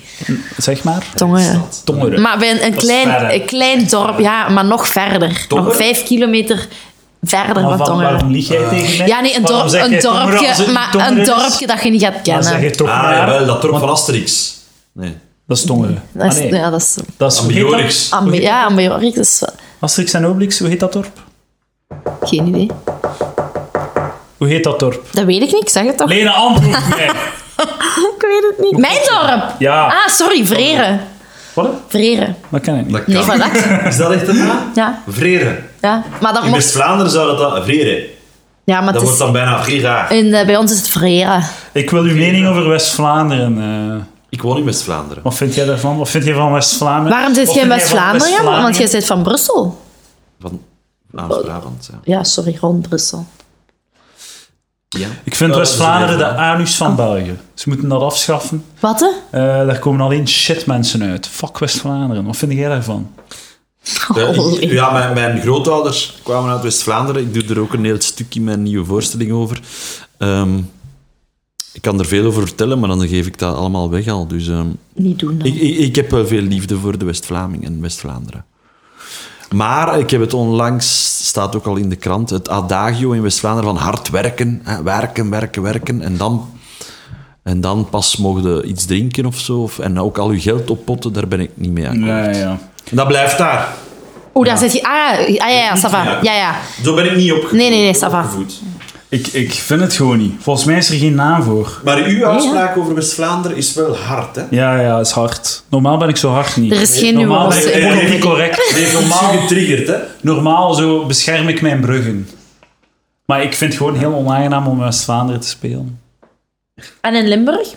[SPEAKER 1] Zeg maar.
[SPEAKER 2] Tongeren.
[SPEAKER 1] Tongeren.
[SPEAKER 2] Maar bij een, een,
[SPEAKER 1] is ver,
[SPEAKER 2] klein,
[SPEAKER 1] hè?
[SPEAKER 2] een klein dorp, ja, maar nog verder. Nog vijf kilometer verder
[SPEAKER 1] Maar
[SPEAKER 2] van
[SPEAKER 1] van, waarom
[SPEAKER 2] Tongeren.
[SPEAKER 1] lieg
[SPEAKER 3] Ah.
[SPEAKER 1] jij tegen mij?
[SPEAKER 2] Ja, nee, een,
[SPEAKER 1] Waarom
[SPEAKER 2] dorp,
[SPEAKER 1] zeg
[SPEAKER 2] een
[SPEAKER 1] jij Tongeren als het
[SPEAKER 2] dorpje,
[SPEAKER 1] niet
[SPEAKER 2] maar
[SPEAKER 1] Tongeren
[SPEAKER 2] een
[SPEAKER 1] is?
[SPEAKER 2] dorpje dat je niet gaat
[SPEAKER 1] Dan zeg je
[SPEAKER 2] kennen.
[SPEAKER 1] toch
[SPEAKER 3] Ah,
[SPEAKER 1] maar.
[SPEAKER 3] jawel, dat dorp van Asterix. Nee.
[SPEAKER 1] Dat is Tongeren.
[SPEAKER 2] Dat is,
[SPEAKER 1] Ah, nee.
[SPEAKER 2] Ja, dat is...
[SPEAKER 1] Dat is
[SPEAKER 3] Ambiorix.
[SPEAKER 1] hoe heet
[SPEAKER 2] Ambe,
[SPEAKER 1] dat?
[SPEAKER 2] ja, Ambejorik, dat is... wel-
[SPEAKER 1] Asterix en Obelix, hoe heet dat dorp?
[SPEAKER 2] Geen idee.
[SPEAKER 1] Hoe heet dat dorp?
[SPEAKER 2] Dat weet ik niet, ik zeg het toch?
[SPEAKER 1] Lene antwoord mij.
[SPEAKER 2] Ik weet het niet. Mijn dorp!
[SPEAKER 1] Ja.
[SPEAKER 2] Ah, sorry, Vreren.
[SPEAKER 1] Wat?
[SPEAKER 2] Vreren.
[SPEAKER 1] Dat kan ik niet.
[SPEAKER 3] Dat kan.
[SPEAKER 2] Ah. Nee, voilà.
[SPEAKER 3] Is dat echt een naam?
[SPEAKER 2] Ja,
[SPEAKER 3] Vreren.
[SPEAKER 2] ja. Maar dat
[SPEAKER 3] In
[SPEAKER 2] mocht...
[SPEAKER 3] West-Vlaanderen zou dat dan... Vreren.
[SPEAKER 2] Ja, maar
[SPEAKER 3] Dat
[SPEAKER 2] het
[SPEAKER 3] wordt
[SPEAKER 2] is...
[SPEAKER 3] dan bijna Vrera.
[SPEAKER 2] In, eh, bij ons is het Vreren.
[SPEAKER 1] Ik wil uw mening over West-Vlaanderen. eh.
[SPEAKER 3] Ik woon in West-Vlaanderen.
[SPEAKER 1] wat vind jij daarvan? Wat vind jij van West-Vlaanderen?
[SPEAKER 2] Waarom zit
[SPEAKER 1] Wat
[SPEAKER 2] jij in
[SPEAKER 1] vind jij van
[SPEAKER 2] West-Vlaanderen?
[SPEAKER 1] West-Vlaanderen?
[SPEAKER 2] Want jij zit van Brussel.
[SPEAKER 3] Van Vlaams-Brabant, ja.
[SPEAKER 2] Ja, sorry, rond Brussel.
[SPEAKER 3] ja.
[SPEAKER 1] Ik vind
[SPEAKER 3] Oh, dat is
[SPEAKER 1] West-Vlaanderen de
[SPEAKER 3] weer-
[SPEAKER 1] anus
[SPEAKER 2] Ah.
[SPEAKER 1] van België. Ze moeten dat afschaffen.
[SPEAKER 2] Wat, hè?
[SPEAKER 1] Eh, daar komen alleen shitmensen uit. Fuck West-Vlaanderen. Wat vind jij daarvan?
[SPEAKER 3] Eh, ik-
[SPEAKER 2] Allee.
[SPEAKER 3] Ja, mijn, mijn grootouders kwamen uit West-Vlaanderen. Ik doe er ook een heel stuk in mijn nieuwe voorstelling over. Ehm, ik kan er veel over vertellen, maar dan geef ik dat allemaal weg al. Dus ehm,
[SPEAKER 2] Niet doen dan.
[SPEAKER 3] ik, ik, ik heb wel veel liefde voor de West-Vlaming en West-Vlaanderen. Maar ik heb het onlangs, staat ook al in de krant, het adagio in West-Vlaanderen van hard werken. Hè, werken, werken, werken. En dan, en dan pas mogen je iets drinken of zo. Of, en ook al je geld oppotten, daar ben ik niet mee akkoord.
[SPEAKER 1] Nee, ja.
[SPEAKER 3] En dat blijft daar.
[SPEAKER 2] Oeh, daar zit je... Ah, ah ja, ja, ça va. Ja, ja.
[SPEAKER 3] Zo ben ik niet opgevoed.
[SPEAKER 2] Nee, nee, nee, ça va.
[SPEAKER 3] opgevoed.
[SPEAKER 1] Ik, ik vind het gewoon niet. Volgens mij is er geen naam voor.
[SPEAKER 3] Maar uw uitspraak over West-Vlaanderen is wel hard, hè?
[SPEAKER 1] Ja, ja, is hard. Normaal ben ik zo hard niet.
[SPEAKER 2] Er is geen
[SPEAKER 1] Normaal
[SPEAKER 2] nuance.
[SPEAKER 1] ben ik
[SPEAKER 3] Nee, nee,
[SPEAKER 1] politiek
[SPEAKER 3] nee.
[SPEAKER 1] correct.
[SPEAKER 3] Heeft normaal getriggerd, hè?
[SPEAKER 1] Normaal zo bescherm ik mijn bruggen. Maar ik vind het gewoon heel onaangenaam om West-Vlaanderen te spelen.
[SPEAKER 2] En in Limburg?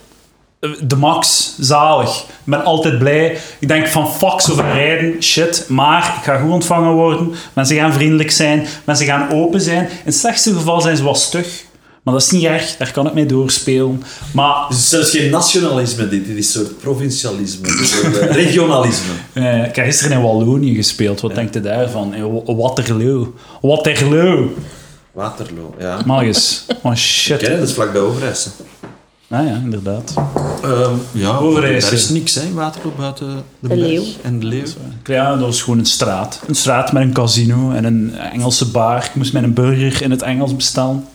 [SPEAKER 1] Eh, De max, zalig. Ik ben altijd blij. Ik denk van fuck ze verrijden, shit. Maar ik ga goed ontvangen worden. Mensen gaan vriendelijk zijn. Mensen gaan open zijn. In het slechtste geval zijn ze wat stug. Maar dat is niet erg, daar kan ik mee doorspelen. Maar
[SPEAKER 3] Het is Dus zelfs geen nationalisme, dit. Dit is een soort provincialisme. Een soort, eh, regionalisme.
[SPEAKER 1] eh, ik heb gisteren in Wallonië gespeeld. Wat denkt u daarvan? In Wa- Waterloo. Waterloo.
[SPEAKER 3] Waterloo, ja.
[SPEAKER 1] Mag eens. Oh shit.
[SPEAKER 3] Ken je, dat is vlakbij Overijssel.
[SPEAKER 1] Nou ja, inderdaad.
[SPEAKER 3] Ehm, ja,
[SPEAKER 1] Overijssel.
[SPEAKER 3] Daar is niks, hè, in Waterloo, buiten de, berg
[SPEAKER 2] leeuw.
[SPEAKER 3] En de leeuw.
[SPEAKER 1] Ja, dat was gewoon een straat. Een straat met een casino en een Engelse bar. Ik moest mijn burger in het Engels bestellen.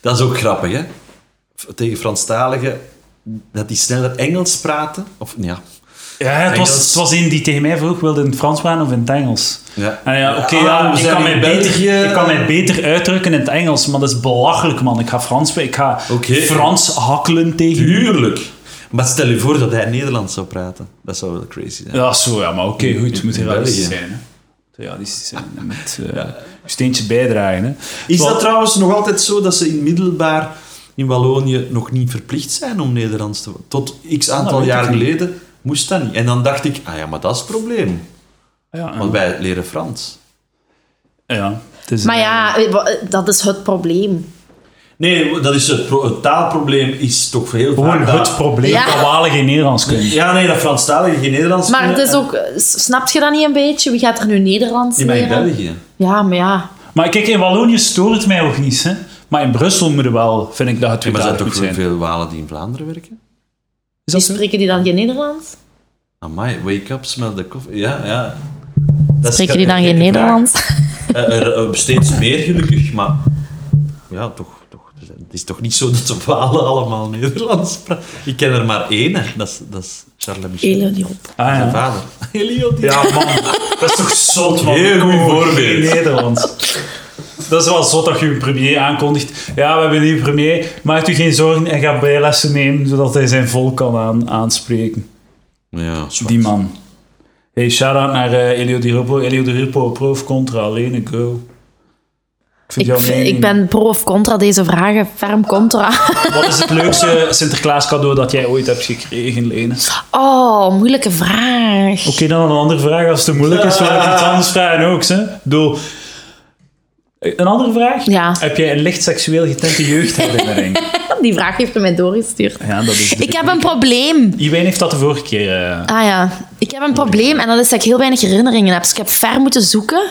[SPEAKER 3] Dat is ook grappig, hè? F- Tegen Franstaligen, dat die sneller Engels praten. Of, ja.
[SPEAKER 1] Ja, het
[SPEAKER 3] denk
[SPEAKER 1] was,
[SPEAKER 3] dat-
[SPEAKER 1] het was een die tegen mij vroeg, wilde in het Frans praten of in het Engels.
[SPEAKER 3] Ja.
[SPEAKER 1] En ja, oké,
[SPEAKER 3] Ah,
[SPEAKER 1] ja,
[SPEAKER 3] we
[SPEAKER 1] ik,
[SPEAKER 3] zijn
[SPEAKER 1] kan
[SPEAKER 3] in
[SPEAKER 1] mij beter,
[SPEAKER 3] België.
[SPEAKER 1] ik kan mij beter uitdrukken in het Engels, maar dat is belachelijk, man. Ik ga Frans, ik ga
[SPEAKER 3] Oké.
[SPEAKER 1] Frans hakkelen tegen u.
[SPEAKER 3] Tuurlijk. Maar stel je voor dat hij Nederlands zou praten. Dat zou wel crazy zijn.
[SPEAKER 1] Ja, zo, ja, maar oké, goed, moet
[SPEAKER 3] in
[SPEAKER 1] realistisch
[SPEAKER 3] België.
[SPEAKER 1] zijn. Hè. Moet Realistisch zijn, je moet eh, je steentje bijdragen. Hè.
[SPEAKER 3] Is
[SPEAKER 1] Wat-
[SPEAKER 3] dat trouwens nog altijd zo dat ze in middelbaar in Wallonië nog niet verplicht zijn om Nederlands te... Tot x
[SPEAKER 1] dat
[SPEAKER 3] aantal
[SPEAKER 1] weet
[SPEAKER 3] jaar
[SPEAKER 1] ik niet.
[SPEAKER 3] geleden moest dat niet. En dan dacht ik, ah ja, maar dat is het probleem.
[SPEAKER 1] Ja, en-
[SPEAKER 3] Want wij leren Frans.
[SPEAKER 1] ja, het is,
[SPEAKER 2] Maar ja, eh, wa- eh, dat is het probleem.
[SPEAKER 3] Nee, dat is het, pro- het taalprobleem is toch heel
[SPEAKER 1] eh, gewoon
[SPEAKER 3] vaak... dat-
[SPEAKER 1] het probleem
[SPEAKER 2] Ja.
[SPEAKER 1] dat Walen geen Nederlands kunnen.
[SPEAKER 3] Ja, nee, dat Franstaligen geen Nederlands
[SPEAKER 2] Maar het
[SPEAKER 3] kunnen.
[SPEAKER 2] is ook... eh, s- Snap je dat niet een beetje? Wie gaat er nu Nederlands
[SPEAKER 3] Ja, maar in
[SPEAKER 2] leren?
[SPEAKER 3] België.
[SPEAKER 2] Ja, maar ja.
[SPEAKER 1] Maar kijk, in Wallonië stoort het mij ook niet, hè. Maar in Brussel moet het wel, vind ik, dat het
[SPEAKER 3] Ja, maar er
[SPEAKER 1] tweetalig
[SPEAKER 3] zijn toch
[SPEAKER 1] moet zijn.
[SPEAKER 3] veel Walen die in Vlaanderen werken?
[SPEAKER 1] Is
[SPEAKER 2] Die
[SPEAKER 1] dat zo?
[SPEAKER 2] spreken die dan geen Nederlands?
[SPEAKER 3] Amai, wake up, smell the coffee. Ja, ja. Dat is
[SPEAKER 2] Spreken die dan
[SPEAKER 3] een
[SPEAKER 2] geen
[SPEAKER 3] gekke vraag.
[SPEAKER 2] Nederlands?
[SPEAKER 3] Eh, er, eh, steeds meer gelukkig, maar ja, toch, toch. er zijn- Het is toch niet zo dat de Walen allemaal Nederlands praten. Ik ken er maar één, hè. dat is, dat is Charles Michel,
[SPEAKER 2] Eleniop. op.
[SPEAKER 1] Ah,
[SPEAKER 3] zijn
[SPEAKER 1] ja.
[SPEAKER 3] vader. Elio, die-
[SPEAKER 1] Ja, man. Dat is toch zot, man.
[SPEAKER 3] Heel goed
[SPEAKER 1] Kom,
[SPEAKER 3] voorbeeld.
[SPEAKER 1] in Nederland. Dat is wel zot dat je een premier aankondigt. Ja, we hebben een nieuwe premier. Maakt u geen zorgen, hij gaat bijlessen nemen, zodat hij zijn volk kan aan, aanspreken.
[SPEAKER 3] Ja, zwart.
[SPEAKER 1] Die man. Hey, shout-out naar eh, Elio Di Rupo. Elio Di Rupo, proof contra, alleen een go. Ik vind
[SPEAKER 2] Ik,
[SPEAKER 1] jouw
[SPEAKER 2] vind-
[SPEAKER 1] mening-
[SPEAKER 2] ik ben pro of contra deze vragen. Ferm contra.
[SPEAKER 1] Wat is het leukste Sinterklaas cadeau dat jij ooit hebt gekregen, Lene?
[SPEAKER 2] Oh, moeilijke vraag.
[SPEAKER 1] Oké, dan een andere vraag. Als het te moeilijk is, wil ik iets anders vragen ook. Hè? Ik bedoel, eh, een andere vraag?
[SPEAKER 2] Ja.
[SPEAKER 1] Heb jij een licht seksueel getinte jeugdherinnering?
[SPEAKER 2] Die vraag heeft hij mij doorgestuurd.
[SPEAKER 1] ja, dat is
[SPEAKER 2] Ik heb een probleem.
[SPEAKER 1] Iwijn heeft dat de vorige keer. eh,
[SPEAKER 2] Ah ja, ik heb een probleem en dat is dat ik heel weinig herinneringen heb. Dus ik heb ver moeten zoeken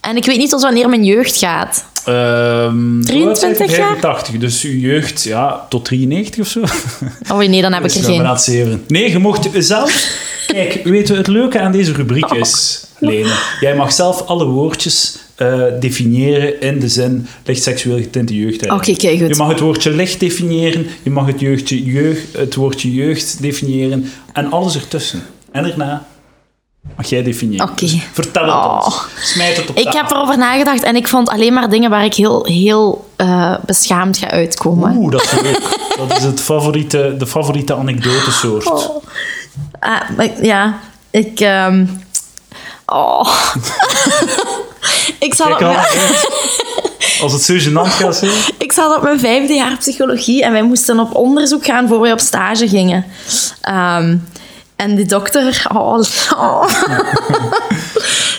[SPEAKER 2] en ik weet niet tot wanneer mijn jeugd gaat.
[SPEAKER 1] ehm, hoe oud zijn jullie?
[SPEAKER 2] 23 jaar?
[SPEAKER 1] 85, dus uw jeugd ja, tot 93 of zo.
[SPEAKER 2] Oh nee, dan heb ik
[SPEAKER 1] Dus we
[SPEAKER 2] er
[SPEAKER 1] hebben
[SPEAKER 2] geen.
[SPEAKER 1] aan het zeven. Nee, je mocht zelf... Kijk, weet je, het leuke aan deze rubriek
[SPEAKER 2] Oh.
[SPEAKER 1] is, Lene, jij mag zelf alle woordjes eh, definiëren in de zin licht seksueel getinte jeugd.
[SPEAKER 2] Oké, kijk
[SPEAKER 1] Je
[SPEAKER 2] goed.
[SPEAKER 1] mag het woordje licht definiëren, je mag het, jeugdje, jeugd, het woordje jeugd definiëren en alles ertussen. En daarna mag jij definiëren.
[SPEAKER 2] Oké.
[SPEAKER 1] Dus vertel het
[SPEAKER 2] Oh.
[SPEAKER 1] ons. Smijt het op
[SPEAKER 2] Ik
[SPEAKER 1] tafel.
[SPEAKER 2] heb erover nagedacht en ik vond alleen maar dingen waar ik heel, heel eh, beschaamd ga uitkomen.
[SPEAKER 1] Oeh, dat is leuk. Dat is het favoriete, de favoriete anekdotesoort.
[SPEAKER 2] Oh. Ah, maar ik- ja, ik. ehm, Oh. ik, zal
[SPEAKER 1] Kijk
[SPEAKER 2] op
[SPEAKER 1] al,
[SPEAKER 2] mijn,
[SPEAKER 1] als het zo gênant gaat zijn.
[SPEAKER 2] ik zat op mijn vijfde jaar psychologie en wij moesten op onderzoek gaan voor wij op stage gingen. Ehm, en die dokter. Oh, oh.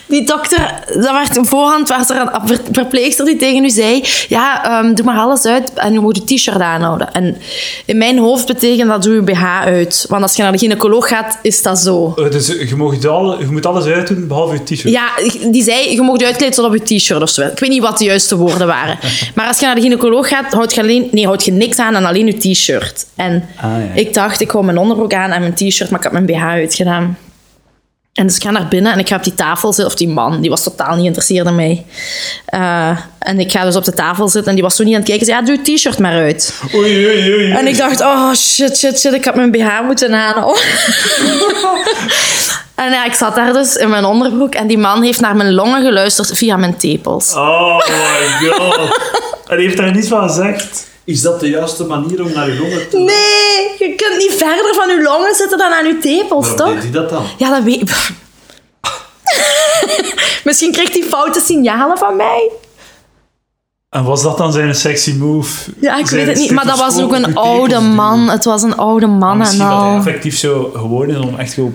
[SPEAKER 2] Die dokter, dat werd een voorhand, was er een ver- verpleegster die tegen u zei: Ja, ehm, doe maar alles uit en je moet je t-shirt aanhouden. En in mijn hoofd betekent dat: doe je BH uit. Want als je naar de gynaecoloog gaat, is dat zo.
[SPEAKER 1] Eh, Dus je, mag het alle, je moet alles uitdoen behalve je t-shirt.
[SPEAKER 2] Ja, die zei, je mocht je uitkleden tot op je t-shirt of zo. Ik weet niet wat de juiste woorden waren. Maar als je naar de gynaecoloog gaat, houd je, alleen, nee, houd je niks aan dan alleen je t-shirt. En
[SPEAKER 1] Ah, ja.
[SPEAKER 2] ik dacht, ik hou mijn onderbroek aan en mijn t-shirt, maar ik had mijn BH uitgedaan. En dus ik ga naar binnen en ik ga op die tafel zitten. Of die man, die was totaal niet geïnteresseerd in mij. Eh, en ik ga dus op de tafel zitten en die was zo niet aan het kijken. Ze zei, ja, doe je t-shirt maar uit.
[SPEAKER 1] Oei, oei, oei.
[SPEAKER 2] En ik dacht, oh shit, shit, shit, ik had mijn BH moeten aanhouden. en ja, ik zat daar dus in mijn onderbroek en die man heeft naar mijn longen geluisterd via mijn tepels.
[SPEAKER 1] Oh my god. En die heeft daar niets van gezegd.
[SPEAKER 3] Is dat de juiste manier om naar je jongen te...
[SPEAKER 2] Nee, je kunt niet verder van je longen zitten dan aan je tepels,
[SPEAKER 3] Waarom
[SPEAKER 2] toch?
[SPEAKER 3] deed hij dat dan?
[SPEAKER 2] Ja, dat weet Misschien kreeg hij foute signalen van mij.
[SPEAKER 1] En was dat dan zijn sexy move?
[SPEAKER 2] Ja, ik
[SPEAKER 1] Zijn
[SPEAKER 2] weet het niet. Maar dat was ook
[SPEAKER 1] stethoscoop op
[SPEAKER 2] een
[SPEAKER 1] dus je tepels
[SPEAKER 2] oude
[SPEAKER 1] duwen?
[SPEAKER 2] man. Het was een oude man en
[SPEAKER 1] Misschien dat hij
[SPEAKER 2] al.
[SPEAKER 1] effectief zo gewoon is om echt gewoon...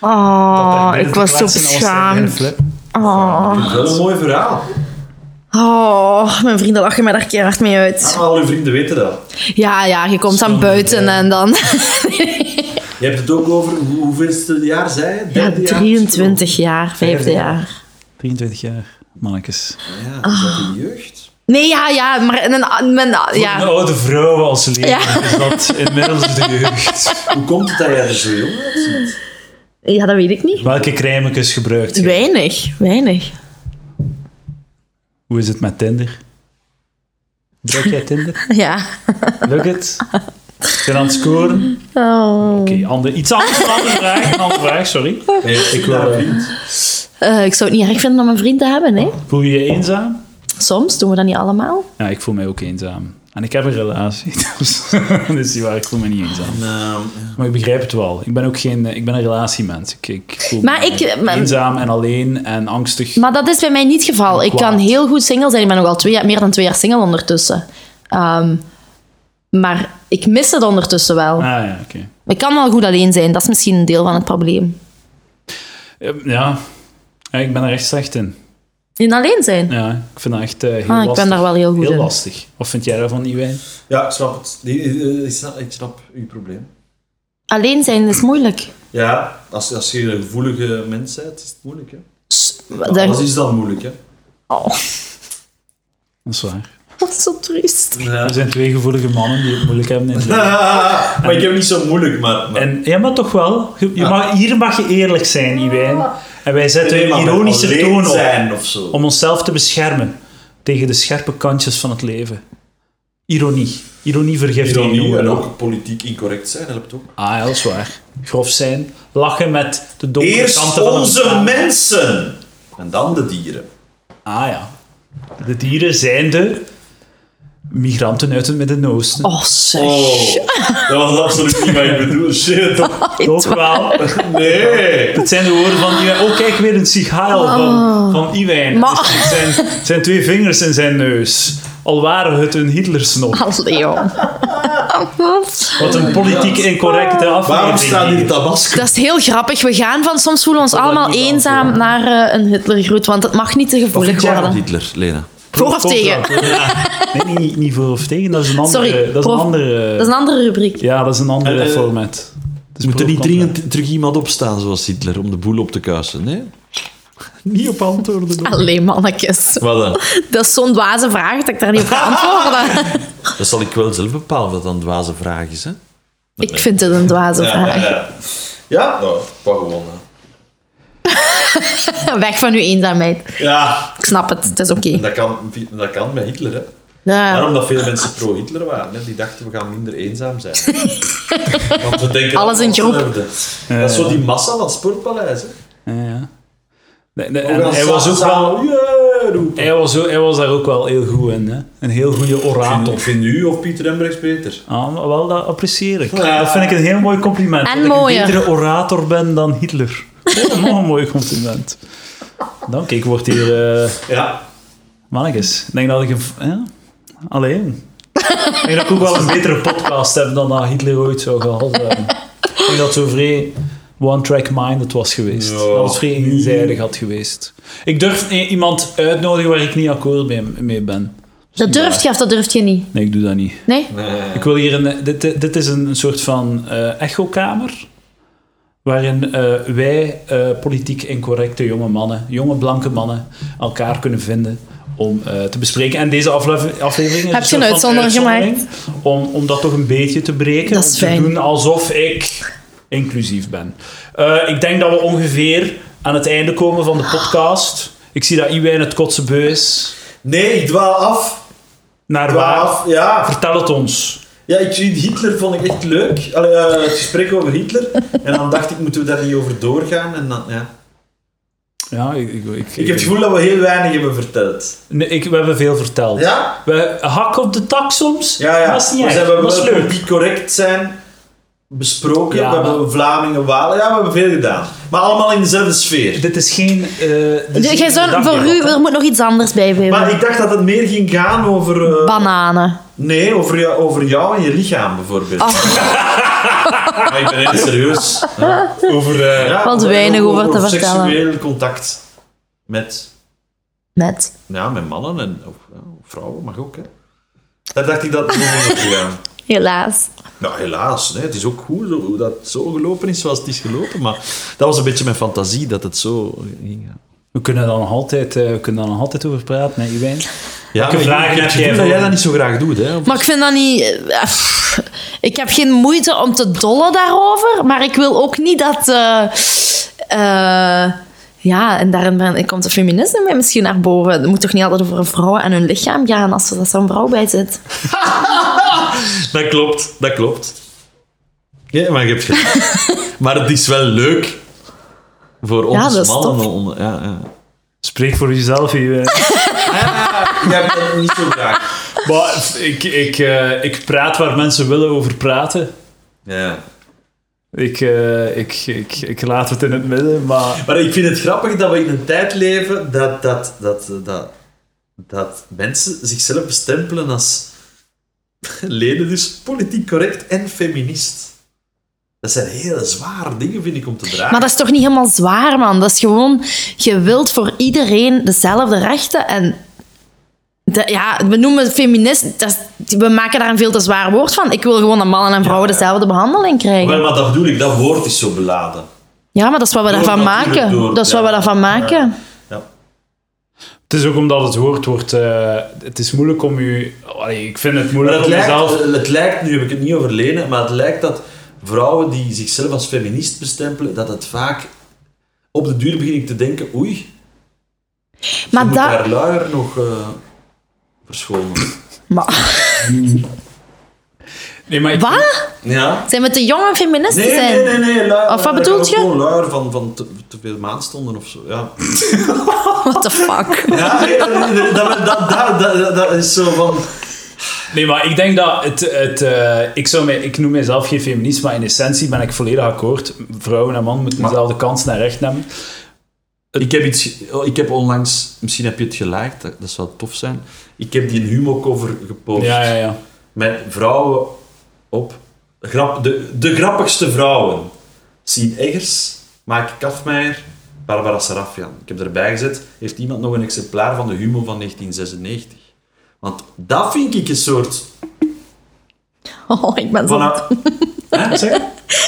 [SPEAKER 2] Oh,
[SPEAKER 1] binnen
[SPEAKER 2] ik
[SPEAKER 1] te
[SPEAKER 2] was zo
[SPEAKER 1] kletsen en dan was hij bij een
[SPEAKER 2] beschaamd.
[SPEAKER 1] flip.
[SPEAKER 2] Oh.
[SPEAKER 3] Dat is wel een mooi verhaal.
[SPEAKER 2] Oh, mijn vrienden lachen mij daar keihard mee uit.
[SPEAKER 3] Al uw vrienden weten dat.
[SPEAKER 2] Ja, ja, je komt dan buiten
[SPEAKER 1] eh,
[SPEAKER 2] en dan...
[SPEAKER 3] Je hebt het ook over hoe- hoeveelste jaar zij? het?
[SPEAKER 2] Ja,
[SPEAKER 3] Derde jaar?
[SPEAKER 2] 23 jaar, vijfde jaar.
[SPEAKER 1] 23 jaar, mannetjes.
[SPEAKER 3] Ja, is dat de jeugd?
[SPEAKER 2] Nee, ja, ja, maar... in Een, mijn,
[SPEAKER 1] Ja. Een
[SPEAKER 2] ja.
[SPEAKER 1] oude vrouw als leven
[SPEAKER 2] Ja.
[SPEAKER 1] is dat inmiddels de jeugd.
[SPEAKER 3] Hoe komt het dat jij er zo jong uitziet?
[SPEAKER 2] ja, dat weet ik niet.
[SPEAKER 1] Welke crèmekes gebruikt je?
[SPEAKER 2] Weinig, weinig.
[SPEAKER 1] Hoe is het met Tinder? Gebruik jij Tinder?
[SPEAKER 2] Ja.
[SPEAKER 1] Lukt het? Zijn aan het scoren?
[SPEAKER 2] Oh.
[SPEAKER 1] Oké, ander- iets anders. Een andere vraag. Een andere vraag, sorry.
[SPEAKER 3] ik wil
[SPEAKER 2] Eh, ik zou het niet erg vinden om een vriend te hebben, hè?
[SPEAKER 1] Voel je je eenzaam?
[SPEAKER 2] Soms doen we dat niet allemaal.
[SPEAKER 1] Ja, ik voel mij ook eenzaam. En ik heb een relatie. Dus, dus die waar, ik voel me niet eenzaam. Maar ik begrijp het wel. Ik ben ook geen... eh, Ik ben een relatiemens. Ik, ik voel
[SPEAKER 2] Maar
[SPEAKER 1] me
[SPEAKER 2] ik- eh, maar-
[SPEAKER 1] eenzaam en alleen en angstig.
[SPEAKER 2] Maar dat is bij mij niet het geval. Ik
[SPEAKER 1] Kwaad.
[SPEAKER 2] kan heel goed single zijn. Ik ben nog al twee, jaar- meer dan twee jaar single ondertussen. Ehm, maar ik mis het ondertussen wel.
[SPEAKER 1] ah ja, oké.
[SPEAKER 2] Ik kan wel goed alleen zijn. Dat is misschien een deel van het probleem.
[SPEAKER 1] Eh, Ja. Ja, ik ben er echt slecht in.
[SPEAKER 2] In alleen zijn.
[SPEAKER 1] Ja, ik vind dat echt eh, heel
[SPEAKER 2] Ah,
[SPEAKER 1] lastig.
[SPEAKER 2] ik ben daar wel heel goed
[SPEAKER 1] Heel
[SPEAKER 2] in.
[SPEAKER 1] lastig. Of vind jij daarvan, Iwijn?
[SPEAKER 3] Ja, ik snap het. Die- eh, Ik snap, ik snap uw probleem.
[SPEAKER 2] Alleen zijn is moeilijk.
[SPEAKER 3] Ja, als, als je een gevoelige mens bent, is het moeilijk. Hè?
[SPEAKER 2] S- daar-
[SPEAKER 3] Alles is dan moeilijk. Hè?
[SPEAKER 2] Oh,
[SPEAKER 1] Dat is waar.
[SPEAKER 2] dat is zo triest.
[SPEAKER 1] Er zijn twee gevoelige mannen die het moeilijk hebben in het leven.
[SPEAKER 3] maar ik heb niet zo moeilijk, maar... maar-
[SPEAKER 1] En, ja, maar toch wel. Je, je mag, hier mag je eerlijk zijn, Iwijn. En wij zetten
[SPEAKER 3] Nee,
[SPEAKER 1] een
[SPEAKER 3] maar met
[SPEAKER 1] ironische
[SPEAKER 3] alleen
[SPEAKER 1] toon op.
[SPEAKER 3] zijn of zo.
[SPEAKER 1] Om onszelf te beschermen tegen de scherpe kantjes van het leven. Ironie. Ironie vergiftigt.
[SPEAKER 3] Ironie en ook politiek incorrect zijn helpt ook.
[SPEAKER 1] Ah, ja, dat is waar. Grof zijn. Lachen met de donkere
[SPEAKER 3] Eerst
[SPEAKER 1] kanten van het
[SPEAKER 3] onze
[SPEAKER 1] bestaan.
[SPEAKER 3] mensen en dan de dieren.
[SPEAKER 1] Ah ja. De dieren zijn de migranten uit het Midden-Oosten.
[SPEAKER 2] Oh, zeg.
[SPEAKER 3] dat was absoluut niet wat ik bedoel. Shit.
[SPEAKER 1] Ook wel.
[SPEAKER 3] Nee.
[SPEAKER 1] Het zijn de woorden van Iwijn. Oh, kijk, weer een sigaal van, van Iwijn.
[SPEAKER 2] Oh. Maar-
[SPEAKER 1] Dus het zijn, het zijn twee vingers in zijn neus. Al waren het een Hitlersnop.
[SPEAKER 2] Allee, jong.
[SPEAKER 1] Wat een politiek incorrecte aflevering.
[SPEAKER 3] Waarom staat hier tabasco?
[SPEAKER 2] Dat is heel grappig. We gaan van soms voelen we ons allemaal eenzaam naar eh, een Hitlergroet, want het mag niet te gevoelig worden.
[SPEAKER 6] Hitler, Lena.
[SPEAKER 2] Voor of tegen?
[SPEAKER 1] Ja. Nee, niet, niet voor of tegen. Dat is een andere...
[SPEAKER 2] Sorry,
[SPEAKER 1] dat is
[SPEAKER 2] pro-
[SPEAKER 1] een andere
[SPEAKER 2] Dat is een andere rubriek.
[SPEAKER 1] Ja, dat is een andere
[SPEAKER 6] Eh, eh,
[SPEAKER 1] format. Dus
[SPEAKER 6] Moet er niet
[SPEAKER 1] dringen.
[SPEAKER 6] dringend terug iemand opstaan zoals Hitler om de boel op te kuisen, nee?
[SPEAKER 1] Niet op antwoorden. hoor.
[SPEAKER 2] Allee, mannetjes.
[SPEAKER 6] Wat dan?
[SPEAKER 2] Dat is zo'n dwaze vraag dat ik daar niet op kan antwoorden.
[SPEAKER 6] Dat zal ik wel zelf bepalen wat dan dwaze vraag is, hè?
[SPEAKER 2] ik vind het een dwaze vraag.
[SPEAKER 3] Ja? Nou, pak gewoon. hè.
[SPEAKER 2] Weg van uw eenzaamheid.
[SPEAKER 3] Ja,
[SPEAKER 2] Ik snap het, het is oké.
[SPEAKER 3] dat kan, dat kan met Hitler. Hè.
[SPEAKER 2] Ja.
[SPEAKER 3] Daarom dat veel mensen pro-Hitler waren. Hè. Die dachten, we gaan minder eenzaam zijn. Want we denken
[SPEAKER 2] Alles in groep.
[SPEAKER 3] groepen. Dat is zo die massa van Sportpaleis. Hè.
[SPEAKER 1] Ja, ja. Nee, nee,
[SPEAKER 3] We
[SPEAKER 1] en
[SPEAKER 3] gaan
[SPEAKER 1] hij, was ook wel,
[SPEAKER 3] samen- Yeah, roepen.
[SPEAKER 1] hij, was ook, hij was daar ook wel heel goed in. Hè? Een heel goede
[SPEAKER 3] Ik
[SPEAKER 1] orator.
[SPEAKER 3] vind- Ik vind u of Pieter Embrechts beter.
[SPEAKER 1] Ah, maar wel, dat apprecieer ik.
[SPEAKER 3] Ja.
[SPEAKER 1] Dat vind ik een heel mooi compliment.
[SPEAKER 2] En
[SPEAKER 1] dat
[SPEAKER 2] mooie.
[SPEAKER 1] ik een betere orator ben dan Hitler. Oh, een mooi compliment. Dank, ik word hier... eh
[SPEAKER 3] Ja.
[SPEAKER 1] mannetjes, ik denk dat ik... een- Ja? Alleen. Ik denk dat ik ook wel een betere podcast heb dan dat Hitler ooit zou gehad hebben. Ik denk dat zo vrij one-track-minded was geweest.
[SPEAKER 3] Ja.
[SPEAKER 1] Dat het vrij eenzijdig had geweest. Ik durf i- iemand uitnodigen waar ik niet akkoord mee, mee ben.
[SPEAKER 2] Dat durft je of dat durft je niet?
[SPEAKER 1] Nee, ik doe dat niet.
[SPEAKER 2] Nee?
[SPEAKER 1] Ik wil hier een, eh, dit, dit- dit is een soort van eh echokamer. Waarin eh, wij eh, politiek incorrecte jonge mannen, jonge blanke mannen, elkaar kunnen vinden om eh, te bespreken. En deze aflevering, aflevering is
[SPEAKER 2] Heb je een
[SPEAKER 1] soort van
[SPEAKER 2] uitzondering
[SPEAKER 1] uitzondering Om, om dat toch een beetje te breken.
[SPEAKER 2] Dat is
[SPEAKER 1] om te
[SPEAKER 2] fijn.
[SPEAKER 1] doen alsof ik inclusief ben. Eh, ik denk dat we ongeveer aan het einde komen van de podcast. Ik zie dat Iwijn het kotsen beu is.
[SPEAKER 3] Nee, ik dwaal af.
[SPEAKER 1] Naar
[SPEAKER 3] Dwaal
[SPEAKER 1] waar?
[SPEAKER 3] af, ja.
[SPEAKER 1] Vertel het ons.
[SPEAKER 3] Ja, ik, Hitler vond ik echt leuk. Allee, eh, het gesprek over Hitler. En dan dacht ik, moeten we daar niet over doorgaan? En dan, ja.
[SPEAKER 1] Ja, ik, ik, ik,
[SPEAKER 3] Ik heb het gevoel dat we heel weinig hebben verteld.
[SPEAKER 1] Nee, ik, we hebben veel verteld.
[SPEAKER 3] Ja?
[SPEAKER 1] We hakken op de tak soms.
[SPEAKER 3] Ja, ja.
[SPEAKER 1] Dat is niet
[SPEAKER 3] we
[SPEAKER 1] erg.
[SPEAKER 3] hebben
[SPEAKER 1] dat is
[SPEAKER 3] wel
[SPEAKER 1] leuk.
[SPEAKER 3] die correct zijn besproken.
[SPEAKER 1] Ja,
[SPEAKER 3] we hebben
[SPEAKER 1] maar-
[SPEAKER 3] Vlamingen, Walen. Ja, we hebben veel gedaan. Maar allemaal in dezelfde sfeer.
[SPEAKER 1] Dit is geen... eh, dit is
[SPEAKER 2] Dus jij
[SPEAKER 1] geen
[SPEAKER 2] zou,
[SPEAKER 1] dagblad,
[SPEAKER 2] voor u
[SPEAKER 1] hè.
[SPEAKER 2] er moet nog iets anders bij
[SPEAKER 3] Maar
[SPEAKER 2] blijven.
[SPEAKER 3] ik dacht dat het meer ging gaan over... eh,
[SPEAKER 2] Bananen.
[SPEAKER 3] nee, over, jou- over jou en je lichaam, bijvoorbeeld.
[SPEAKER 6] Maar ik ben heel serieus.
[SPEAKER 3] Over... eh, ja,
[SPEAKER 2] Valt weinig over te vertellen.
[SPEAKER 3] seksueel contact met...
[SPEAKER 2] Net.
[SPEAKER 3] Ja, met mannen en of, ja, of vrouwen mag ook, hè. Daar dacht ik dat het niet over ging gaan.
[SPEAKER 2] Helaas.
[SPEAKER 3] Nou, helaas. Nee, het is ook goed zo, hoe dat zo gelopen is zoals het is gelopen. Maar dat was een beetje mijn fantasie, dat het zo ging. gaan.
[SPEAKER 1] We kunnen daar nog altijd, eh, we kunnen daar nog altijd over praten, hè, Iwijn?
[SPEAKER 3] Ja,
[SPEAKER 1] Welke vragen
[SPEAKER 3] ik- ik
[SPEAKER 1] heb
[SPEAKER 3] het
[SPEAKER 1] jij
[SPEAKER 3] gevoel
[SPEAKER 1] voor
[SPEAKER 3] dat jij
[SPEAKER 1] me?
[SPEAKER 3] dat niet zo graag doet, hè?
[SPEAKER 2] Maar ik vind dat niet... eh, pff, Ik heb geen moeite om te dollen daarover, maar ik wil ook niet dat... eh, eh, Ja, en daarin ben- komt de feminisme bij misschien naar boven. Het moet toch niet altijd over vrouwen en hun lichaam gaan als er zo'n vrouw bij zit?
[SPEAKER 3] Dat klopt, dat klopt. Ja, maar je hebt gelijk. maar het is wel leuk voor
[SPEAKER 2] Ja,
[SPEAKER 3] ons
[SPEAKER 2] dat is
[SPEAKER 3] mannen.
[SPEAKER 2] tof.
[SPEAKER 3] om- ja, ja.
[SPEAKER 1] Spreek voor jezelf. Je, eh.
[SPEAKER 3] Jij hebt dat niet zo graag.
[SPEAKER 1] Maar ik, ik, eh, ik praat waar mensen willen over praten.
[SPEAKER 3] Ja.
[SPEAKER 1] Ik, eh, ik, ik, ik laat het in het midden, maar...
[SPEAKER 3] Maar ik vind het grappig dat we in een tijd leven dat, dat, dat, dat, dat mensen zichzelf bestempelen als leden, dus politiek correct en feminist. Dat zijn hele zware dingen, vind ik, om te dragen.
[SPEAKER 2] Maar dat is toch niet helemaal zwaar, man? Dat is gewoon, je wilt voor iedereen dezelfde rechten en... de- ja, we noemen het feminist, dat is- we maken daar een veel te zwaar woord van. Ik wil gewoon dat mannen en vrouwen dezelfde behandeling krijgen.
[SPEAKER 3] Wel, maar dat bedoel ik, dat woord is zo beladen.
[SPEAKER 2] Ja, maar dat is wat we
[SPEAKER 3] Door
[SPEAKER 2] daarvan
[SPEAKER 3] natuurlijk
[SPEAKER 2] maken.
[SPEAKER 3] door,
[SPEAKER 2] dat is wat
[SPEAKER 3] ja.
[SPEAKER 2] we daarvan maken.
[SPEAKER 3] Ja.
[SPEAKER 1] Het is ook omdat het woord wordt... eh, het is moeilijk om je... Allee, ik vind het
[SPEAKER 3] Maar
[SPEAKER 1] moeilijk
[SPEAKER 3] het
[SPEAKER 1] om
[SPEAKER 3] lijkt,
[SPEAKER 1] mezelf...
[SPEAKER 3] het lijkt, nu heb ik het niet over lenen, maar het lijkt dat vrouwen die zichzelf als feminist bestempelen, dat het vaak op de duur begin ik te denken, oei,
[SPEAKER 2] Maar
[SPEAKER 3] moet
[SPEAKER 2] dat...
[SPEAKER 3] haar luier nog eh, verschonen.
[SPEAKER 2] Maar,
[SPEAKER 1] Nee, maar ik-
[SPEAKER 2] wat?
[SPEAKER 3] Ja?
[SPEAKER 2] Zijn we te jong om feminist
[SPEAKER 3] Nee,
[SPEAKER 2] te zijn?
[SPEAKER 3] nee, nee, nee. Luier,
[SPEAKER 2] Of wat
[SPEAKER 3] dat
[SPEAKER 2] bedoelt
[SPEAKER 3] kan ook
[SPEAKER 2] je?
[SPEAKER 3] Gewoon luier van, van te, te veel maandstonden of zo. Ja,
[SPEAKER 2] What the fuck?
[SPEAKER 3] ja nee, nee, nee, nee, dat, dat, dat, dat, dat is zo van...
[SPEAKER 1] Nee, maar ik denk dat het. het eh, ik, zou mij, ik noem mezelf geen feminist, maar in essentie ben ik volledig akkoord. Vrouwen en man moeten dezelfde kans naar recht hebben.
[SPEAKER 3] Ik heb, iets, ge- oh, ik heb onlangs, misschien heb je het geliked, dat, dat zou tof zijn. Ik heb die humo-cover gepost.
[SPEAKER 1] Ja, ja, ja.
[SPEAKER 3] met vrouwen op. Grap, de, de grappigste vrouwen. Sien Eggers, Maaike Kafmeijer, Barbara Sarafian. Ik heb erbij gezet, heeft iemand nog een exemplaar van de Humo van 1996? Want dat vind ik een soort...
[SPEAKER 2] Oh, ik ben zo...
[SPEAKER 3] Voilà. Hè, zeg?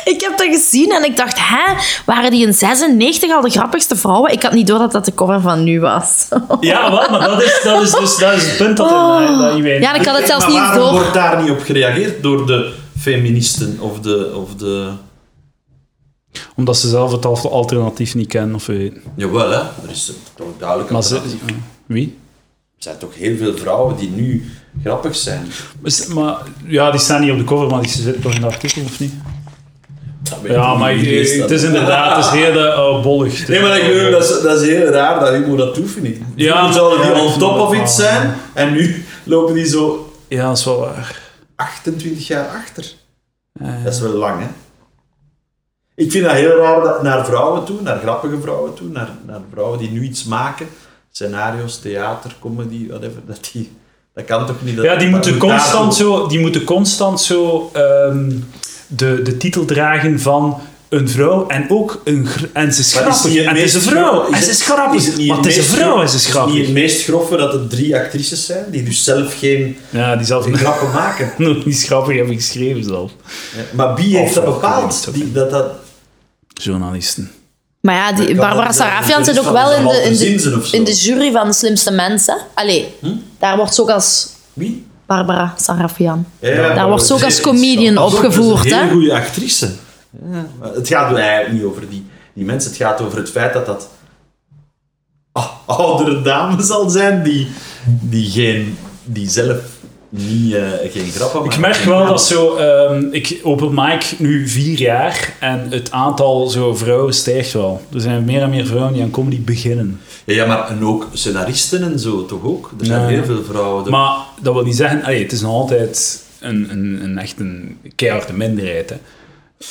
[SPEAKER 2] Ik heb dat gezien en ik dacht, hè, waren die in 96 al de grappigste vrouwen? Ik had niet door dat dat de cover van nu was.
[SPEAKER 1] Ja, wel, maar dat is, dat is dus dat is het punt dat, in, dat je weet.
[SPEAKER 2] Ja, ik had het zelfs
[SPEAKER 3] maar
[SPEAKER 2] niet
[SPEAKER 3] waarom
[SPEAKER 2] door.
[SPEAKER 3] wordt daar niet op gereageerd door de feministen of de... Of de...
[SPEAKER 1] Omdat ze zelf het al- alternatief niet kennen of weten.
[SPEAKER 3] Jawel, hè. Er is toch duidelijk...
[SPEAKER 1] Maar ze,
[SPEAKER 3] alternatief.
[SPEAKER 1] wie?
[SPEAKER 3] Er zijn toch heel veel vrouwen die nu grappig zijn.
[SPEAKER 1] Is- Maar, ja, die staan niet op de cover, maar die zitten toch in de artikel, of niet?
[SPEAKER 3] Dat weet
[SPEAKER 1] Ja,
[SPEAKER 3] ik
[SPEAKER 1] maar
[SPEAKER 3] niet, wie leest dat?
[SPEAKER 1] het is inderdaad het is heel eh, bollig.
[SPEAKER 3] Nee, maar ik bedoel, dat is, dat is heel raar dat humor dat doet, vind ik.
[SPEAKER 1] Ja,
[SPEAKER 3] Ja, zouden die
[SPEAKER 1] ja, ik
[SPEAKER 3] on
[SPEAKER 1] vind
[SPEAKER 3] top
[SPEAKER 1] dat
[SPEAKER 3] of
[SPEAKER 1] wel.
[SPEAKER 3] iets zijn, en nu lopen die zo
[SPEAKER 1] Ja, dat is wel waar.
[SPEAKER 3] 28 jaar achter. Dat is wel lang, hè? Ik vind dat heel raar dat naar vrouwen toe, naar grappige vrouwen toe, naar, naar vrouwen die nu iets maken, scenario's, theater, comedy, whatever, dat die... Dat kan toch niet? dat-
[SPEAKER 1] Ja, die
[SPEAKER 3] dat
[SPEAKER 1] moeten
[SPEAKER 3] moet daar
[SPEAKER 1] constant
[SPEAKER 3] zo-
[SPEAKER 1] zo, die moeten constant zo ehm, de, de titel dragen van een vrouw en ook een gr- en ze is
[SPEAKER 3] Maar is
[SPEAKER 1] grappig.
[SPEAKER 3] niet het
[SPEAKER 1] en het is een
[SPEAKER 3] meest
[SPEAKER 1] vrouw.
[SPEAKER 3] gro-
[SPEAKER 1] en ze is grappig.
[SPEAKER 3] Is het niet
[SPEAKER 1] maar het is een
[SPEAKER 3] meest
[SPEAKER 1] vrouw
[SPEAKER 3] gro-
[SPEAKER 1] en ze is
[SPEAKER 3] Is het
[SPEAKER 1] grappig.
[SPEAKER 3] niet het meest grove dat het drie actrices zijn, die dus zelf geen,
[SPEAKER 1] Ja, die zelf
[SPEAKER 3] geen grappen maken?
[SPEAKER 1] nog niet grappig heb ik geschreven zelf.
[SPEAKER 3] Maar wie heeft dat
[SPEAKER 1] Oh,
[SPEAKER 3] bepaald?
[SPEAKER 1] oké.
[SPEAKER 3] Die, dat, dat,
[SPEAKER 1] Journalisten.
[SPEAKER 2] Maar ja, die
[SPEAKER 3] kan
[SPEAKER 2] Barbara
[SPEAKER 3] wel zijn,
[SPEAKER 2] Sarafian
[SPEAKER 3] dat
[SPEAKER 2] zit
[SPEAKER 3] is
[SPEAKER 2] ook
[SPEAKER 3] van
[SPEAKER 2] wel in
[SPEAKER 3] de
[SPEAKER 2] de, in,
[SPEAKER 3] Zinzen of
[SPEAKER 2] de,
[SPEAKER 3] zo. Hm?
[SPEAKER 2] in de jury van de slimste mensen. Allee, daar wordt ze ook als
[SPEAKER 3] Wie?
[SPEAKER 2] Barbara Sarafian.
[SPEAKER 3] Ja,
[SPEAKER 2] Daar wordt ze ook
[SPEAKER 3] ze-
[SPEAKER 2] als comedian
[SPEAKER 3] Dat is ook- dat
[SPEAKER 2] opgevoerd,
[SPEAKER 3] is een
[SPEAKER 2] hè?
[SPEAKER 3] hele goede actrice. Maar het gaat mij eigenlijk niet over die, die mensen. Het gaat over het feit dat dat o- oudere dame zal zijn die, die, geen, die zelf niet, eh, geen grappen maken.
[SPEAKER 1] Ik merk wel dat zo, ehm, ik open mic nu vier jaar en het aantal zo vrouwen stijgt wel. Er zijn meer en meer vrouwen die aan comedy beginnen.
[SPEAKER 3] Ja, ja, maar en ook scenaristen en zo, toch ook? Er zijn
[SPEAKER 1] Ja.
[SPEAKER 3] heel veel vrouwen. Er-
[SPEAKER 1] Maar dat wil niet zeggen, allee, het is nog altijd een, een, een echt een keiharde minderheid. Hè.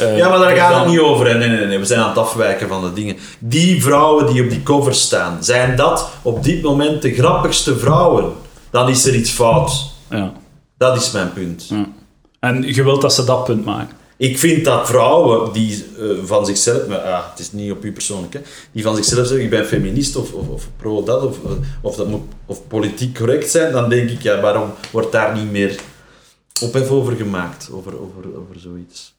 [SPEAKER 1] Eh,
[SPEAKER 3] Ja, maar daar
[SPEAKER 1] dus
[SPEAKER 3] gaat het
[SPEAKER 1] dan-
[SPEAKER 3] niet over. hè. Nee, nee, nee, we zijn aan het afwijken van de dingen. Die vrouwen die op die cover staan, zijn dat op dit moment de grappigste vrouwen? Dan is er iets fout.
[SPEAKER 1] Ja.
[SPEAKER 3] Dat is mijn punt.
[SPEAKER 1] ja. En je wilt dat ze dat punt maken.
[SPEAKER 3] Ik vind dat vrouwen die eh, van zichzelf, maar, ah, het is niet op u persoonlijk, hè, die van zichzelf zeggen: ik ben feminist of, of, of pro dat, of, eh, of dat moet of politiek correct zijn, dan denk ik: ja, waarom wordt daar niet meer ophef over gemaakt? Over, over, over zoiets.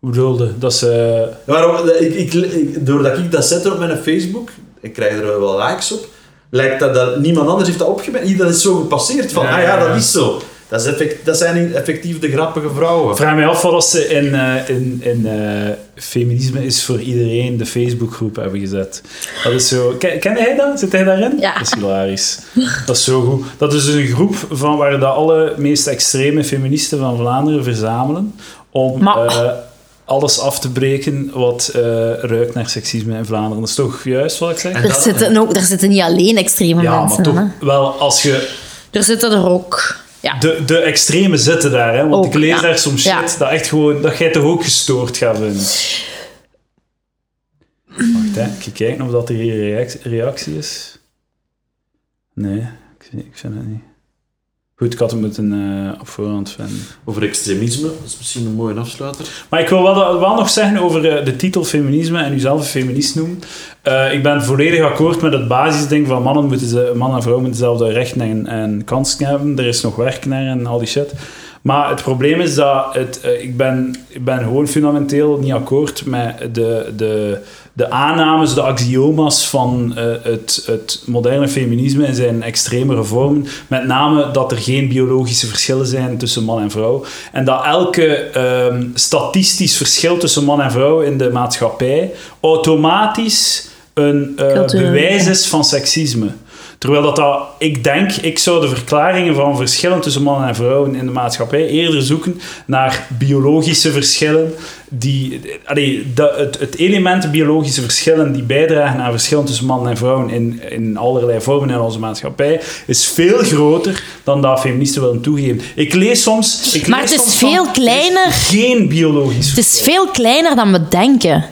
[SPEAKER 1] Hoe bedoelde dat ze...
[SPEAKER 3] Waarom, ik, ik, ik- doordat ik dat zet op mijn Facebook, ik krijg er wel likes op, lijkt dat, dat niemand anders heeft dat opgemerkt. Iedereen is zo gepasseerd van,
[SPEAKER 1] Ja,
[SPEAKER 3] ah ja,
[SPEAKER 1] ja, ja.
[SPEAKER 3] dat is zo.
[SPEAKER 5] Dat, is effect, dat zijn effectief de grappige vrouwen.
[SPEAKER 1] Vraag mij af wat ze in, eh, in, in eh, feminisme is voor iedereen de Facebookgroep hebben gezet. Dat is zo. Ken, ken jij dat? Zit hij daarin?
[SPEAKER 2] Ja.
[SPEAKER 1] Dat is hilarisch. Dat is zo goed. Dat is dus een groep van waar de alle meest extreme feministen van Vlaanderen verzamelen om
[SPEAKER 2] Maar-
[SPEAKER 1] eh, alles af te breken wat eh, ruikt naar seksisme in Vlaanderen. Dat is toch juist wat ik zeg?
[SPEAKER 2] Er zitten, ook, er zitten niet alleen extreme
[SPEAKER 1] ja, maar
[SPEAKER 2] mensen in.
[SPEAKER 1] toch
[SPEAKER 2] hè.
[SPEAKER 1] wel als je
[SPEAKER 2] Er zitten er ook. Ja.
[SPEAKER 1] De, de extreme zitten daar, hè? want
[SPEAKER 2] Ook,
[SPEAKER 1] ik lees
[SPEAKER 2] ja.
[SPEAKER 1] daar soms shit
[SPEAKER 2] Ja.
[SPEAKER 1] dat echt gewoon, dat jij toch ook gestoord gaat vinden. Wacht, hè. Ik ga kijken of dat er hier react- reactie is. Nee, ik, zie- ik vind het niet. Goed, ik had hem moeten eh, op voorhand vinden.
[SPEAKER 3] Over extremisme, dat is misschien een mooie afsluiter.
[SPEAKER 1] Maar ik wil wel, wel nog zeggen over eh, de titel feminisme en uzelf een feminist noemen. Eh, ik ben volledig akkoord met het basisding van mannen, moeten ze, man en vrouw moeten dezelfde rechten en, en kansen hebben. Er is nog werk naar en al die shit. Maar het probleem is dat het, eh, ik, ben, ik ben gewoon fundamenteel niet akkoord met de, de, de aannames, de axioma's van eh, het, het moderne feminisme in zijn extremere vormen. Met name dat er geen biologische verschillen zijn tussen man en vrouw. En dat elke ehm, statistisch verschil tussen man en vrouw in de maatschappij automatisch een eh,
[SPEAKER 2] Cultureel,
[SPEAKER 1] bewijs
[SPEAKER 2] ja.
[SPEAKER 1] is van seksisme. Terwijl dat, dat, ik denk, ik zou de verklaringen van verschillen tussen mannen en vrouwen in de maatschappij eerder zoeken naar biologische verschillen. Die, allee, dat- het, het element biologische verschillen die bijdragen aan verschillen tussen mannen en vrouwen in, in allerlei vormen in onze maatschappij, is veel groter dan dat feministen willen toegeven. Ik lees soms. Ik
[SPEAKER 2] Maar
[SPEAKER 1] lees
[SPEAKER 2] het
[SPEAKER 1] soms
[SPEAKER 2] is
[SPEAKER 1] van,
[SPEAKER 2] veel
[SPEAKER 1] er is
[SPEAKER 2] kleiner.
[SPEAKER 1] Geen biologisch
[SPEAKER 2] Het is veel kleiner dan we denken.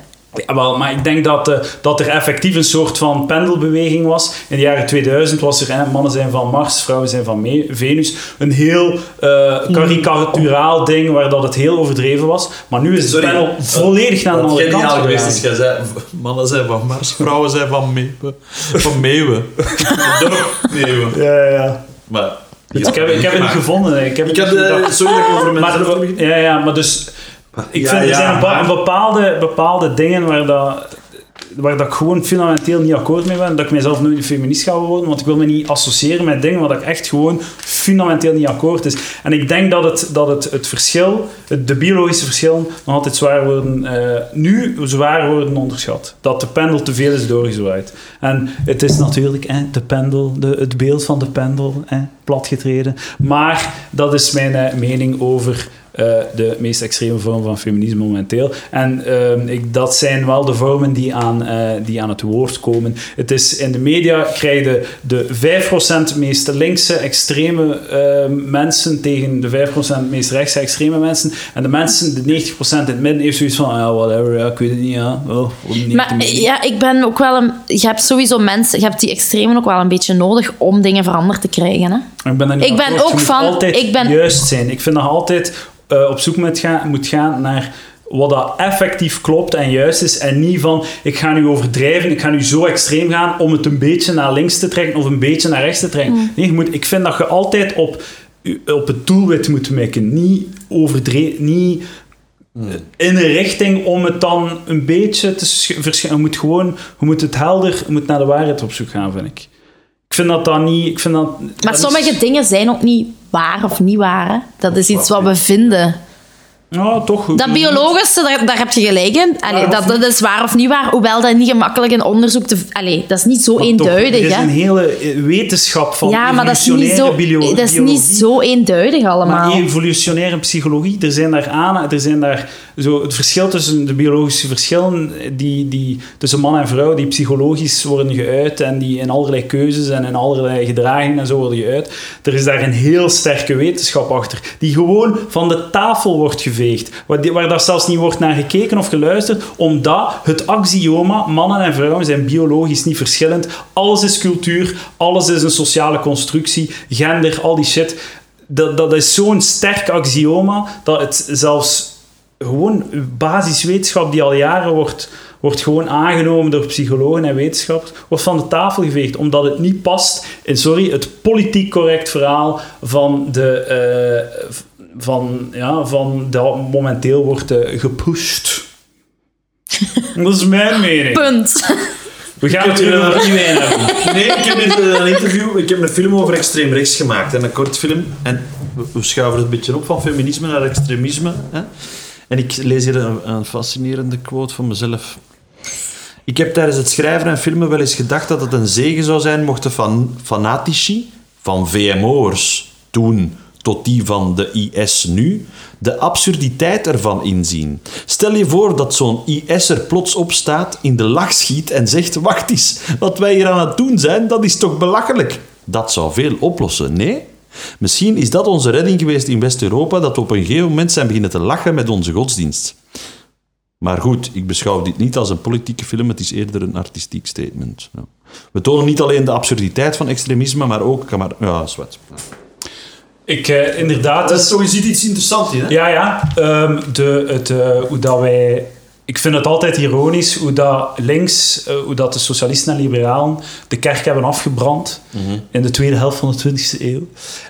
[SPEAKER 1] ja, wel, maar ik denk dat, eh, dat er effectief een soort van pendelbeweging was. In de jaren 2000 was er eh, mannen zijn van Mars, vrouwen zijn van Me- Venus. Een heel eh karikaturaal ding waar dat het heel overdreven was. Maar nu is het
[SPEAKER 5] Sorry.
[SPEAKER 1] panel volledig naar de
[SPEAKER 5] Wat
[SPEAKER 1] andere kant
[SPEAKER 5] geniaal geweest
[SPEAKER 1] gegaan.
[SPEAKER 5] is, jij zei, mannen zijn van Mars, vrouwen zijn van Meeuwen. Van Meeuwen. Dorp Meeuwen.
[SPEAKER 1] Ja, ja, ja.
[SPEAKER 5] Maar...
[SPEAKER 1] Dus ik, heb, ik heb het niet gevonden. hè. Ik heb,
[SPEAKER 5] Ik
[SPEAKER 1] het
[SPEAKER 5] heb
[SPEAKER 1] niet
[SPEAKER 5] de...
[SPEAKER 3] eh,
[SPEAKER 1] gedacht.
[SPEAKER 5] Sorry dat ik over
[SPEAKER 1] Maar,
[SPEAKER 5] mensen...
[SPEAKER 1] ja, ja, maar dus... Ik
[SPEAKER 5] Ja,
[SPEAKER 1] vind, er
[SPEAKER 5] ja,
[SPEAKER 1] zijn een paar- bepaalde, bepaalde dingen waar dat... Waar dat ik gewoon fundamenteel niet akkoord mee ben. Dat ik mezelf nooit een feminist ga worden. Want ik wil me niet associëren met dingen waar ik echt gewoon fundamenteel niet akkoord is. En ik denk dat het, dat het, het verschil, het- de biologische verschillen, nog altijd zwaar worden, eh, nu zwaar worden onderschat. Dat de pendel te veel is doorgezwaaid. En het is natuurlijk hè, de pendel, de, het beeld van de pendel, hè, platgetreden. Maar dat is mijn eh, mening over eh, de meest extreme vorm van feminisme momenteel. En ehm, ik, dat zijn wel de vormen die aan, eh, die aan het woord komen. Het is in de media krijgen de 5% meest linkse extreme eh, mensen tegen de 5% meest rechtse extreme mensen. En de mensen, de 90% in het midden, heeft zoiets van, ja, whatever, ja, ik weet het niet, ja. Oh, om niet te
[SPEAKER 2] Maar
[SPEAKER 1] meenemen.
[SPEAKER 2] ja, ik ben ook wel een... Je hebt sowieso mensen... Je hebt die extremen ook wel een beetje nodig om dingen veranderd te krijgen, hè.
[SPEAKER 1] Ik ben, daar niet
[SPEAKER 2] Ik ben
[SPEAKER 1] akkoord. Je
[SPEAKER 2] ook
[SPEAKER 1] moet
[SPEAKER 2] van-
[SPEAKER 1] altijd
[SPEAKER 2] ik ben-
[SPEAKER 1] juist zijn. Ik vind dat je altijd eh, op zoek moet gaan, moet gaan naar wat dat effectief klopt en juist is. En niet van, ik ga nu overdrijven, ik ga nu zo extreem gaan om het een beetje naar links te trekken of een beetje naar rechts te trekken.
[SPEAKER 2] Mm.
[SPEAKER 1] Nee, je moet, ik vind dat je altijd op, op het doelwit moet mikken. Niet overdreven, niet in een richting om het dan een beetje te verschillen. Je moet gewoon, je moet het helder, je moet naar de waarheid op zoek gaan, vind ik. Ik vind dat dan niet... Ik vind dat, dat
[SPEAKER 2] Maar
[SPEAKER 1] is-
[SPEAKER 2] sommige dingen zijn ook niet waar of niet waar, hè. Dat is iets wat we vinden.
[SPEAKER 1] Ja, toch.
[SPEAKER 2] Dat biologische, daar, daar heb je gelijk in.
[SPEAKER 1] Waar
[SPEAKER 2] Allee,
[SPEAKER 1] of
[SPEAKER 2] dat, dat is waar of niet waar, hoewel dat niet gemakkelijk in onderzoek te... Allee, dat is niet zo
[SPEAKER 1] Maar toch,
[SPEAKER 2] eenduidig,
[SPEAKER 1] Er is
[SPEAKER 2] hè.
[SPEAKER 1] een hele eh, wetenschap van
[SPEAKER 2] ja, maar dat is niet
[SPEAKER 1] evolutionaire
[SPEAKER 2] zo,
[SPEAKER 1] bio-
[SPEAKER 2] dat is niet
[SPEAKER 1] biologie.
[SPEAKER 2] zo eenduidig allemaal.
[SPEAKER 1] Maar evolutionaire psychologie, er zijn daar aan, er zijn daar zo het verschil tussen de biologische verschillen die, die tussen man en vrouw, die psychologisch worden geuit en die in allerlei keuzes en in allerlei gedragingen en zo worden geuit. Er is daar een heel sterke wetenschap achter, die gewoon van de tafel wordt geveegd, waar, die- waar daar zelfs niet wordt naar gekeken of geluisterd, omdat het axioma mannen en vrouwen zijn biologisch niet verschillend. Alles is cultuur, alles is een sociale constructie, gender, al die shit dat, dat is zo'n sterk axioma dat het zelfs gewoon basiswetenschap die al jaren wordt, wordt gewoon aangenomen door psychologen en wetenschappers, wordt van de tafel geveegd, omdat het niet past in, sorry, het politiek correct verhaal van de... eh, van, ja, van dat momenteel wordt eh, gepusht. Dat is mijn mening.
[SPEAKER 2] Punt.
[SPEAKER 1] We gaan het weer over nieuw wijn hebben.
[SPEAKER 5] eh, Nee, ik heb hier een interview, ik heb een film over extreem rechts gemaakt, en een kort film. En we- we schuiven het een beetje op van feminisme naar extremisme. Hè? En ik lees hier een, een fascinerende quote van mezelf. Ik heb tijdens het schrijven en filmen wel eens gedacht dat het een zegen zou zijn mochten van fanatici, van VMO'ers toen tot die van de IS nu, de absurditeit ervan inzien. Stel je voor dat zo'n IS er plots opstaat, in de lach schiet en zegt wacht eens, wat wij hier aan het doen zijn, dat is toch belachelijk? Dat zou veel oplossen, nee? Misschien is dat onze redding geweest in West-Europa, dat we op een gegeven moment zijn beginnen te lachen met onze godsdienst. Maar goed, ik beschouw dit niet als een politieke film, het is eerder een artistiek statement. Ja. We tonen niet alleen de absurditeit van extremisme, maar ook... kan maar- Ja, zwart.
[SPEAKER 1] Ik, eh, inderdaad,
[SPEAKER 3] Dat is sowieso iets interessants in, hè?
[SPEAKER 1] Ja, ja. Ehm, de, het, eh, hoe dat wij... Ik vind het altijd ironisch hoe dat links, eh, hoe dat de socialisten en liberalen de kerk hebben afgebrand
[SPEAKER 3] Mhm.
[SPEAKER 1] in de tweede helft van de 20e eeuw.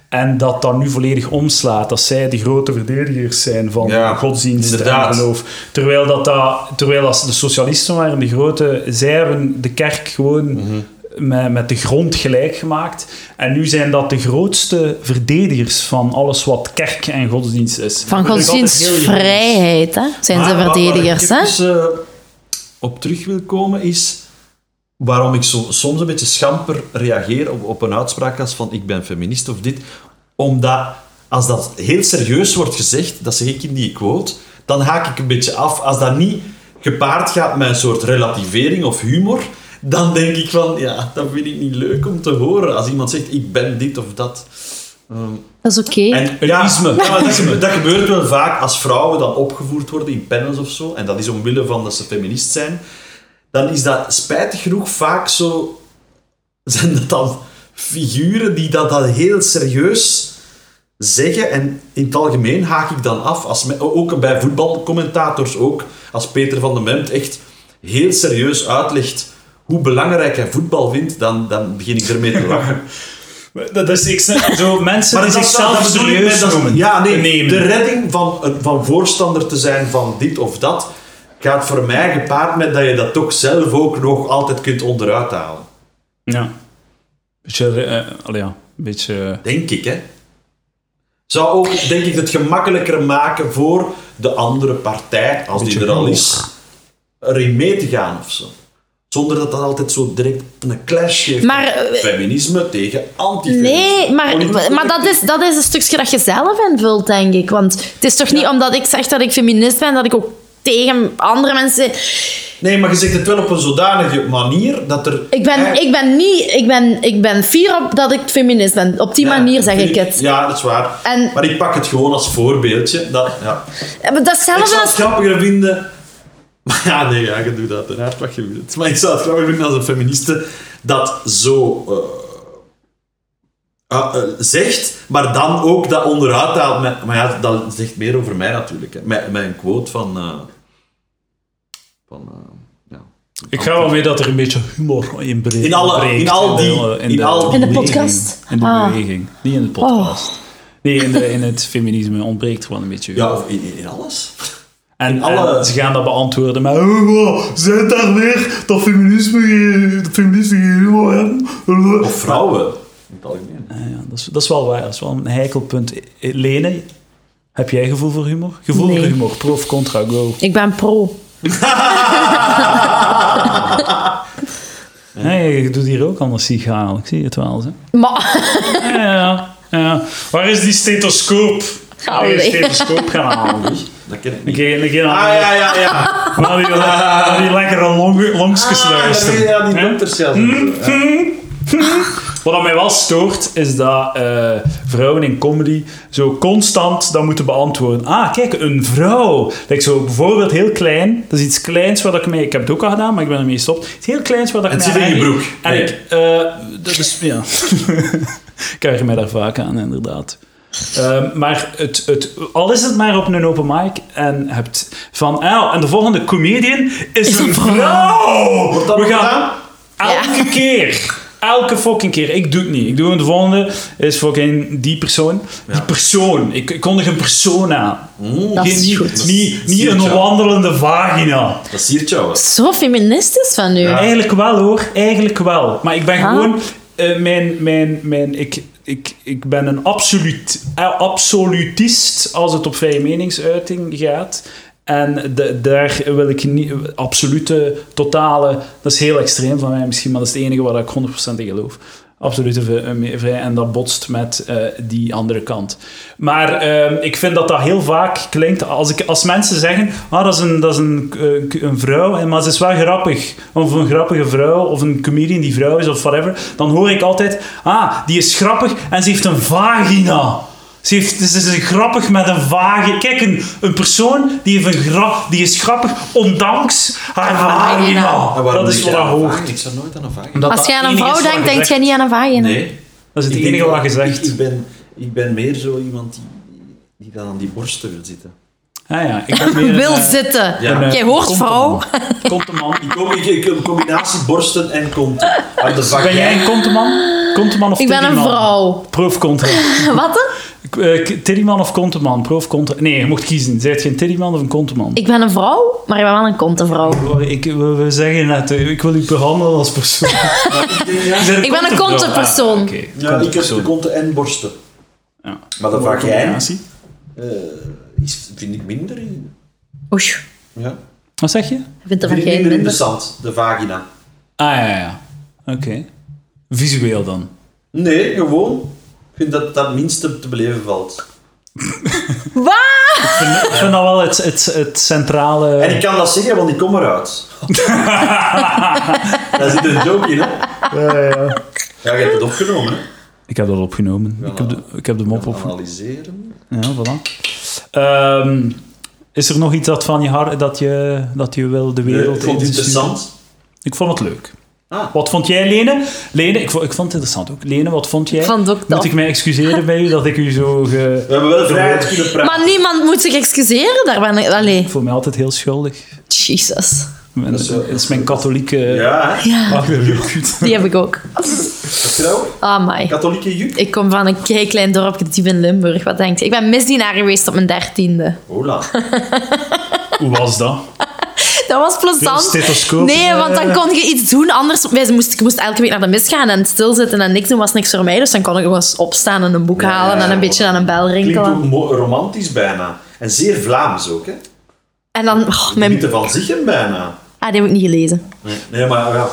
[SPEAKER 1] En dat dat nu volledig omslaat, dat zij de grote verdedigers zijn van
[SPEAKER 3] Ja,
[SPEAKER 1] godsdienst en
[SPEAKER 3] inderdaad.
[SPEAKER 1] geloof. Terwijl, dat dat, terwijl als de socialisten waren de grote, zij hebben de kerk gewoon
[SPEAKER 3] Mhm.
[SPEAKER 1] met, met de grond gelijk gemaakt. En nu zijn dat de grootste verdedigers van alles wat kerk en godsdienst is.
[SPEAKER 2] Van
[SPEAKER 1] Dat is altijd heel ironisch.
[SPEAKER 2] godsdienstvrijheid, hè? Zijn ze
[SPEAKER 3] Maar waar- waar
[SPEAKER 2] verdedigers,
[SPEAKER 3] ik
[SPEAKER 2] hè?
[SPEAKER 3] even, eh, op terug wil komen is waarom ik zo, soms een beetje schamper reageer op, op een uitspraak als van ik ben feminist of dit. Omdat als dat heel serieus wordt gezegd, dat zeg ik in die quote, dan haak ik een beetje af. Als dat niet gepaard gaat met een soort relativering of humor, dan denk ik van ja, dat vind ik niet leuk om te horen. Als iemand zegt ik ben dit of dat.
[SPEAKER 2] Dat is oké.
[SPEAKER 3] En,
[SPEAKER 1] Een
[SPEAKER 3] ja,
[SPEAKER 1] isme.
[SPEAKER 3] ja, maar dat, gebe- dat gebeurt wel vaak als vrouwen dan opgevoerd worden in panels of zo. En dat is omwille van dat ze feminist zijn. Dan is dat spijtig genoeg vaak zo. Zijn dat dan figuren die dat, dan heel serieus zeggen? En in het algemeen haak ik dan af. Als me- ook bij voetbalcommentators, ook als Peter van den Wemt echt heel serieus uitlegt hoe belangrijk hij voetbal vindt, dan, dan begin ik ermee te lachen.
[SPEAKER 1] Dat is ik, snap- zo mensen die
[SPEAKER 3] dat-
[SPEAKER 1] zichzelf
[SPEAKER 3] dat bedoel ik
[SPEAKER 1] serieus
[SPEAKER 3] met dat-
[SPEAKER 1] noemen.
[SPEAKER 3] Ja, nee,
[SPEAKER 1] nemen.
[SPEAKER 3] de redding van, een- van voorstander te zijn van dit of dat gaat voor mij gepaard met dat je dat toch zelf ook nog altijd kunt onderuit halen.
[SPEAKER 1] Ja. Beetje, eh, allee, ja. een beetje... eh,
[SPEAKER 3] Denk ik, hè. Zou ook, denk ik, het gemakkelijker maken voor de andere partij, als die
[SPEAKER 1] Beetje
[SPEAKER 3] er al
[SPEAKER 1] hoog.
[SPEAKER 3] is, erin mee te gaan of zo. Zonder dat dat altijd zo direct een clash geeft.
[SPEAKER 2] Maar, eh,
[SPEAKER 3] Feminisme tegen antifeminisme.
[SPEAKER 2] Nee, maar,
[SPEAKER 3] eh, Politiek
[SPEAKER 2] maar dat, is, dat is een stukje dat je zelf invult, denk ik. Want het is toch niet omdat ik zeg dat ik feminist ben, dat ik ook tegen andere mensen...
[SPEAKER 3] Nee, maar je zegt het wel op een zodanige manier dat er...
[SPEAKER 2] Ik ben,
[SPEAKER 3] eigenlijk-
[SPEAKER 2] ik ben, niet, ik ben, ik ben fier op dat ik feminist ben. Op die
[SPEAKER 3] Ja,
[SPEAKER 2] manier zeg
[SPEAKER 3] vind
[SPEAKER 2] ik het.
[SPEAKER 3] Ja, dat is waar.
[SPEAKER 2] En-
[SPEAKER 3] Maar ik pak het gewoon als voorbeeldje. Dat, ja.
[SPEAKER 2] Eh, maar Dat is
[SPEAKER 3] Ik
[SPEAKER 2] hetzelfde
[SPEAKER 3] zou het
[SPEAKER 2] als...
[SPEAKER 3] grappiger vinden... Maar ja, nee, ja, je doet dat uiteraard wat je wilt. Maar ik zou het grappiger vinden als een feministe dat zo eh, ah, eh, zegt, maar dan ook dat onderuit haalt. met- maar ja, dat zegt meer over mij natuurlijk. Hè. Met, met een quote van... eh, van eh, ja.
[SPEAKER 1] Ik ga wel mee dat er een beetje humor in breekt.
[SPEAKER 3] In alle- in al die- in al
[SPEAKER 2] In de
[SPEAKER 1] beweging.
[SPEAKER 2] podcast?
[SPEAKER 1] In de
[SPEAKER 2] Ah.
[SPEAKER 1] beweging. Niet in de podcast. Nee, in, de, in het feminisme ontbreekt gewoon een beetje humor.
[SPEAKER 3] Ja, of in, in- in alles.
[SPEAKER 1] En,
[SPEAKER 3] alle-
[SPEAKER 1] en ze gaan dat beantwoorden met... "Oh, wow, Zet daar weer dat feminisme, geen- dat feministen geen humor hebben.
[SPEAKER 3] Of vrouwen. In het algemeen.
[SPEAKER 1] Ja, dat, is, dat is wel waar. Dat is wel een heikelpunt. Eh, Lene, heb jij gevoel voor humor? Gevoel voor
[SPEAKER 2] Nee.
[SPEAKER 1] humor. Pro of contra, go.
[SPEAKER 2] Ik ben pro.
[SPEAKER 1] Nee, je doet hier ook anders sigaal. Ik zie het wel. Hè.
[SPEAKER 2] Maar...
[SPEAKER 1] Ja, ja, ja. Waar is die stethoscoop? Waar is die
[SPEAKER 2] Allee.
[SPEAKER 1] stethoscoop gaan halen?
[SPEAKER 3] Dat ken ik
[SPEAKER 1] Ik
[SPEAKER 3] niet.
[SPEAKER 1] ga- ik ga
[SPEAKER 3] Ah,
[SPEAKER 1] naar-
[SPEAKER 3] ja, ja, ja.
[SPEAKER 1] naar die, naar die lekkere long, longsjes luisteren.
[SPEAKER 3] Ah, Ja, die
[SPEAKER 1] Hè? Hmm? Hm?
[SPEAKER 3] dokters zelfs.
[SPEAKER 1] Wat mij wel stoort, is dat eh, vrouwen in comedy zo constant dat moeten beantwoorden. Ah, kijk, een vrouw. Like zo bijvoorbeeld heel klein. Dat is iets kleins waar ik mee... Ik heb het ook al gedaan, maar ik ben ermee gestopt. Iets heel kleins waar ik
[SPEAKER 3] Het
[SPEAKER 1] mee
[SPEAKER 3] zit in je
[SPEAKER 1] aan-
[SPEAKER 3] broek.
[SPEAKER 1] En
[SPEAKER 3] Nee.
[SPEAKER 1] ik... eh, dat is... Ja. ik erger mij daar vaak aan, inderdaad. Ehm, maar het, het, al is het maar op een open mic en hebt van... Ah, en de volgende comedian is, een vrouw!
[SPEAKER 3] Wordt dat
[SPEAKER 1] We
[SPEAKER 3] nog
[SPEAKER 1] gaan-
[SPEAKER 3] gedaan?
[SPEAKER 1] Elke
[SPEAKER 2] Ja.
[SPEAKER 1] keer. Elke fucking keer. Ik doe het niet. Ik doe de volgende. Is fucking die persoon. Die persoon. Ik, ik kondig een persoon aan.
[SPEAKER 3] Hmm.
[SPEAKER 2] Dat
[SPEAKER 1] Geen-
[SPEAKER 2] is
[SPEAKER 1] niet,
[SPEAKER 2] goed.
[SPEAKER 1] Niet, niet een
[SPEAKER 3] Siertje.
[SPEAKER 1] wandelende vagina.
[SPEAKER 3] Dat zie je wel.
[SPEAKER 2] Zo feministisch van u.
[SPEAKER 1] Eigenlijk wel hoor. Eigenlijk wel. Maar ik ben
[SPEAKER 2] Ah.
[SPEAKER 1] gewoon... eh, mijn, mijn, mijn, ik, ik, ik ben een absoluut, eh, absolutist als het op vrije meningsuiting gaat. En de- daar wil ik niet... Absolute, totale... Dat is heel extreem van mij misschien, maar dat is het enige waar ik 100% in geloof. Absolute v- eh, me- vrij. En dat botst met eh, die andere kant. Maar ehm, ik vind dat dat heel vaak klinkt. Als, ik, als mensen zeggen, ah, dat is, een, dat is een, eh, een vrouw, en- maar ze is wel grappig. Of een grappige vrouw, of een comedian die vrouw is, of whatever. Dan hoor ik altijd, ah, die is grappig en ze heeft een vagina. Ze, heeft, ze is een grappig met een vage... Kijk, een, een persoon die, heeft een grap, die is grappig ondanks haar vagina.
[SPEAKER 3] En waarom
[SPEAKER 1] Dat is wat
[SPEAKER 3] denk jij
[SPEAKER 1] dat
[SPEAKER 3] aan een
[SPEAKER 1] hoort.
[SPEAKER 3] vagina? Ik zou nooit aan een vagina.
[SPEAKER 1] Omdat
[SPEAKER 2] Als
[SPEAKER 1] dat
[SPEAKER 2] jij aan een
[SPEAKER 1] enige
[SPEAKER 2] vrouw
[SPEAKER 1] is wat
[SPEAKER 2] denkt,
[SPEAKER 1] je
[SPEAKER 2] denk jij
[SPEAKER 1] zegt.
[SPEAKER 2] niet aan een vagina.
[SPEAKER 3] Nee.
[SPEAKER 1] Dat is
[SPEAKER 3] Ik
[SPEAKER 1] het
[SPEAKER 3] denk
[SPEAKER 1] enige wat je
[SPEAKER 3] dat-
[SPEAKER 1] zegt.
[SPEAKER 3] Ik, ik ben, ik ben meer zo iemand die, die dan aan die borsten wil zitten.
[SPEAKER 1] Ah ja, ik ben meer,
[SPEAKER 2] Wil
[SPEAKER 1] eh,
[SPEAKER 2] zitten.
[SPEAKER 3] Ja.
[SPEAKER 1] eh,
[SPEAKER 2] Jij hoort
[SPEAKER 1] komt
[SPEAKER 2] vrouw.
[SPEAKER 1] een man. Komt een man.
[SPEAKER 3] Ik kom- ik- ik- Een combinatie borsten en kont. Uit de
[SPEAKER 1] Ben jij
[SPEAKER 3] vagina.
[SPEAKER 1] een konteman? Konteman of
[SPEAKER 2] Ik ben een
[SPEAKER 1] tittyman?
[SPEAKER 2] vrouw.
[SPEAKER 1] Pro of contra?
[SPEAKER 2] Wat? hè?
[SPEAKER 1] K- eh, k- Tittyman of konteman? Pro of contra? Nee, je mocht kiezen. Zijt je een tittyman of een konteman?
[SPEAKER 2] Ik ben een vrouw, maar ik ben wel een kontenvrouw.
[SPEAKER 1] Oh, Ik, wil we zeggen net, eh, ik wil u behandelen als persoon.
[SPEAKER 3] Ik denk, ja.
[SPEAKER 2] Ik ben een kontenpersoon.
[SPEAKER 1] Ah, Oké,
[SPEAKER 3] Ja, ik heb de
[SPEAKER 1] kontenpersoon.
[SPEAKER 3] konten en borsten.
[SPEAKER 1] Ja.
[SPEAKER 3] Maar de vagina
[SPEAKER 7] combinatie.
[SPEAKER 3] eh, is, vind ik minder, in-
[SPEAKER 2] Oei, ik
[SPEAKER 3] ja.
[SPEAKER 1] Wat zeg je?
[SPEAKER 2] vind dat
[SPEAKER 3] vind
[SPEAKER 2] van
[SPEAKER 3] ik
[SPEAKER 2] geen
[SPEAKER 3] minder
[SPEAKER 2] minder.
[SPEAKER 3] interessant, de vagina.
[SPEAKER 1] Ah ja, ja. Oké. Visueel dan.
[SPEAKER 3] Nee, gewoon. Ik vind dat dat minste te beleven valt.
[SPEAKER 1] Ik vind dat nou wel het, het, het centrale.
[SPEAKER 3] En ik kan dat zeggen, want ik kom eruit. Daar zit een joke in, hè? Ja, ja. Ja, je hebt het opgenomen, hè?
[SPEAKER 1] Ik heb dat opgenomen. Ik, heb de, ik heb de mop opgenomen.
[SPEAKER 3] Analyseren.
[SPEAKER 1] Ja, voilà. Ehm, is er nog iets dat van je hart dat je, dat je wil de
[SPEAKER 3] Nee,
[SPEAKER 1] wereld
[SPEAKER 3] ik vond Eh, het
[SPEAKER 1] insturen?
[SPEAKER 3] interessant.
[SPEAKER 1] Ik vond het leuk.
[SPEAKER 3] Ah.
[SPEAKER 1] Wat vond jij, Lene? Lene, ik vond, ik vond het interessant ook. Lene, wat vond jij?
[SPEAKER 2] Ik vond het ook
[SPEAKER 1] Moet
[SPEAKER 2] tof.
[SPEAKER 1] ik mij excuseren bij u dat ik u zo... Ge...
[SPEAKER 3] We hebben wel vrijheid kunnen praten.
[SPEAKER 2] Maar niemand moet zich excuseren. Daar ben ik... Allee,
[SPEAKER 1] Ik voel me altijd heel schuldig.
[SPEAKER 2] Jesus.
[SPEAKER 1] Mijn-
[SPEAKER 3] is wel-
[SPEAKER 1] Het is mijn katholieke... Ah,
[SPEAKER 3] Ja, hè?
[SPEAKER 2] Ja,
[SPEAKER 1] achtergrond.
[SPEAKER 2] die heb ik ook.
[SPEAKER 3] Trouw,
[SPEAKER 2] Ah, my.
[SPEAKER 3] katholieke juk.
[SPEAKER 2] Ik kom van een kei klein dorpje diep in Limburg. Wat denk je? Ik ben misdienaar geweest op mijn dertiende.
[SPEAKER 3] Hola.
[SPEAKER 1] Hoe was dat?
[SPEAKER 2] Dat was
[SPEAKER 1] Een
[SPEAKER 2] plezant.
[SPEAKER 1] stethoscoop.
[SPEAKER 2] Nee, want dan kon je iets doen. Anders wij moest, ik moest elke week naar de mis gaan en stilzitten en niks doen was niks voor mij. Dus dan kon ik gewoon eens opstaan en een boek halen en een beetje aan een bel
[SPEAKER 3] Klinkt ook
[SPEAKER 2] rinkelen.
[SPEAKER 3] mo- romantisch bijna. En zeer Vlaams ook, hè?
[SPEAKER 2] En dan... oh,
[SPEAKER 3] Mijn...
[SPEAKER 2] mijn,
[SPEAKER 3] van Ziegen bijna.
[SPEAKER 2] ah, die heb ik niet gelezen.
[SPEAKER 3] Nee, maar ja.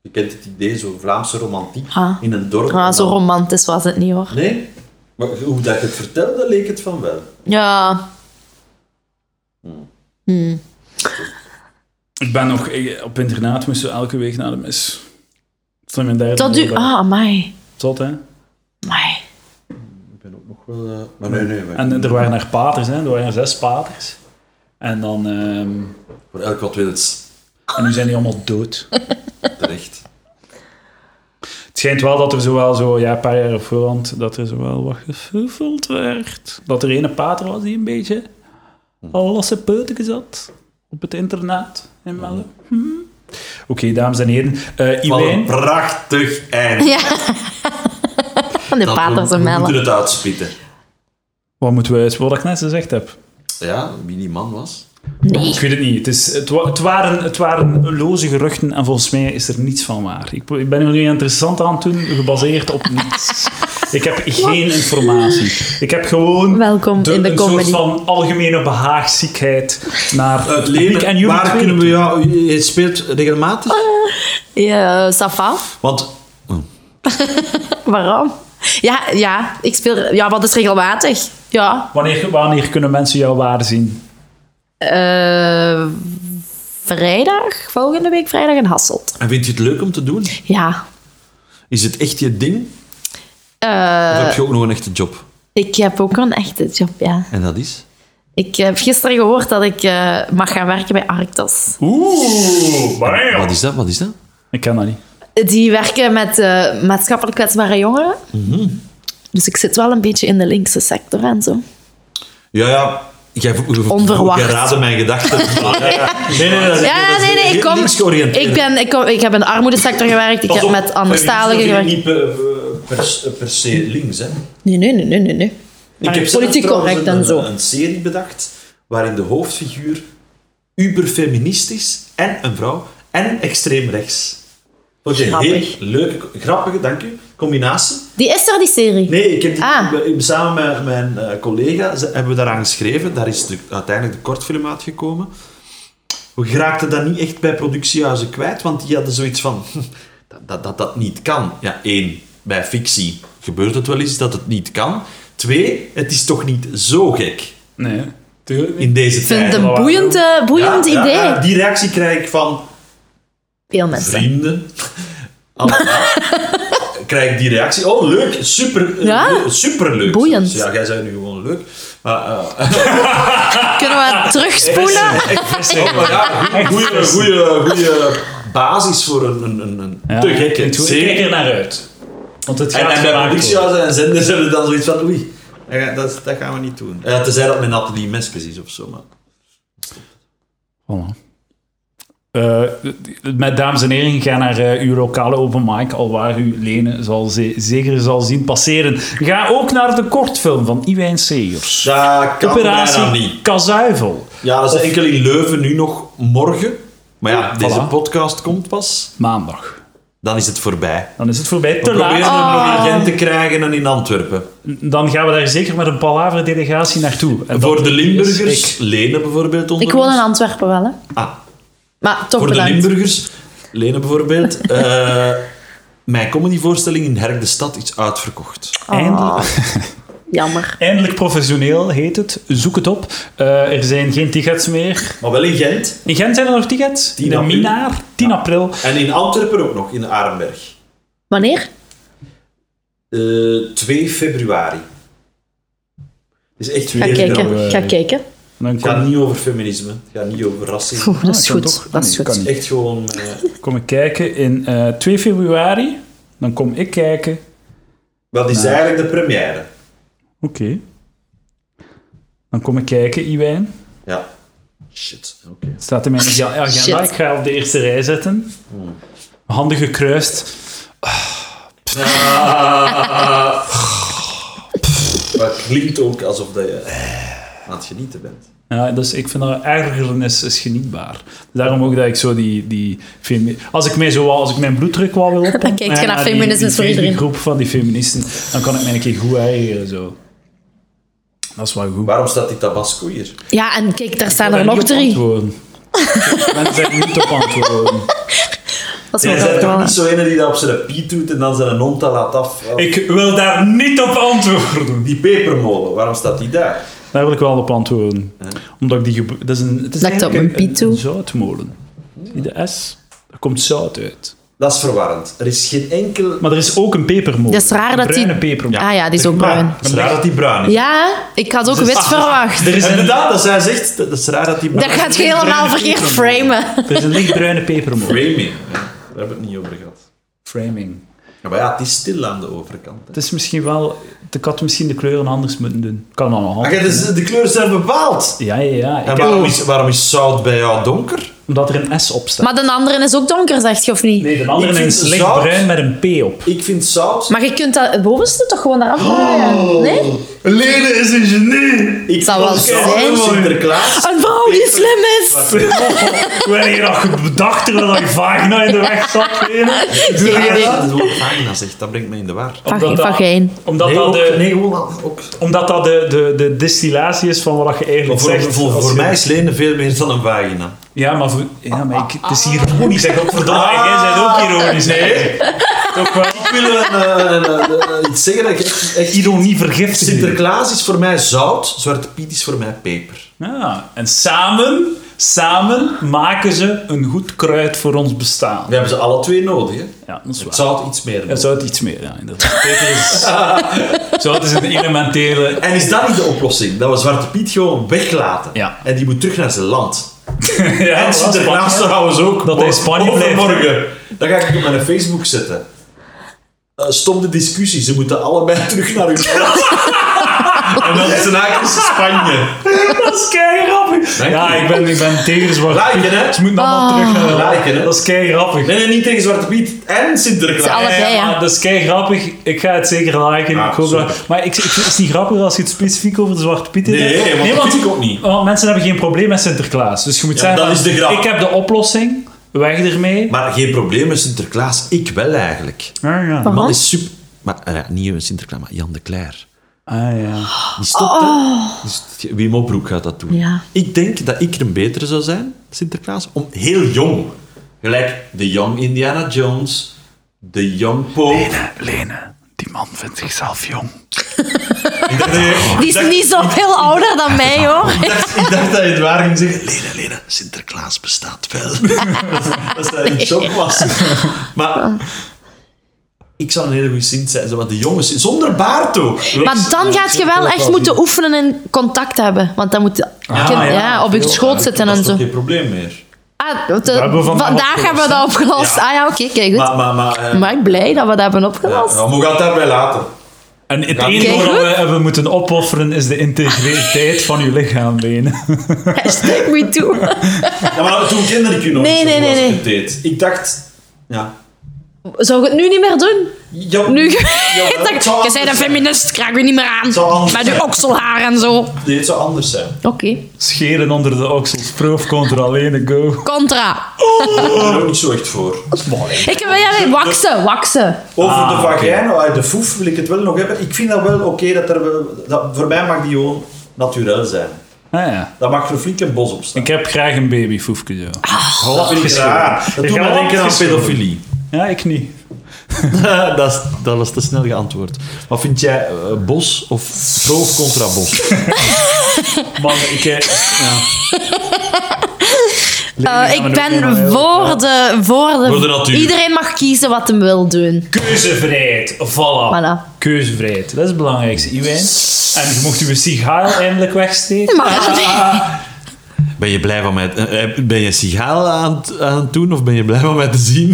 [SPEAKER 3] Je kent het idee, zo'n Vlaamse romantiek
[SPEAKER 2] Ah.
[SPEAKER 3] in een dorp.
[SPEAKER 2] Ah,
[SPEAKER 3] En
[SPEAKER 2] zo
[SPEAKER 3] dan-
[SPEAKER 2] romantisch was het niet, hoor.
[SPEAKER 3] Nee, maar hoe dat je het vertelde, leek het van wel.
[SPEAKER 2] Ja,
[SPEAKER 1] Ik ben nog... ik- op internaat moesten we elke week naar de mis. Tot in mijn derde
[SPEAKER 2] dat u...
[SPEAKER 1] middelbaar.
[SPEAKER 2] Ah, mij.
[SPEAKER 1] Zot, hè?
[SPEAKER 2] Mij.
[SPEAKER 3] Nog wel, eh, maar nee, nee. maar-
[SPEAKER 1] En er waren er paters, hè? Er waren zes paters. En dan... ehm,
[SPEAKER 3] Voor elk wat wil het
[SPEAKER 1] en nu zijn die allemaal dood.
[SPEAKER 3] terecht.
[SPEAKER 1] Het schijnt wel dat er zowel zo... Ja, een paar jaar op voorhand... Dat er zowel wat gesuffeld werd. Dat er ene pater was die een beetje... Al losse peuteken zat. Op het internaat in Melle. Hm. Oké, dames en heren. Eh
[SPEAKER 3] Wat een
[SPEAKER 1] Iwijn...
[SPEAKER 3] prachtig eind.
[SPEAKER 2] Van de paters
[SPEAKER 3] we,
[SPEAKER 2] en
[SPEAKER 3] we moeten
[SPEAKER 2] mellen.
[SPEAKER 3] het uitspitten.
[SPEAKER 1] Wat moeten we uit... Wat ik net gezegd heb.
[SPEAKER 3] Ja, wie die man was.
[SPEAKER 2] Nee.
[SPEAKER 1] Ik weet het niet. Het, is, het, wa- het, waren, het waren loze geruchten en volgens mij is er niets van waar. Ik, pro- ik ben er nu interessant aan het doen, gebaseerd op niets. Ik heb geen informatie. Ik heb gewoon
[SPEAKER 2] Welkom in de
[SPEAKER 1] een
[SPEAKER 2] comedy.
[SPEAKER 1] soort van algemene behaagziekheid naar
[SPEAKER 3] Het
[SPEAKER 1] publiek. En
[SPEAKER 3] leven,
[SPEAKER 1] jullie
[SPEAKER 3] waar
[SPEAKER 1] twee
[SPEAKER 3] kunnen we jou... Je speelt
[SPEAKER 2] Oh,
[SPEAKER 3] regelmatig.
[SPEAKER 2] Ja, Safa?
[SPEAKER 3] Want hm,
[SPEAKER 2] Waarom? Ja, ja, ik speel... Ja, wat is regelmatig? Ja.
[SPEAKER 1] Wanneer, wanneer kunnen mensen jou waar zien?
[SPEAKER 2] Eh, vrijdag? Volgende week vrijdag in Hasselt.
[SPEAKER 3] en vind je het leuk om te doen?
[SPEAKER 2] Ja.
[SPEAKER 3] Is het echt je ding?
[SPEAKER 2] Eh,
[SPEAKER 3] Of heb je ook nog een echte job?
[SPEAKER 2] ik heb ook een echte job, ja.
[SPEAKER 3] En dat is?
[SPEAKER 2] Ik heb gisteren gehoord dat ik eh, mag gaan werken bij Arctos.
[SPEAKER 1] Oeh, bam.
[SPEAKER 3] Wat is dat? Wat is dat?
[SPEAKER 1] Ik ken dat niet.
[SPEAKER 2] Die werken met eh, maatschappelijk kwetsbare jongeren. Dus ik zit wel een beetje in de linkse sector en zo.
[SPEAKER 3] Ja, ja. Jij,
[SPEAKER 2] Onverwacht.
[SPEAKER 3] Jij raadde mijn gedachten. Ja, ja.
[SPEAKER 1] Nee, nee, nee.
[SPEAKER 2] Ja, nee, nee, ik kom...
[SPEAKER 3] Links georiënteerd.
[SPEAKER 2] Ik, ben, ik, kom, ik heb in de armoedesector gewerkt, ik
[SPEAKER 3] Pas
[SPEAKER 2] heb
[SPEAKER 3] op,
[SPEAKER 2] met anderstaligen
[SPEAKER 3] feministen
[SPEAKER 2] gewerkt.
[SPEAKER 3] vind ik Niet per, per, per se links, hè.
[SPEAKER 2] Nee, nee, nee, nee, nee, nee. Maar
[SPEAKER 3] zelf
[SPEAKER 2] politiek
[SPEAKER 3] trouwens
[SPEAKER 2] correct
[SPEAKER 3] een,
[SPEAKER 2] en zo.
[SPEAKER 3] Een, een serie bedacht waarin de hoofdfiguur uberfeministisch en een vrouw en extreem rechts. Vond je een
[SPEAKER 2] Grappig.
[SPEAKER 3] heel leuke, grappige, dank u, combinatie.
[SPEAKER 2] Die is er, die serie.
[SPEAKER 3] Nee, ik heb die-
[SPEAKER 2] Ah.
[SPEAKER 3] we- samen met mijn eh, collega ze- hebben we daaraan geschreven. Daar is de, uiteindelijk de kortfilm uitgekomen. We geraakten dat niet echt bij productiehuizen kwijt, want die hadden zoiets van... dat, dat, dat dat niet kan. Ja, één, bij fictie gebeurt het wel eens dat het niet kan. Twee, het is toch niet zo gek
[SPEAKER 1] Nee, tuurlijk niet.
[SPEAKER 3] in deze
[SPEAKER 2] Ik vind
[SPEAKER 3] tijd.
[SPEAKER 2] het een
[SPEAKER 1] Ja,
[SPEAKER 2] boeiend, eh, boeiend
[SPEAKER 3] Ja, ja,
[SPEAKER 2] idee.
[SPEAKER 3] ja, die reactie krijg ik van
[SPEAKER 2] Veel mensen.
[SPEAKER 3] vrienden. Allemaal. Krijg ik die reactie. Oh, leuk. Super,
[SPEAKER 2] Ja.
[SPEAKER 3] superleuk.
[SPEAKER 2] Boeiend.
[SPEAKER 3] zelfs. Ja, jij zei nu gewoon leuk. Maar, eh,
[SPEAKER 2] Kunnen we terugspoelen?
[SPEAKER 3] maar ja, goede, goede, goede basis voor een, een, een- een
[SPEAKER 1] Ja,
[SPEAKER 3] te gekke
[SPEAKER 1] ik Kijk
[SPEAKER 3] serie.
[SPEAKER 1] er naar uit. Want het
[SPEAKER 3] En,
[SPEAKER 1] gaat
[SPEAKER 3] en bij
[SPEAKER 1] gemaakt
[SPEAKER 3] productiehuizen en zenders hebben we dan zoiets van, oei, dat ga- dat, dat gaan we niet doen. Ja, tenzij dat met Nathalie Meskes is of zo, maar...
[SPEAKER 1] worden. Voilà. Eh, met dames en heren, ga naar eh, uw lokale open mic, al waar u Lene zal ze- zeker zal zien passeren. Ga ook naar de kortfilm van Iwijn Segers.
[SPEAKER 3] Dat kan bijna niet.
[SPEAKER 1] Operatie Kazuivel.
[SPEAKER 3] Ja, dat is enkel in Leuven nu nog morgen. Maar ja, deze
[SPEAKER 1] Voilà.
[SPEAKER 3] podcast komt pas.
[SPEAKER 1] Maandag.
[SPEAKER 3] Dan is het voorbij.
[SPEAKER 1] Dan is het voorbij. Te
[SPEAKER 3] We proberen
[SPEAKER 1] laat.
[SPEAKER 3] hem
[SPEAKER 2] Ah.
[SPEAKER 3] nog in Gent te krijgen en in Antwerpen.
[SPEAKER 1] Dan gaan we daar zeker met een palaver-delegatie naartoe. En
[SPEAKER 3] voor
[SPEAKER 1] dat
[SPEAKER 3] de
[SPEAKER 1] is
[SPEAKER 3] Limburgers,
[SPEAKER 1] ik.
[SPEAKER 3] Lenen bijvoorbeeld onder
[SPEAKER 2] Ik woon in
[SPEAKER 3] ons.
[SPEAKER 2] Antwerpen wel, hè.
[SPEAKER 3] Ah,
[SPEAKER 2] Maar toch
[SPEAKER 3] voor de
[SPEAKER 2] bedankt.
[SPEAKER 3] Limburgers, Lenen bijvoorbeeld. eh, mijn comedyvoorstelling in Herk de Stad is uitverkocht.
[SPEAKER 1] Eindelijk.
[SPEAKER 2] Oh, Jammer.
[SPEAKER 1] Eindelijk professioneel heet het. Zoek het op. Eh, er zijn geen tickets meer.
[SPEAKER 3] Maar wel in Gent.
[SPEAKER 1] In Gent zijn er nog tickets.
[SPEAKER 3] 10
[SPEAKER 1] in de
[SPEAKER 3] april.
[SPEAKER 1] Minaar, 10 april.
[SPEAKER 3] En in Antwerpen ook nog, in Arenberg.
[SPEAKER 2] Wanneer?
[SPEAKER 3] Eh 2 februari. Het is echt
[SPEAKER 2] Ga
[SPEAKER 3] weer grappig.
[SPEAKER 2] kijken.
[SPEAKER 1] eh,
[SPEAKER 2] Ga kijken.
[SPEAKER 1] Dan
[SPEAKER 3] Het gaat niet over feminisme, het gaat niet over racisme.
[SPEAKER 2] Oeh, dat is
[SPEAKER 1] Ah, ik
[SPEAKER 2] goed.
[SPEAKER 1] kan toch-
[SPEAKER 2] dat is
[SPEAKER 1] nee, ik
[SPEAKER 2] goed.
[SPEAKER 1] kan niet.
[SPEAKER 3] Echt gewoon... eh,
[SPEAKER 1] kom ik kijken in eh, 2 februari. Dan kom ik kijken.
[SPEAKER 3] dat is eigenlijk de première.
[SPEAKER 1] Oké. Dan kom ik kijken, Iwijn.
[SPEAKER 3] Ja. Shit, oké.
[SPEAKER 1] Het staat in mijn ag- agenda.
[SPEAKER 2] Oh, Shit. Hmm.
[SPEAKER 1] Ik ga op de eerste rij zetten. Handen gekruist.
[SPEAKER 3] Maar het klinkt ook alsof dat je aan het genieten bent.
[SPEAKER 1] Ja, dus ik vind dat ergernis is genietbaar. Daarom ook dat ik zo die... die femi- als, ik mij zo, wou- als ik mijn bloeddruk wel wil opnemen...
[SPEAKER 2] kijkt je naar Feminisme
[SPEAKER 1] die,
[SPEAKER 2] voor iedereen.
[SPEAKER 1] groep van die feministen, dan kan ik mij een keer goed ergeren. Zo. Dat is wel goed.
[SPEAKER 3] Waarom staat die tabasco hier?
[SPEAKER 2] Ja, en kijk, daar staan
[SPEAKER 1] Ik
[SPEAKER 2] er
[SPEAKER 1] ben
[SPEAKER 2] nog
[SPEAKER 1] niet op
[SPEAKER 2] drie.
[SPEAKER 1] antwoorden. Ik ben er niet op antwoorden.
[SPEAKER 2] Dat is
[SPEAKER 3] Jij
[SPEAKER 2] wel
[SPEAKER 3] bent toch
[SPEAKER 2] wel.
[SPEAKER 3] niet zo ene die dat op zijn piet doet en dan zijn hond dat laat af.
[SPEAKER 1] Ik wil daar niet op antwoorden.
[SPEAKER 3] Die pepermolen, waarom staat die daar?
[SPEAKER 1] Daar wil ik wel op antwoorden. Omdat ik die... ge- Dat is een, het is
[SPEAKER 2] Lijkt op
[SPEAKER 1] eigenlijk
[SPEAKER 2] een
[SPEAKER 1] een,
[SPEAKER 2] pito.
[SPEAKER 1] een zoutmolen. Zie je de S? Daar komt zout uit.
[SPEAKER 3] Dat is verwarrend. Er is geen enkel...
[SPEAKER 1] Maar er is ook een pepermolen.
[SPEAKER 2] Dat is raar
[SPEAKER 1] een
[SPEAKER 2] dat die-
[SPEAKER 1] bruine pepermolen.
[SPEAKER 2] Ah ja, die is ook bruin.
[SPEAKER 3] Het is raar dat die bruin is.
[SPEAKER 2] Ja, ik had ook wit verwacht.
[SPEAKER 1] Er is een
[SPEAKER 3] Inderdaad, dat zij zegt, dat is raar dat die
[SPEAKER 2] Dat
[SPEAKER 3] bruin
[SPEAKER 2] gaat je helemaal verkeerd framen.
[SPEAKER 1] Er is een lichtbruine pepermolen.
[SPEAKER 3] Framing. Ja, daar hebben we het niet over gehad.
[SPEAKER 1] Framing.
[SPEAKER 3] Ja, maar ja, het is stil aan de overkant. Hè.
[SPEAKER 1] Het is misschien wel... Ik had misschien de kleuren anders moeten doen. Kan allemaal.
[SPEAKER 3] Maar jij, dus de kleuren zijn bepaald.
[SPEAKER 1] Ja, ja, ja. Ik
[SPEAKER 3] En
[SPEAKER 1] heb-
[SPEAKER 3] waarom is, waarom is zout bij jou donker?
[SPEAKER 1] omdat er een S op staat.
[SPEAKER 2] Maar de andere is ook donker, zegt je, of niet?
[SPEAKER 1] Nee, de
[SPEAKER 3] Ik
[SPEAKER 1] andere
[SPEAKER 3] vind
[SPEAKER 1] is
[SPEAKER 3] zout-
[SPEAKER 1] lichtbruin met een P op.
[SPEAKER 3] Ik vind zout...
[SPEAKER 2] Maar je kunt dat het bovenste toch gewoon eraf draaien? Nee?
[SPEAKER 3] Lene is een genie! Ik
[SPEAKER 2] Zou wel zijn.
[SPEAKER 3] Sinterklaas.
[SPEAKER 2] Een vrouw die slim is!
[SPEAKER 1] Toen heb je nog bedacht terwijl je vagina in de weg zat.
[SPEAKER 2] Ja, nee.
[SPEAKER 3] Dat is wat vagina zegt, dat brengt mij in de war.
[SPEAKER 2] Vagijn, vagijn.
[SPEAKER 1] Omdat dat, eh, de,
[SPEAKER 3] gewoon ook.
[SPEAKER 1] omdat dat de, de, de distillatie is van wat je
[SPEAKER 3] Voor,
[SPEAKER 1] eigenlijk
[SPEAKER 3] voor,
[SPEAKER 1] zegt.
[SPEAKER 3] voor,
[SPEAKER 1] Als je-
[SPEAKER 3] mij is Lene veel meer dan een vagina.
[SPEAKER 1] Ja, maar, voor, ja, maar ik, het is
[SPEAKER 2] Ah.
[SPEAKER 1] ironisch. Zeg, godverdomme, jij bent ook ironisch. Nee. Toch wel.
[SPEAKER 3] Ik wil een, eh, een, eh, een- iets zeggen dat ik echt, echt-
[SPEAKER 1] Ironie vergiftigd.
[SPEAKER 3] Sinterklaas is voor mij zout, Zwarte Piet is voor mij peper.
[SPEAKER 1] Ja, en samen, samen maken ze een goed kruid voor ons bestaan.
[SPEAKER 3] We hebben ze alle twee nodig. Hè?
[SPEAKER 1] Ja, dat is
[SPEAKER 3] Het
[SPEAKER 1] waar.
[SPEAKER 3] zout iets meer.
[SPEAKER 1] Ja,
[SPEAKER 3] nodig.
[SPEAKER 1] zout iets meer, ja, inderdaad. Peter is, zout is een elementele...
[SPEAKER 3] En is dat niet de oplossing? Dat we Zwarte Piet gewoon weglaten.
[SPEAKER 1] Ja.
[SPEAKER 3] En die moet terug naar zijn land.
[SPEAKER 1] Ja,
[SPEAKER 3] En Sinterklaas trouwens ook.
[SPEAKER 1] Dat hij in Spanje blijft.
[SPEAKER 3] Overmorgen. Dat ga ik op mijn Facebook zetten. Eh, stop de discussie. Ze moeten allebei terug naar hun land. en dan is het eigenlijk Spanje.
[SPEAKER 1] Dat is kei grappig.
[SPEAKER 3] Dank
[SPEAKER 1] Ja,
[SPEAKER 3] je.
[SPEAKER 1] ik ben, ik ben tegen zwart.
[SPEAKER 3] Liken, hè?
[SPEAKER 1] Ze moeten allemaal
[SPEAKER 2] Ah.
[SPEAKER 1] terug naar de
[SPEAKER 3] Liken, hè?
[SPEAKER 1] Dat is kei grappig.
[SPEAKER 3] Nee, nee, niet tegen Zwarte Piet en Sinterklaas.
[SPEAKER 2] Ze alle- Allebei,
[SPEAKER 1] Eh,
[SPEAKER 2] ja.
[SPEAKER 1] maar dat is kei grappig. Ik ga het zeker liken.
[SPEAKER 3] Ah,
[SPEAKER 1] ik hoop dat,
[SPEAKER 3] super.
[SPEAKER 1] maar ik, ik vind het niet grappig als je het specifiek over de Zwarte Piet
[SPEAKER 3] Nee,
[SPEAKER 1] hebt.
[SPEAKER 3] want dat vind ik ook niet.
[SPEAKER 1] want mensen hebben geen probleem met Sinterklaas. Dus je moet
[SPEAKER 3] Ja,
[SPEAKER 1] zeggen,
[SPEAKER 3] dat is de grap.
[SPEAKER 1] ik heb de oplossing. Weg ermee.
[SPEAKER 3] Maar geen probleem met Sinterklaas. Ik wel eigenlijk.
[SPEAKER 1] Ah, ja.
[SPEAKER 3] De man
[SPEAKER 2] Waarom?
[SPEAKER 3] is super... Maar eh, niet Sinterklaas, maar Jan de Cler.
[SPEAKER 1] Ah, ja.
[SPEAKER 3] Die stopt, hè. Dus Wim Opbroek gaat dat doen.
[SPEAKER 2] Oh. Ja.
[SPEAKER 3] Ik denk dat ik een betere zou zijn, Sinterklaas, om heel jong. Gelijk de Young Indiana Jones, de Young Pope.
[SPEAKER 1] Lene, die man vindt zichzelf jong.
[SPEAKER 2] Die is niet zo veel ouder dan mij, hoor.
[SPEAKER 3] Ik dacht, ik dacht dat je het waar ging zeggen. Lena, Lena, Sinterklaas bestaat wel. dat is dat in shock was. Maar ik zou een hele goede Sint zijn, zo, want de jongens, zonder baard ook.
[SPEAKER 2] Maar dan gaat je wel echt moeten oefenen en contact hebben. Want dan moet je
[SPEAKER 3] Ah,
[SPEAKER 2] ja, op je schoot zitten
[SPEAKER 3] Dat
[SPEAKER 2] en
[SPEAKER 3] is
[SPEAKER 2] zo.
[SPEAKER 3] toch geen probleem meer.
[SPEAKER 2] Ah, de-
[SPEAKER 1] hebben we vandaag
[SPEAKER 2] vandaag hebben we dat opgelost. Ah ja, oké, kijk goed.
[SPEAKER 3] Maar, maar, maar, eh,
[SPEAKER 2] Maar ik ben blij dat we dat hebben
[SPEAKER 3] ja,
[SPEAKER 2] opgelost.
[SPEAKER 3] maar we gaan het daarbij laten.
[SPEAKER 1] En het
[SPEAKER 3] Ja,
[SPEAKER 1] enige
[SPEAKER 2] kijk,
[SPEAKER 1] wat we hebben moeten opofferen is de integriteit van je lichaam, Lene.
[SPEAKER 2] Hashtag me too.
[SPEAKER 3] Ja, maar toen kende ik u nog
[SPEAKER 2] Nee,
[SPEAKER 3] niet
[SPEAKER 2] nee,
[SPEAKER 3] zo goed
[SPEAKER 2] nee,
[SPEAKER 3] als ik
[SPEAKER 2] nee.
[SPEAKER 3] het deed. Ik dacht... Ja.
[SPEAKER 2] Zou ik het nu niet meer doen?
[SPEAKER 3] Ja,
[SPEAKER 2] Nu
[SPEAKER 3] ja, maar het zou
[SPEAKER 2] Je
[SPEAKER 3] anders
[SPEAKER 2] bent een
[SPEAKER 3] zijn.
[SPEAKER 2] feminist, krijg je niet meer aan.
[SPEAKER 3] zou anders
[SPEAKER 2] Met je
[SPEAKER 3] zijn.
[SPEAKER 2] okselhaar en zo. Oké.
[SPEAKER 3] Nee, het zou anders zijn.
[SPEAKER 1] Scheren onder de oksels, proof contra Lene, go.
[SPEAKER 2] Contra.
[SPEAKER 3] Ik ben er ook niet zo echt voor.
[SPEAKER 2] Ik wil jij waksen, waksen.
[SPEAKER 5] Over de vagina, uit de foef wil ik het wel nog hebben. Ik vind dat wel oké dat er... wel- Dat, voor mij mag die gewoon natuurlijk zijn.
[SPEAKER 1] Ah, ja.
[SPEAKER 5] Dat mag er flink een bos op staan.
[SPEAKER 1] Ik heb graag een babyfoefje, ja.
[SPEAKER 5] Dat vind ik raar. Dat
[SPEAKER 1] Ik
[SPEAKER 5] doet
[SPEAKER 1] ga
[SPEAKER 5] mij denken aan
[SPEAKER 1] opgeschoren.
[SPEAKER 3] Pedofilie.
[SPEAKER 1] Ja, ik niet.
[SPEAKER 3] dat, is- dat was te snel geantwoord. Wat vind jij, eh, bos of groof contra bos?
[SPEAKER 1] Man, ik... eh, Ja. Lene,
[SPEAKER 2] Eh,
[SPEAKER 1] gaan we
[SPEAKER 2] ik
[SPEAKER 1] nog eenmaal
[SPEAKER 2] ben
[SPEAKER 1] heel-
[SPEAKER 2] voor de, voor de...
[SPEAKER 3] Voor de natuur.
[SPEAKER 2] Iedereen mag kiezen wat hem wil doen.
[SPEAKER 1] Keuzevrijheid, voilà.
[SPEAKER 2] Voilà.
[SPEAKER 1] Keuzevrijheid, dat is het belangrijkste, Iwijn. En je mocht je sigaar eindelijk wegsteken.
[SPEAKER 3] Ben je blij van mij... eh, eh, Ben je sigaal aan, het- aan het doen of ben je blij van mij te zien?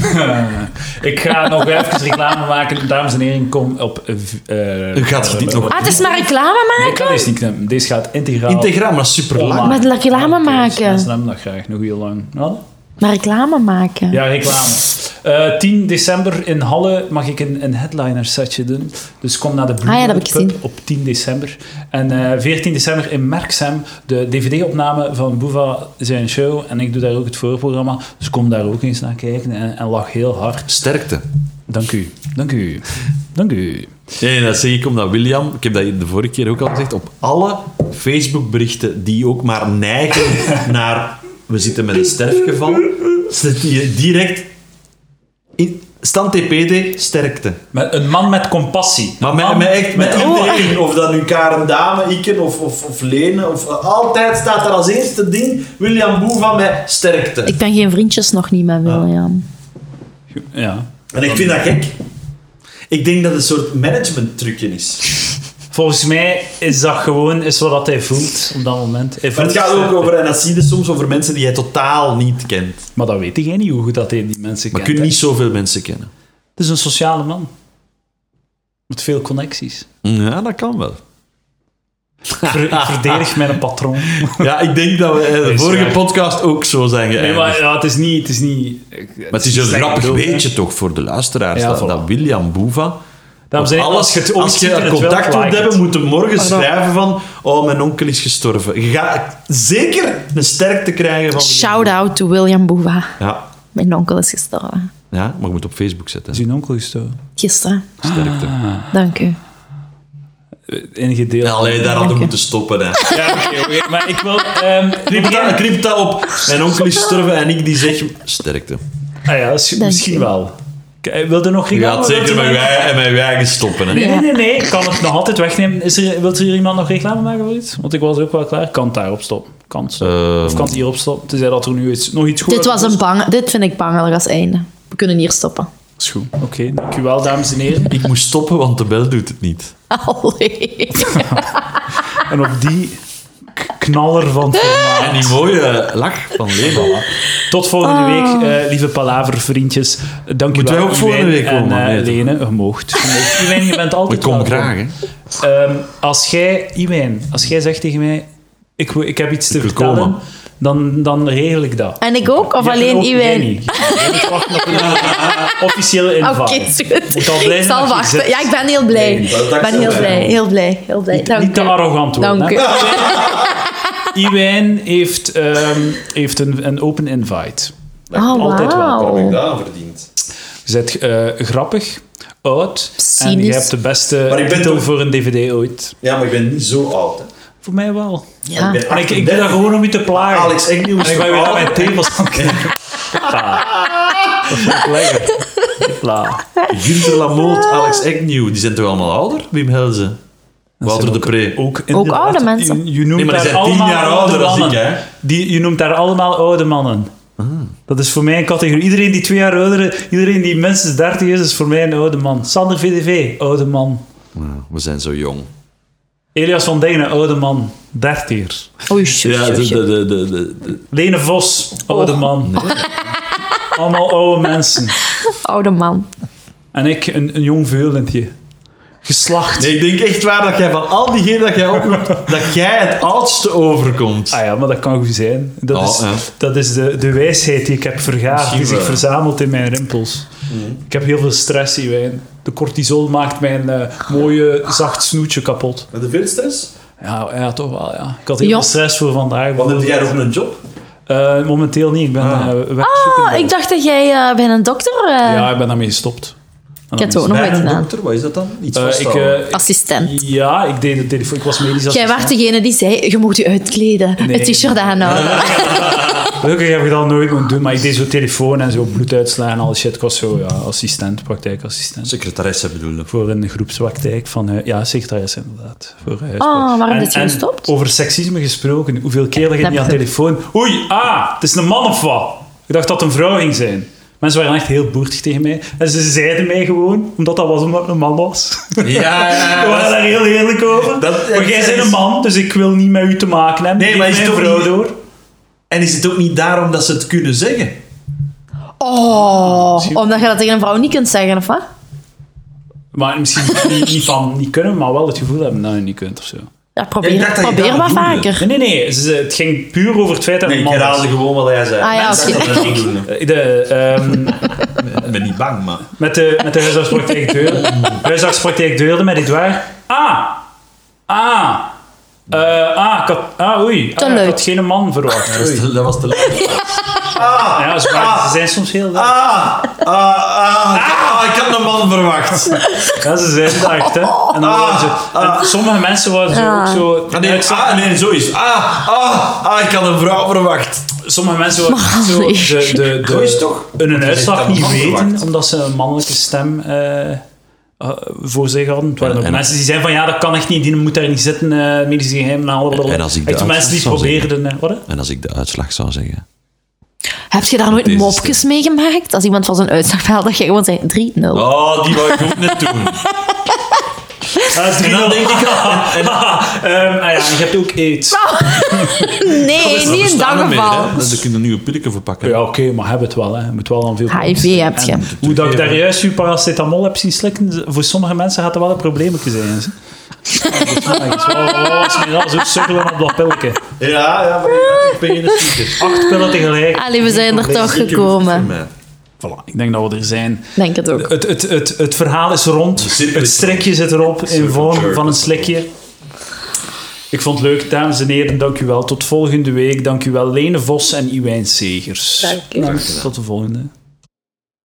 [SPEAKER 1] Ik ga nog even reclame maken. Dames en heren, kom op... eh, v- eh,
[SPEAKER 3] U gaat het niet nog...
[SPEAKER 2] Ah, het is maar reclame
[SPEAKER 1] Nee, ik kan
[SPEAKER 2] maken?
[SPEAKER 1] deze niet knippen. Deze gaat integraal.
[SPEAKER 3] Integraal, maar super lang.
[SPEAKER 2] Met reclame maken.
[SPEAKER 1] Mensen hebben dat graag, nog heel lang. Ja?
[SPEAKER 2] Maar reclame maken.
[SPEAKER 1] Ja, reclame. Eh, 10 december in Halle mag ik een, een headliner setje doen. Dus kom naar de Blue
[SPEAKER 2] Ah ja, dat heb
[SPEAKER 1] Note
[SPEAKER 2] ik
[SPEAKER 1] Pub
[SPEAKER 2] gezien.
[SPEAKER 1] op 10 december. En eh, 14 december in Merksem, de dvd-opname van Boeva zijn show. En ik doe daar ook het voorprogramma. Dus kom daar ook eens naar kijken en, en lach heel hard.
[SPEAKER 3] Sterkte.
[SPEAKER 1] Dank u, dank u, dank u.
[SPEAKER 3] Nee, dat zeg ik omdat William, ik heb dat de vorige keer ook al gezegd, op alle Facebookberichten die ook maar neigen naar we zitten met een sterfgeval, zet je direct in stand TPD sterkte.
[SPEAKER 1] Met, een man met compassie.
[SPEAKER 3] Maar met,
[SPEAKER 1] Man
[SPEAKER 3] met echt met
[SPEAKER 5] Met
[SPEAKER 3] iedereen.
[SPEAKER 5] iedereen, of dat nu Karen Dame, Iken of, of, of Lene, of, altijd staat er als eerste ding William Boe van mij sterkte.
[SPEAKER 2] Ik ben geen vriendjes nog niet met William.
[SPEAKER 1] Ja.
[SPEAKER 5] en ik vind dat gek. Ik denk dat het een soort management trucje is.
[SPEAKER 1] Volgens mij is dat gewoon is wat dat hij voelt op dat moment. Hij
[SPEAKER 5] Maar
[SPEAKER 1] voelt
[SPEAKER 5] het gaat ook
[SPEAKER 1] sterkte.
[SPEAKER 5] over, en dat zie je soms over mensen
[SPEAKER 3] Die jij totaal niet kent.
[SPEAKER 1] Maar dat weet jij niet hoe goed dat hij die mensen
[SPEAKER 3] Maar
[SPEAKER 1] kent.
[SPEAKER 3] je kunt
[SPEAKER 1] hè.
[SPEAKER 3] niet zoveel mensen kennen.
[SPEAKER 1] Het is een sociale man. Met veel connecties.
[SPEAKER 3] Ja, dat kan wel.
[SPEAKER 1] Ver- ik verdedig mijn patroon.
[SPEAKER 3] Ja, ik denk dat we eh, de
[SPEAKER 1] Is
[SPEAKER 3] vorige
[SPEAKER 1] waar.
[SPEAKER 3] podcast ook zo zijn geëindigd.
[SPEAKER 1] Nee, maar ja, het is niet... Het is niet
[SPEAKER 3] dus- maar het is een
[SPEAKER 1] slecht
[SPEAKER 3] grappig
[SPEAKER 1] bedoeld, hè.
[SPEAKER 3] weetje toch voor de luisteraars,
[SPEAKER 1] Ja,
[SPEAKER 3] dat,
[SPEAKER 1] voilà.
[SPEAKER 3] dat William Boeva
[SPEAKER 1] Daarom zei ik,
[SPEAKER 3] Alles,
[SPEAKER 1] als je het ooit
[SPEAKER 3] als
[SPEAKER 1] ziet in
[SPEAKER 3] je
[SPEAKER 1] het Ah,
[SPEAKER 3] contact
[SPEAKER 1] wild,
[SPEAKER 3] wilt
[SPEAKER 1] like
[SPEAKER 3] hebben,
[SPEAKER 1] het.
[SPEAKER 3] moet je morgen
[SPEAKER 1] dan-
[SPEAKER 3] schrijven van... Oh, mijn onkel is gestorven. Je gaat zeker een sterkte krijgen van...
[SPEAKER 2] Shout out to William Boeva.
[SPEAKER 3] Ja,
[SPEAKER 2] Mijn onkel is gestorven.
[SPEAKER 3] ja, maar je moet op Facebook zetten.
[SPEAKER 1] Is
[SPEAKER 3] hè.
[SPEAKER 1] uw onkel gestolen?
[SPEAKER 2] Gisteren.
[SPEAKER 1] Ah.
[SPEAKER 3] Sterkte.
[SPEAKER 2] Dank u.
[SPEAKER 1] Enige deel.
[SPEAKER 3] Ja, Allee, daar hadden we moeten stoppen. Hè.
[SPEAKER 1] Ja, oké, oké, maar ik wil... ehm,
[SPEAKER 3] Knip dat, knip dat op. Mijn onkel is gestorven en ik die zeg... Sterkte.
[SPEAKER 1] ah ja, is- misschien
[SPEAKER 2] je.
[SPEAKER 1] wel. K- eh, Wil er nog
[SPEAKER 3] Je
[SPEAKER 1] iemand?
[SPEAKER 3] gaat
[SPEAKER 1] Wil er
[SPEAKER 3] zeker
[SPEAKER 1] nog-
[SPEAKER 3] met wij en mijn wijgen stoppen. Hè.
[SPEAKER 1] Nee, nee, nee, nee, ik kan het nog altijd wegnemen. Is er, wilt er hier iemand nog reclame maken voor iets? Want ik was ook wel klaar. Kan het daarop stoppen. Kan het stoppen.
[SPEAKER 3] Ehm.
[SPEAKER 1] Of kan het hierop stoppen. Tenzij dat er nu iets, nog iets goed
[SPEAKER 2] Dit, was een bang, dit vind ik bangelijk als einde. We kunnen hier stoppen.
[SPEAKER 1] Is goed. Oké, dankjewel dames en heren.
[SPEAKER 3] Ik moest stoppen, want de bel doet het niet.
[SPEAKER 2] Allee.
[SPEAKER 1] En op die k- knaller van het formaat.
[SPEAKER 3] En die mooie lach van Lema.
[SPEAKER 1] Tot volgende week,
[SPEAKER 2] Ah.
[SPEAKER 1] eh, lieve palavervriendjes. Dank u
[SPEAKER 3] Moeten
[SPEAKER 1] wel,
[SPEAKER 3] wij ook volgende
[SPEAKER 1] Iwijn
[SPEAKER 3] week
[SPEAKER 1] En,
[SPEAKER 3] komen?
[SPEAKER 1] eh,
[SPEAKER 3] Nee, toch?
[SPEAKER 1] Lene, je moogt. Je moogt. Iwijn, je bent altijd
[SPEAKER 3] Ik kom
[SPEAKER 1] welkom.
[SPEAKER 3] graag, hè.
[SPEAKER 1] Ehm, als jij, Iwijn, als jij zegt tegen mij, ik, wil- ik heb iets te
[SPEAKER 3] wil
[SPEAKER 1] vertellen,
[SPEAKER 3] komen.
[SPEAKER 1] dan, dan regel ik dat.
[SPEAKER 2] En ik ook? Of
[SPEAKER 1] Jij
[SPEAKER 2] alleen
[SPEAKER 1] ook, jij
[SPEAKER 2] Iwijn?
[SPEAKER 1] niet. Jij moet wachten op een officiële
[SPEAKER 2] Oké,
[SPEAKER 1] inval.
[SPEAKER 2] is goed.
[SPEAKER 1] Moet al blij zijn
[SPEAKER 2] ik zal
[SPEAKER 1] dat je
[SPEAKER 2] wachten.
[SPEAKER 1] zit.
[SPEAKER 2] Ja, ik ben heel blij.
[SPEAKER 1] Nee,
[SPEAKER 5] dat
[SPEAKER 2] ik ben
[SPEAKER 5] dankzij
[SPEAKER 2] heel
[SPEAKER 5] mij.
[SPEAKER 2] blij, heel blij, heel blij. Dank
[SPEAKER 1] Niet te
[SPEAKER 2] u.
[SPEAKER 1] arrogant worden.
[SPEAKER 2] Dank
[SPEAKER 1] hè.
[SPEAKER 2] u.
[SPEAKER 1] Iwijn heeft, ehm, heeft een, een open invite.
[SPEAKER 3] Dat
[SPEAKER 2] Oh,
[SPEAKER 3] altijd wel.
[SPEAKER 2] wauw.
[SPEAKER 3] Waar heb ik dat aan verdiend?
[SPEAKER 1] Je bent eh, grappig, oud en je
[SPEAKER 2] Cynisch.
[SPEAKER 1] hebt de beste
[SPEAKER 3] Maar ik ben
[SPEAKER 1] titel
[SPEAKER 3] toch-
[SPEAKER 1] voor een dvd ooit.
[SPEAKER 3] Ja, maar ik ben niet zo oud. Hè.
[SPEAKER 1] Voor mij wel.
[SPEAKER 2] Ja.
[SPEAKER 3] Ah. Ik ben
[SPEAKER 1] En ik, ik doe
[SPEAKER 3] 38.
[SPEAKER 1] dat gewoon om je te plagen.
[SPEAKER 3] Alex Agnew
[SPEAKER 1] en
[SPEAKER 3] is
[SPEAKER 1] ik ga
[SPEAKER 3] toch
[SPEAKER 1] weer naar
[SPEAKER 3] oud?
[SPEAKER 1] mijn thema's gaan kijken. Ah, Dat vond ik lekker. Voilà.
[SPEAKER 3] Gunther Lamoot, Alex Agnew, die zijn toch allemaal ouder? Wim Helze, Wouter de Pre.
[SPEAKER 1] Ook,
[SPEAKER 2] Ook oude mensen.
[SPEAKER 1] Je, je noemt
[SPEAKER 3] Nee, maar die
[SPEAKER 1] daar
[SPEAKER 3] zijn tien
[SPEAKER 1] allemaal
[SPEAKER 3] jaar
[SPEAKER 1] oude
[SPEAKER 3] ouder als ik,
[SPEAKER 1] mannen.
[SPEAKER 3] hè.
[SPEAKER 1] Die, je noemt daar allemaal oude mannen. Dat is voor mij een categorie. Iedereen die twee jaar ouder, iedereen die minstens 30 is, is voor mij een oude man. Sander VDV, oude man.
[SPEAKER 3] Nou, We zijn zo jong.
[SPEAKER 1] Elias van Dijnen, oude man. Dertiger.
[SPEAKER 2] Oei, shit,
[SPEAKER 3] Ja,
[SPEAKER 2] shit,
[SPEAKER 1] dus
[SPEAKER 3] de,
[SPEAKER 2] shit.
[SPEAKER 3] de, de, de, de- de-
[SPEAKER 1] Lene Vos, oude
[SPEAKER 2] Oh.
[SPEAKER 1] man. Allemaal oude mensen.
[SPEAKER 2] Oude man.
[SPEAKER 1] En ik, een, een jong veulentje. Geslacht.
[SPEAKER 3] Nee, ik denk echt waar dat jij van al diegenen dat jij opnoemt, dat jij het oudste overkomt.
[SPEAKER 1] Ah ja, maar dat kan goed zijn. Dat
[SPEAKER 3] Oh,
[SPEAKER 1] is,
[SPEAKER 3] ja.
[SPEAKER 1] dat is de, de wijsheid die ik heb vergaard, die
[SPEAKER 3] Misschien
[SPEAKER 1] zich
[SPEAKER 3] wel. Mhm.
[SPEAKER 1] verzamelt in mijn rimpels. Ik heb heel veel stress, Iwijn. De cortisol maakt mijn eh, mooie, zacht snoetje kapot.
[SPEAKER 3] Met de veel stress?
[SPEAKER 1] Ja, ja, toch wel, ja. Ik had heel
[SPEAKER 2] Ja.
[SPEAKER 1] veel stress voor vandaag.
[SPEAKER 3] Want heb jij ook een job?
[SPEAKER 1] Eh, momenteel niet, ik ben
[SPEAKER 3] Ah.
[SPEAKER 1] eh,
[SPEAKER 2] Ah,
[SPEAKER 1] werkzoekende.
[SPEAKER 2] ik dacht dat jij eh, bij een dokter... eh,
[SPEAKER 1] Ja, ik ben daarmee gestopt.
[SPEAKER 2] ik heb het ook nog
[SPEAKER 3] Bij
[SPEAKER 2] nooit
[SPEAKER 3] een
[SPEAKER 2] gedaan.
[SPEAKER 3] dokter, wat is dat dan? Iets
[SPEAKER 1] Eh, ik,
[SPEAKER 3] vasthouden.
[SPEAKER 1] eh,
[SPEAKER 2] Assistent.
[SPEAKER 1] ja, ik deed het telefoon. Ik was medisch
[SPEAKER 2] Jij was
[SPEAKER 1] assistent.
[SPEAKER 2] degene die zei, je mocht je uitkleden.
[SPEAKER 1] Nee.
[SPEAKER 2] Het t-shirt aanhouden.
[SPEAKER 1] Gelukkig heb ik dat nooit moeten doen, maar ik deed zo telefoon en zo bloeduitslaan en al die shit. Ik was zo ja, assistent, praktijkassistent.
[SPEAKER 3] Secretaresse bedoelde.
[SPEAKER 1] Voor een groepspraktijk van, eh, ja, secretaresse inderdaad. Voor, eh,
[SPEAKER 2] Ah,
[SPEAKER 1] sport.
[SPEAKER 2] waarom
[SPEAKER 1] En-
[SPEAKER 2] heb je
[SPEAKER 1] en
[SPEAKER 2] gestopt?
[SPEAKER 1] Over seksisme gesproken, hoeveel keer lig ik
[SPEAKER 2] Dat
[SPEAKER 1] niet aan de
[SPEAKER 2] heb ik
[SPEAKER 1] telefoon? Oei, ah, het is een man of wat? Ik dacht dat het een vrouw ging zijn. Mensen waren echt heel boertig tegen mij. En ze zeiden mij gewoon, omdat dat was omdat ik een man was.
[SPEAKER 3] Ja, ja, ja.
[SPEAKER 1] We waren daar heel eerlijk over. maar
[SPEAKER 3] Dat-
[SPEAKER 1] jij
[SPEAKER 3] dat
[SPEAKER 1] bent
[SPEAKER 3] is-
[SPEAKER 1] een man, dus ik wil niet met u te maken hebben.
[SPEAKER 3] Nee, maar
[SPEAKER 1] Geef
[SPEAKER 3] is
[SPEAKER 1] mij
[SPEAKER 3] toch
[SPEAKER 1] een vrouw
[SPEAKER 3] niet-
[SPEAKER 1] door.
[SPEAKER 3] En is het ook niet daarom dat ze het kunnen zeggen?
[SPEAKER 2] Oh, omdat je dat tegen een vrouw niet kunt zeggen, of wat?
[SPEAKER 1] Maar misschien niet, niet van niet kunnen, maar wel het gevoel hebben dat je niet kunt of zo.
[SPEAKER 2] Ja,
[SPEAKER 3] Ja,
[SPEAKER 2] probeer,
[SPEAKER 3] ik dacht dat je
[SPEAKER 2] probeer
[SPEAKER 3] dat
[SPEAKER 2] maar
[SPEAKER 3] bedoelde.
[SPEAKER 2] vaker.
[SPEAKER 1] Nee, nee, nee. ze- het ging puur over het feit dat
[SPEAKER 3] Nee,
[SPEAKER 1] een
[SPEAKER 3] ik
[SPEAKER 1] man was.
[SPEAKER 3] herhaalde gewoon wat jij zei.
[SPEAKER 2] Ah, ja,
[SPEAKER 3] Mensen
[SPEAKER 2] oké.
[SPEAKER 3] dat dan doen.
[SPEAKER 1] Eh, De, ehm,
[SPEAKER 3] Ik ben niet bang, maar...
[SPEAKER 1] met, de, met de huisartspraktijk Deurle. huisartspraktijk Deurle met dit waar. Ah! Ah! Eh, ah, ik had- ah, oei. Ah, ik
[SPEAKER 2] leuk.
[SPEAKER 1] had geen man verwacht.
[SPEAKER 3] Dat was te- dat was te laat.
[SPEAKER 1] Ja, ze, waren- ze zijn soms heel...
[SPEAKER 3] Ah, ah, ah, ah, ik had een man verwacht.
[SPEAKER 1] Ja, ze zijn dat echt, hè. En, dan waren ze, en sommige mensen waren zo, ook zo...
[SPEAKER 3] Ah, nee,
[SPEAKER 1] uitzagen-
[SPEAKER 3] ah, nee, zo is. het. Ah, ah, ah, ik had een vrouw verwacht.
[SPEAKER 1] sommige mensen worden
[SPEAKER 2] Maar
[SPEAKER 1] zo
[SPEAKER 2] nee.
[SPEAKER 1] de, de, de,
[SPEAKER 3] Zo is het toch?
[SPEAKER 1] hun een uitslag
[SPEAKER 3] dat
[SPEAKER 1] niet
[SPEAKER 3] man
[SPEAKER 1] weten,
[SPEAKER 3] verwacht.
[SPEAKER 1] omdat ze een mannelijke stem eh, eh, voor zich hadden. Het waren ook
[SPEAKER 3] en-
[SPEAKER 1] mensen die zeiden van ja, dat kan echt niet, die moet daar niet zitten, eh medisch geheim. blablabla.
[SPEAKER 3] En als ik de
[SPEAKER 1] Echt mensen die
[SPEAKER 3] uitslag zou zien.
[SPEAKER 1] probeerden... eh, wat? hè?
[SPEAKER 3] En als ik de uitslag zou zeggen.
[SPEAKER 2] Heb je daar nooit
[SPEAKER 3] Deze
[SPEAKER 2] mopjes meegemaakt? Als iemand van zijn uitslag haalt, dat je gewoon zei 3-0.
[SPEAKER 3] Oh, die wou ik ook net doen.
[SPEAKER 1] Ah,
[SPEAKER 3] En dan denk ik al. En,
[SPEAKER 1] Ehm, ah ja, en je hebt ook aids.
[SPEAKER 2] Ah. Nee, niet in dat geval.
[SPEAKER 3] Ze kunnen nieuwe pilletje verpakken.
[SPEAKER 1] Ja, oké, maar heb het wel. Hè. Je moet wel dan veel
[SPEAKER 2] HIV heb je.
[SPEAKER 1] En Hoe dat ik daar juist uw paracetamol heb zien slikken, voor sommige mensen gaat er wel een probleempje zijn. hè. Oh, oh, is meer al zo sukkelen op dat pilletje.
[SPEAKER 3] Ja, ja, maar ik ben geen speaker.
[SPEAKER 1] Acht pillen tegelijk.
[SPEAKER 2] Allee, we zijn er toch gekomen.
[SPEAKER 1] Voilà, ik denk dat we er zijn.
[SPEAKER 2] Denk het ook.
[SPEAKER 1] Het, het, het, het verhaal is rond.
[SPEAKER 3] cirkel
[SPEAKER 1] Het
[SPEAKER 3] is
[SPEAKER 1] strikje zit erop in
[SPEAKER 3] Circle
[SPEAKER 1] vorm
[SPEAKER 3] jerk.
[SPEAKER 1] van een slikje. Ik vond het leuk, dames en heren. Dank u wel. Tot volgende week. Dank u wel, Lene Vos en Iwijn Segers.
[SPEAKER 2] Dank u.
[SPEAKER 1] Tot de volgende.